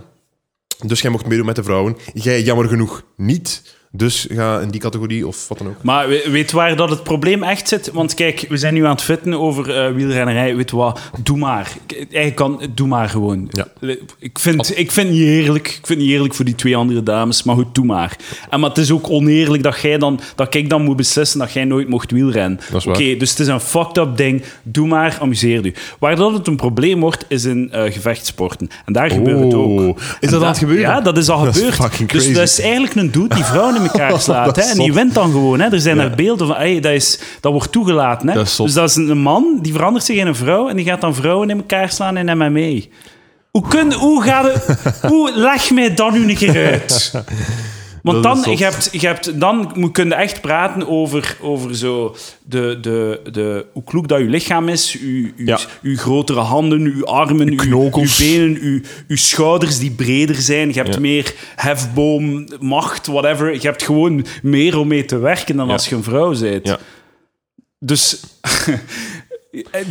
Speaker 2: Dus jij mocht meedoen met de vrouwen. Jij jammer genoeg niet. Dus ga in die categorie of wat dan ook.
Speaker 1: Maar we- weet waar dat het probleem echt zit? Want kijk, we zijn nu aan het fitten over eh, wielrennerij. Weet wat? Doe maar. K- Eigenlijk kan, doe maar gewoon.
Speaker 2: Ja.
Speaker 1: Ik vind, ik vind het niet eerlijk. Ik vind het niet eerlijk voor die twee andere dames. Maar goed, doe maar. En maar het is ook oneerlijk dat jij dan, dat ik dan moet beslissen dat jij nooit mocht wielrennen.
Speaker 2: Dat is waar.
Speaker 1: Oké, dus het is een fucked up ding. Doe maar, amuseer u. Waar dat het een probleem wordt, is in eh gevechtsporten. En daar gebeurt het ook.
Speaker 2: Oh. Is dat
Speaker 1: En
Speaker 2: aan
Speaker 1: da-
Speaker 2: het gebeuren?
Speaker 1: Ja, dat is al
Speaker 2: Dat is
Speaker 1: gebeurd.
Speaker 2: fucking
Speaker 1: dus dat
Speaker 2: crazy.
Speaker 1: is is eigenlijk een dude die vrouwen in elkaar slaat.
Speaker 2: Dat
Speaker 1: hè?
Speaker 2: is
Speaker 1: En die
Speaker 2: zot.
Speaker 1: wint dan gewoon. Hè? Er zijn daar beelden van. Hey, dat, is, dat wordt toegelaten. Hè?
Speaker 2: Dat is zot.
Speaker 1: dus dat is een man die verandert zich in een vrouw en die gaat dan vrouwen in elkaar slaan in MMA. Hoe, kun, hoe, gaat het- hoe leg mij dan nu een keer uit? Want
Speaker 2: Dat is
Speaker 1: dan,
Speaker 2: zot.
Speaker 1: je hebt, je hebt, dan moet- kun je echt praten over, over zo de, de, de, hoe kloek dat je lichaam is, je, je,
Speaker 2: Ja.
Speaker 1: je grotere handen, je armen, je
Speaker 2: knokels.
Speaker 1: je benen, je, je schouders die breder zijn. Je hebt
Speaker 2: Ja.
Speaker 1: meer hefboom, macht, whatever. Je hebt gewoon meer om mee te werken dan als je een vrouw bent.
Speaker 2: Ja.
Speaker 1: Dus,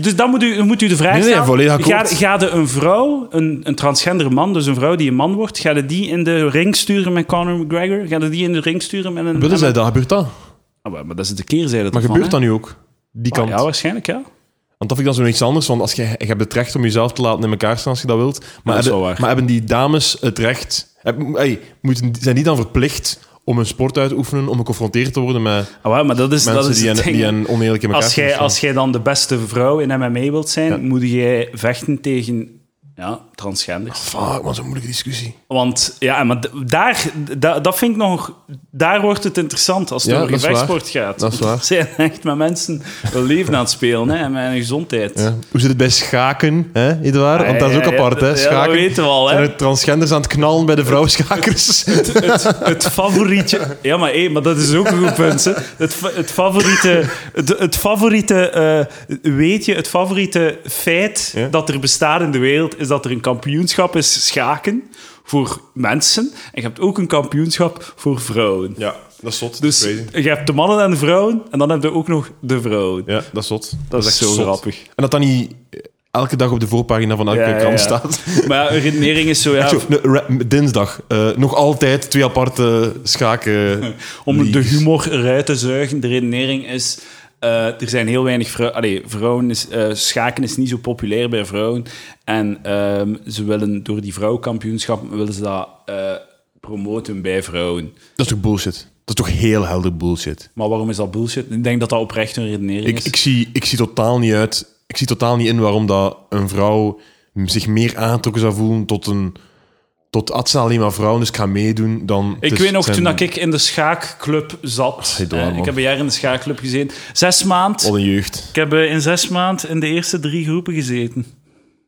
Speaker 1: dus dan moet u, moet u de vraag
Speaker 2: Nee, nee,
Speaker 1: stellen.
Speaker 2: volledig akkoord.
Speaker 1: Ga, ga de een vrouw, een, een transgender man, dus een vrouw die een man wordt, ga je die in de ring sturen met Conor McGregor? Ga je die in de ring sturen met een...
Speaker 2: Willen
Speaker 1: met-
Speaker 2: zij dat? Gebeurt dat?
Speaker 1: Ah, maar, maar dat is de keerzijde
Speaker 2: Maar
Speaker 1: ervan,
Speaker 2: gebeurt
Speaker 1: hè?
Speaker 2: dat nu ook? Die kant.
Speaker 1: Ja, waarschijnlijk, ja.
Speaker 2: Want dat vind ik dan zo'n iets anders. Want als je, je hebt het recht om jezelf te laten in elkaar staan als je dat wilt. Maar,
Speaker 1: dat is wel
Speaker 2: hebben,
Speaker 1: waar.
Speaker 2: maar hebben die dames het recht... heb- hey, moeten, zijn die dan verplicht om een sport uit te oefenen, om geconfronteerd te worden met
Speaker 1: Ah, wel, maar dat is, dat
Speaker 2: mensen
Speaker 1: is
Speaker 2: die,
Speaker 1: het
Speaker 2: een,
Speaker 1: ding.
Speaker 2: die een oneerlijk in elkaar
Speaker 1: Als jij,
Speaker 2: staan?
Speaker 1: als jij dan de beste vrouw in MMA wilt zijn, moet jij vechten tegen Ja, transgenders.
Speaker 2: Fuck, wat een moeilijke discussie.
Speaker 1: Want ja, maar d- daar, da- dat vind ik nog, daar wordt het interessant als het
Speaker 2: Ja,
Speaker 1: over
Speaker 2: dat is
Speaker 1: gevechtsport gaat.
Speaker 2: Dat is waar.
Speaker 1: Ze zijn echt met mensen hun leven aan het spelen hè, en met hun gezondheid.
Speaker 2: Ja. Hoe zit het bij schaken, hè, Edouard? Want dat is ook
Speaker 1: Ja, ja,
Speaker 2: apart,
Speaker 1: ja,
Speaker 2: hè?
Speaker 1: dat
Speaker 2: Schaken.
Speaker 1: weten we al, hè.
Speaker 2: En het transgenders aan het knallen bij de vrouwschakers.
Speaker 1: het, het favorietje. Ja, maar, hé, maar dat is ook een goed punt. Hè. Het, fa- het favoriete, het, het favoriete eh, weet je, het favoriete feit
Speaker 2: Ja.
Speaker 1: dat er bestaat in de wereld is dat er een kampioenschap is schaken voor mensen. En je hebt ook een kampioenschap voor vrouwen.
Speaker 2: ja, dat is zot.
Speaker 1: Dus je hebt de mannen en de vrouwen, en dan heb je ook nog de vrouwen.
Speaker 2: Ja, dat is zot.
Speaker 1: dat, is
Speaker 2: echt
Speaker 1: zo
Speaker 2: zot.
Speaker 1: grappig.
Speaker 2: En dat dan niet elke dag op de voorpagina van elke
Speaker 1: Ja, ja,
Speaker 2: krant
Speaker 1: ja.
Speaker 2: staat.
Speaker 1: Maar ja, een redenering is zo, ja,
Speaker 2: Zo, ne- ra- dinsdag. eh, nog altijd twee aparte schaken.
Speaker 1: om de
Speaker 2: leagues.
Speaker 1: humor eruit te zuigen. De redenering is, eh, er zijn heel weinig vrouwen... Allee, vrouwen is, eh, schaken is niet zo populair bij vrouwen. En ehm, ze willen door die vrouwenkampioenschap willen ze dat eh, promoten bij vrouwen.
Speaker 2: Dat is toch bullshit? Dat is toch heel helder bullshit?
Speaker 1: Maar waarom is dat bullshit? Ik denk dat dat oprecht een redenering
Speaker 2: Ik,
Speaker 1: is.
Speaker 2: ik, zie, ik zie totaal niet uit. Ik zie totaal niet in waarom dat een vrouw zich meer aangetrokken zou voelen tot een. Tot Atsa alleen maar vrouwen, dus ik ga meedoen. Dan
Speaker 1: Ik
Speaker 2: het is-
Speaker 1: weet nog,
Speaker 2: zijn-
Speaker 1: toen dat ik in de schaakclub zat...
Speaker 2: Hey, door,
Speaker 1: eh,
Speaker 2: man. Oh.
Speaker 1: ik heb een jaar in de schaakclub gezeten. Zes maanden.
Speaker 2: Wat een jeugd.
Speaker 1: Ik heb eh, in zes maanden in de eerste drie groepen gezeten.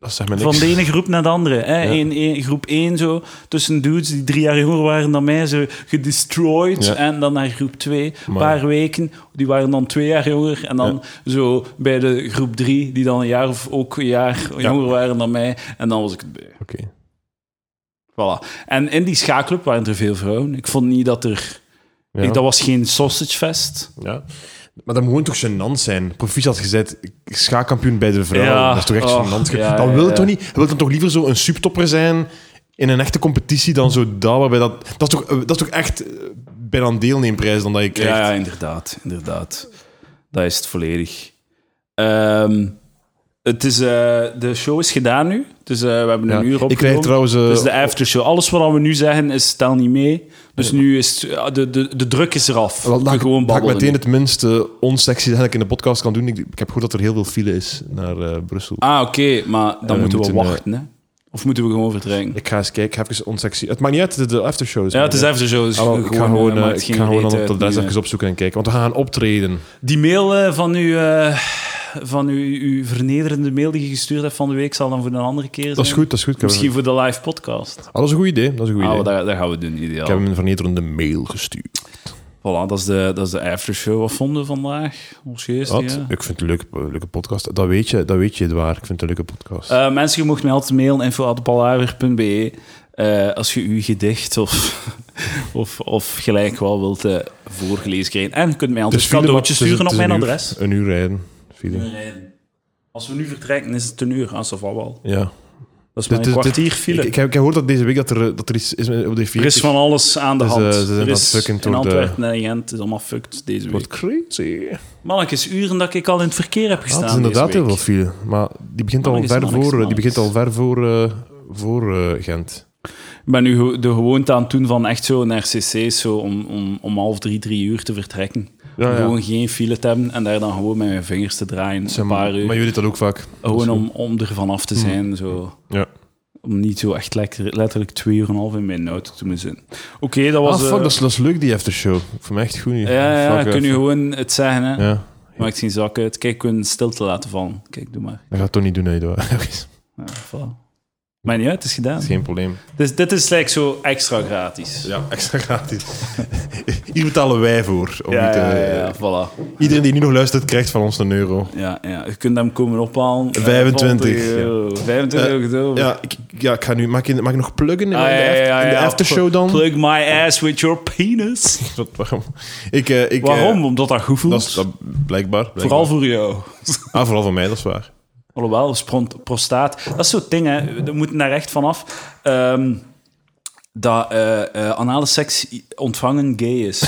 Speaker 2: Dat zegt me niks.
Speaker 1: Van de ene groep naar de andere. Hè. Eén- één- groep 1 zo, tussen dudes die drie jaar jonger waren dan mij, ze gedestroyed.
Speaker 2: Ja.
Speaker 1: En dan naar groep 2, een
Speaker 2: Maar-
Speaker 1: paar weken, die waren dan twee jaar jonger. En dan zo bij de groep 3, die dan een jaar of ook een jaar jonger waren dan mij. En dan was ik het bij.
Speaker 2: Oké.
Speaker 1: Voilà. En in die schaakclub waren er veel vrouwen. Ik vond niet dat er...
Speaker 2: Ja.
Speaker 1: Ik, dat was geen sausagefest.
Speaker 2: Ja. Maar dat moet gewoon toch gênant zijn. Proficiat had gezet, schaakkampioen bij de vrouwen.
Speaker 1: Ja.
Speaker 2: Dat is toch echt
Speaker 1: Oh,
Speaker 2: gênant.
Speaker 1: ja,
Speaker 2: dat
Speaker 1: ja,
Speaker 2: wil
Speaker 1: ja.
Speaker 2: toch niet? Je wilt dan toch liever zo een subtopper zijn in een echte competitie dan zo daar waarbij dat... Dat is toch, dat is toch echt eh, bijna een deelneemprijs dan dat je krijgt?
Speaker 1: Ja, ja, inderdaad, inderdaad. Dat is het volledig. Ehm, het is, eh, de show is gedaan nu. Dus eh, we hebben
Speaker 2: Ja.
Speaker 1: een uur opgenomen.
Speaker 2: Ik krijg trouwens... eh,
Speaker 1: Dus de aftershow. Alles wat we nu zeggen is tel niet mee. Dus nu is het- ja, de, de, de druk is eraf.
Speaker 2: wel,
Speaker 1: We
Speaker 2: laat ik-
Speaker 1: gewoon
Speaker 2: laat ik
Speaker 1: babbelen.
Speaker 2: meteen het minste onsexy dat ik in de podcast kan doen. Ik, ik heb gehoord dat er heel veel file is naar eh, Brussel.
Speaker 1: Ah, oké, maar dan
Speaker 2: we
Speaker 1: moeten we
Speaker 2: moeten, eh,
Speaker 1: wachten. Hè? Of moeten we gewoon vertrekken?
Speaker 2: Ik ga eens kijken, ik ga even onsexy... Het maakt niet uit, de, de aftershow is...
Speaker 1: Ja, het is aftershow. Dus
Speaker 2: Ah, wel, ik ga gewoon,
Speaker 1: eh,
Speaker 2: eh,
Speaker 1: maakt
Speaker 2: ik
Speaker 1: geen
Speaker 2: ga gewoon
Speaker 1: reet
Speaker 2: dan
Speaker 1: uit
Speaker 2: op de adres
Speaker 1: nu,
Speaker 2: even opzoeken en kijken. Want we gaan optreden.
Speaker 1: Die mail eh, van, u, eh, van uw, uw vernederende mail die je gestuurd hebt van de week zal dan voor een andere keer zijn.
Speaker 2: Dat is goed, dat is goed. Ik heb hem-
Speaker 1: Misschien voor de live podcast.
Speaker 2: Ah, dat is een goed idee. Dat is een goed
Speaker 1: Ah,
Speaker 2: idee.
Speaker 1: maar dat, dat gaan we doen,
Speaker 2: Ik heb
Speaker 1: ideaal.
Speaker 2: hem een vernederende mail gestuurd.
Speaker 1: Voilà, dat is de, dat is de aftershow. Wat vonden we vandaag? Ons geest,
Speaker 2: Wat?
Speaker 1: ja.
Speaker 2: Ik vind het een leuke, leuke podcast. Dat weet je, dat weet je, Edouard. Ik vind het een leuke podcast.
Speaker 1: Eh, mensen, je mocht mij altijd mailen, info.palaver.be. eh als je uw gedicht of, of, of gelijk wel wilt eh, voorgelezen krijgen. En je kunt mij altijd
Speaker 2: Dus file,
Speaker 1: cadeautjes
Speaker 2: maar het is-
Speaker 1: sturen op
Speaker 2: het is
Speaker 1: mijn adres.
Speaker 2: een uur- Een uur rijden. File.
Speaker 1: Als we nu vertrekken, is het een uur. Als dat wel.
Speaker 2: Ja.
Speaker 1: Dat is maar
Speaker 2: Dit-
Speaker 1: een
Speaker 2: dit-
Speaker 1: kwartier file.
Speaker 2: Ik, ik heb ik heb gehoord dat deze week dat er, dat er iets is met- op de
Speaker 1: er is
Speaker 2: 40.
Speaker 1: van alles aan de
Speaker 2: Dus,
Speaker 1: hand.
Speaker 2: eh, ze zijn aan
Speaker 1: er
Speaker 2: het
Speaker 1: is
Speaker 2: fucken door
Speaker 1: in
Speaker 2: de-
Speaker 1: Antwerpen en in Gent. Het is allemaal fucked deze
Speaker 2: Wat
Speaker 1: week.
Speaker 2: crazy.
Speaker 1: Mannetjes, uren dat ik al in het verkeer heb
Speaker 2: Ah,
Speaker 1: gestaan
Speaker 2: het is
Speaker 1: deze
Speaker 2: inderdaad
Speaker 1: week.
Speaker 2: heel veel file. Maar die begint al
Speaker 1: Mannetjes,
Speaker 2: ver
Speaker 1: mannetjes,
Speaker 2: voor, eh, die
Speaker 1: mannetjes.
Speaker 2: begint al ver voor, eh, voor eh, Gent.
Speaker 1: Ik ben nu ge- de gewoonte aan het doen van echt zo naar CC's zo om, om, om half drie, drie uur te vertrekken.
Speaker 2: Ja, ja.
Speaker 1: Gewoon geen file te hebben en daar dan gewoon met mijn vingers te draaien.
Speaker 2: Zeg
Speaker 1: een paar uur.
Speaker 2: maar Mm. jullie dat ook vaak.
Speaker 1: gewoon om, om er vanaf te zijn. Zo.
Speaker 2: Ja.
Speaker 1: Om niet zo echt lekker, letterlijk twee uur en een half in mijn auto te moeten zitten. Oké, dat
Speaker 2: Ah,
Speaker 1: was...
Speaker 2: fuck,
Speaker 1: eh,
Speaker 2: dat is, dat is leuk, die aftershow. Ik vond me echt goed. nu.
Speaker 1: ja, ja,
Speaker 2: Fuck,
Speaker 1: kun je
Speaker 2: eh,
Speaker 1: gewoon het zeggen. Hè.
Speaker 2: Ja.
Speaker 1: Maakt geen zak uit. Kijk, kun je stilte laten vallen. Kijk, doe maar.
Speaker 2: Dat gaat toch niet doen, Edouard. Dat is
Speaker 1: Ja, voilà. Maar niet uit, het is gedaan.
Speaker 2: geen probleem.
Speaker 1: Dus dit is like, zo extra gratis.
Speaker 2: Ja, extra gratis. Hier betalen wij voor. Om
Speaker 1: Ja,
Speaker 2: niet,
Speaker 1: ja,
Speaker 2: eh,
Speaker 1: ja, ja, voilà.
Speaker 2: Iedereen die nu nog luistert, krijgt van ons een euro.
Speaker 1: Ja, ja, je kunt hem komen ophalen. Eh,
Speaker 2: 25,
Speaker 1: 25 euro. 25 euro gedoven.
Speaker 2: Eh, Ja, ik, ja, ik ga nu... Mag ik, mag ik nog pluggen in,
Speaker 1: Ah,
Speaker 2: de,
Speaker 1: ja,
Speaker 2: aft-
Speaker 1: ja,
Speaker 2: in de
Speaker 1: ja,
Speaker 2: aftershow
Speaker 1: pl-
Speaker 2: dan?
Speaker 1: Plug my ass with your penis.
Speaker 2: Wat, waarom? Ik, eh, ik, eh,
Speaker 1: Waarom? Omdat dat goed voelt.
Speaker 2: dat is dat, blijkbaar. blijkbaar.
Speaker 1: Vooral voor jou.
Speaker 2: Ah, vooral voor mij, dat is waar.
Speaker 1: Alhoewel, spront- prostaat. Dat is zo'n ding, hè. We moeten daar echt vanaf. Ehm dat eh, eh, anale seks ontvangen gay is.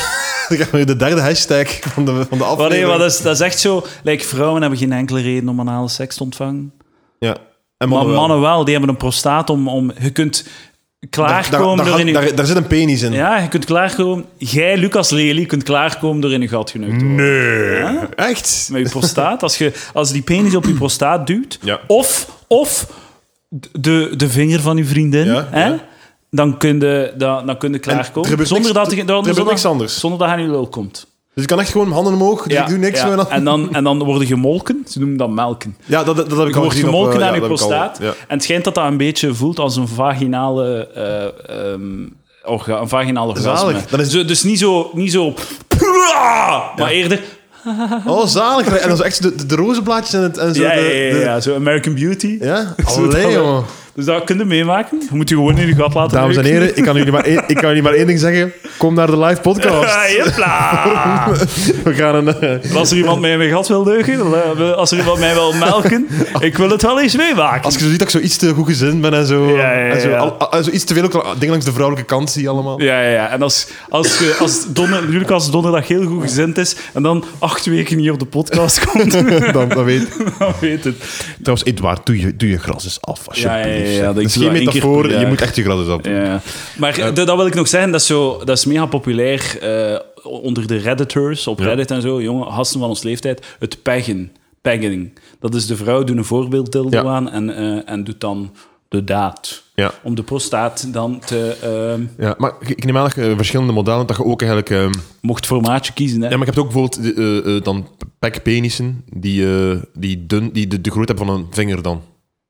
Speaker 2: Dan gaan we de derde hashtag van de, van de
Speaker 1: Maar nee,
Speaker 2: aflevering.
Speaker 1: maar dat is, dat is echt zo... Like, vrouwen hebben geen enkele reden om anale seks te ontvangen.
Speaker 2: Ja.
Speaker 1: Maar
Speaker 2: En mannen wel.
Speaker 1: mannen wel, die hebben een prostaat om... om je kunt
Speaker 2: Daar, daar,
Speaker 1: klaarkomen
Speaker 2: daar
Speaker 1: door
Speaker 2: gaat-
Speaker 1: in je
Speaker 2: daar, daar zit een penis in.
Speaker 1: Ja, je kunt klaarkomen. Jij, Lucas Lely, kunt klaarkomen door in je gat geneukt te worden.
Speaker 2: Nee. Echt?
Speaker 1: Met je prostaat. Als, je, als die penis op je prostaat duwt.
Speaker 2: Ja.
Speaker 1: Of, of de, de vinger van uw vriendin,
Speaker 2: Ja,
Speaker 1: hè?
Speaker 2: ja.
Speaker 1: Dan kun je, dan, dan kun je
Speaker 2: er
Speaker 1: klaarkomen.
Speaker 2: gebeurt
Speaker 1: Zonder
Speaker 2: niks-
Speaker 1: dat, je-
Speaker 2: er gebeurt
Speaker 1: zonder,
Speaker 2: niks anders.
Speaker 1: Zonder dat hij in je lul komt.
Speaker 2: Dus ik kan echt gewoon mijn handen omhoog, dus
Speaker 1: Ja,
Speaker 2: ik doe niks.
Speaker 1: ja.
Speaker 2: zo En dan,
Speaker 1: En, dan, en dan worden gemolken. Ze noemen dat melken.
Speaker 2: ja, dat, dat, dat heb ik
Speaker 1: Je
Speaker 2: al
Speaker 1: wordt
Speaker 2: gezien. op,
Speaker 1: gemolken
Speaker 2: eh,
Speaker 1: aan
Speaker 2: ja,
Speaker 1: je
Speaker 2: dat heb ik al-
Speaker 1: prostaat.
Speaker 2: ja.
Speaker 1: En het schijnt dat dat een beetje voelt als een vaginale... eh ehm orga, een vaginaal orgasme.
Speaker 2: Zalig. Dan is-
Speaker 1: Zo- dus niet zo... Niet zo maar eerder...
Speaker 2: Oh, zalig. En dan zo echt de, de, de rozenblaadjes en, het, en zo.
Speaker 1: Ja, ja,
Speaker 2: de,
Speaker 1: ja,
Speaker 2: de-
Speaker 1: ja, zo American Beauty.
Speaker 2: ja?
Speaker 1: Zo dat
Speaker 2: Allee,
Speaker 1: we-
Speaker 2: jongen.
Speaker 1: Dus dat kun je meemaken. Je moet je gewoon in je gat laten
Speaker 2: Dames en
Speaker 1: neuken.
Speaker 2: heren, ik kan, jullie maar één, ik kan jullie maar één ding zeggen. Kom naar de live
Speaker 1: Ah,
Speaker 2: podcast.
Speaker 1: Jepla.
Speaker 2: We gaan een... eh,
Speaker 1: dus- Als er iemand mij in mijn gat wil deugen, eh, als er iemand mij wil melken, ik wil het wel eens meemaken.
Speaker 2: als je zo ziet dat ik zo iets te goed gezind ben en zo...
Speaker 1: Ja, ja, ja,
Speaker 2: En zo,
Speaker 1: ja.
Speaker 2: al- al- en zo iets te veel ook dingen langs de vrouwelijke kant zie je allemaal.
Speaker 1: Ja, ja, ja. En als, als, je- als, donder, natuurlijk als donderdag heel goed gezind is en dan acht weken niet op de podcast komt,
Speaker 2: Dan, dan weet
Speaker 1: dan weet het.
Speaker 2: Trouwens, Edouard, doe je, doe je gras eens af, alsjeblieft.
Speaker 1: Ja, ja, ja, ja, dat
Speaker 2: dat
Speaker 1: ik
Speaker 2: is
Speaker 1: doe
Speaker 2: geen
Speaker 1: dat één keer
Speaker 2: metafoor,
Speaker 1: per jaar.
Speaker 2: je moet echt je gras eens af doen.
Speaker 1: Ja. Eh, Maar d- dat wil ik nog zeggen, dat is, zo, dat is mega populair eh, onder de redditors op Reddit en zo, jonge gasten van ons leeftijd, het peggen. Pegging. Dat is de vrouw doet een voorbeelddildo
Speaker 2: Ja.
Speaker 1: aan en, eh, en doet dan de daad.
Speaker 2: Ja.
Speaker 1: Om de prostaat dan te... ehm,
Speaker 2: Ja, maar ik neem aan dat je eh, verschillende modellen, dat je ook eigenlijk... ehm,
Speaker 1: mocht formaatje kiezen, hè.
Speaker 2: Ja, maar je hebt ook bijvoorbeeld de, eh, eh, dan pekpenissen die, eh, die, dun, die de, de grootte hebben van een vinger dan.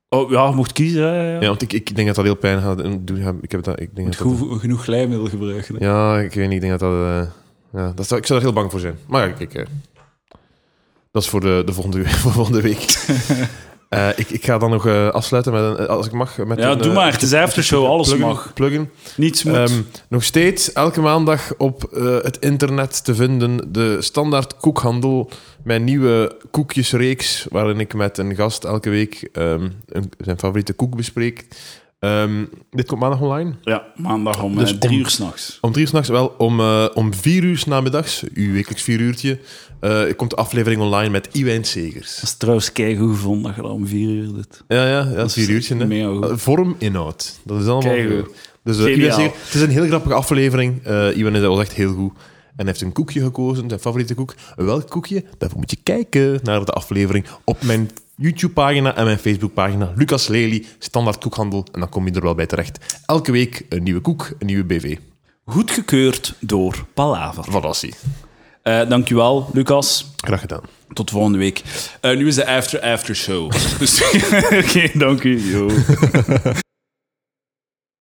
Speaker 1: Oh, ja, je mocht kiezen, hè, ja.
Speaker 2: Ja, want ik, ik denk dat dat heel pijn gaat doen. Doe- ja, Ik heb dat, ik denk dat, dat-
Speaker 1: Goed, genoeg glijmiddel gebruiken. hè.
Speaker 2: ja, ik weet niet, ik denk dat dat... eh, ja, dat zou, ik zou daar heel bang voor zijn. Maar ja, kijk... eh, dat is voor de, de volgende, voor volgende week. Eh, ik, ik ga dan nog eh, afsluiten met een, eh, als ik mag. Met
Speaker 1: Ja,
Speaker 2: een,
Speaker 1: doe
Speaker 2: eh,
Speaker 1: maar. Het is aftershow, alles
Speaker 2: pluggen,
Speaker 1: mag.
Speaker 2: Pluggen.
Speaker 1: Niets moet.
Speaker 2: Ehm, nog steeds elke maandag op eh, het internet te vinden. De standaard koekhandel. Mijn nieuwe koekjesreeks. Waarin ik met een gast elke week ehm, een- zijn favoriete koek bespreek. Ehm, dit komt maandag online.
Speaker 1: ja, maandag om
Speaker 2: dus
Speaker 1: eh, drie
Speaker 2: om-
Speaker 1: uur s'nachts.
Speaker 2: Om drie uur s'nachts wel. Om, eh, om vier uur 's namiddags, uw wekelijks vier uurtje, eh, komt de aflevering online met Iwijn Segers.
Speaker 1: Dat is trouwens keigoed gevonden dat je dat om vier uur dit.
Speaker 2: Ja, ja, ja vier uurtje. hè.
Speaker 1: mega goed.
Speaker 2: Eh, Vorm, inhoud. Dat is allemaal
Speaker 1: Keigoed.
Speaker 2: goed. Dus, eh,
Speaker 1: Geniaal.
Speaker 2: Iwan zegt- het is een heel grappige aflevering. Eh Iwan is- dat was echt heel goed. En hij heeft een koekje gekozen, zijn favoriete koek. Welk koekje? Daarvoor moet je kijken naar de aflevering op mijn YouTube-pagina en mijn Facebook-pagina. Lucas Lely, standaard koekhandel. En dan kom je er wel bij terecht. Elke week een nieuwe koek, een nieuwe BV.
Speaker 1: Goedgekeurd door Palaver.
Speaker 2: Valassie.
Speaker 1: Eh dankjewel, Lucas.
Speaker 2: Graag gedaan.
Speaker 1: Tot volgende week. Eh, nu is de after-after show. dus oké, dank u. Yo.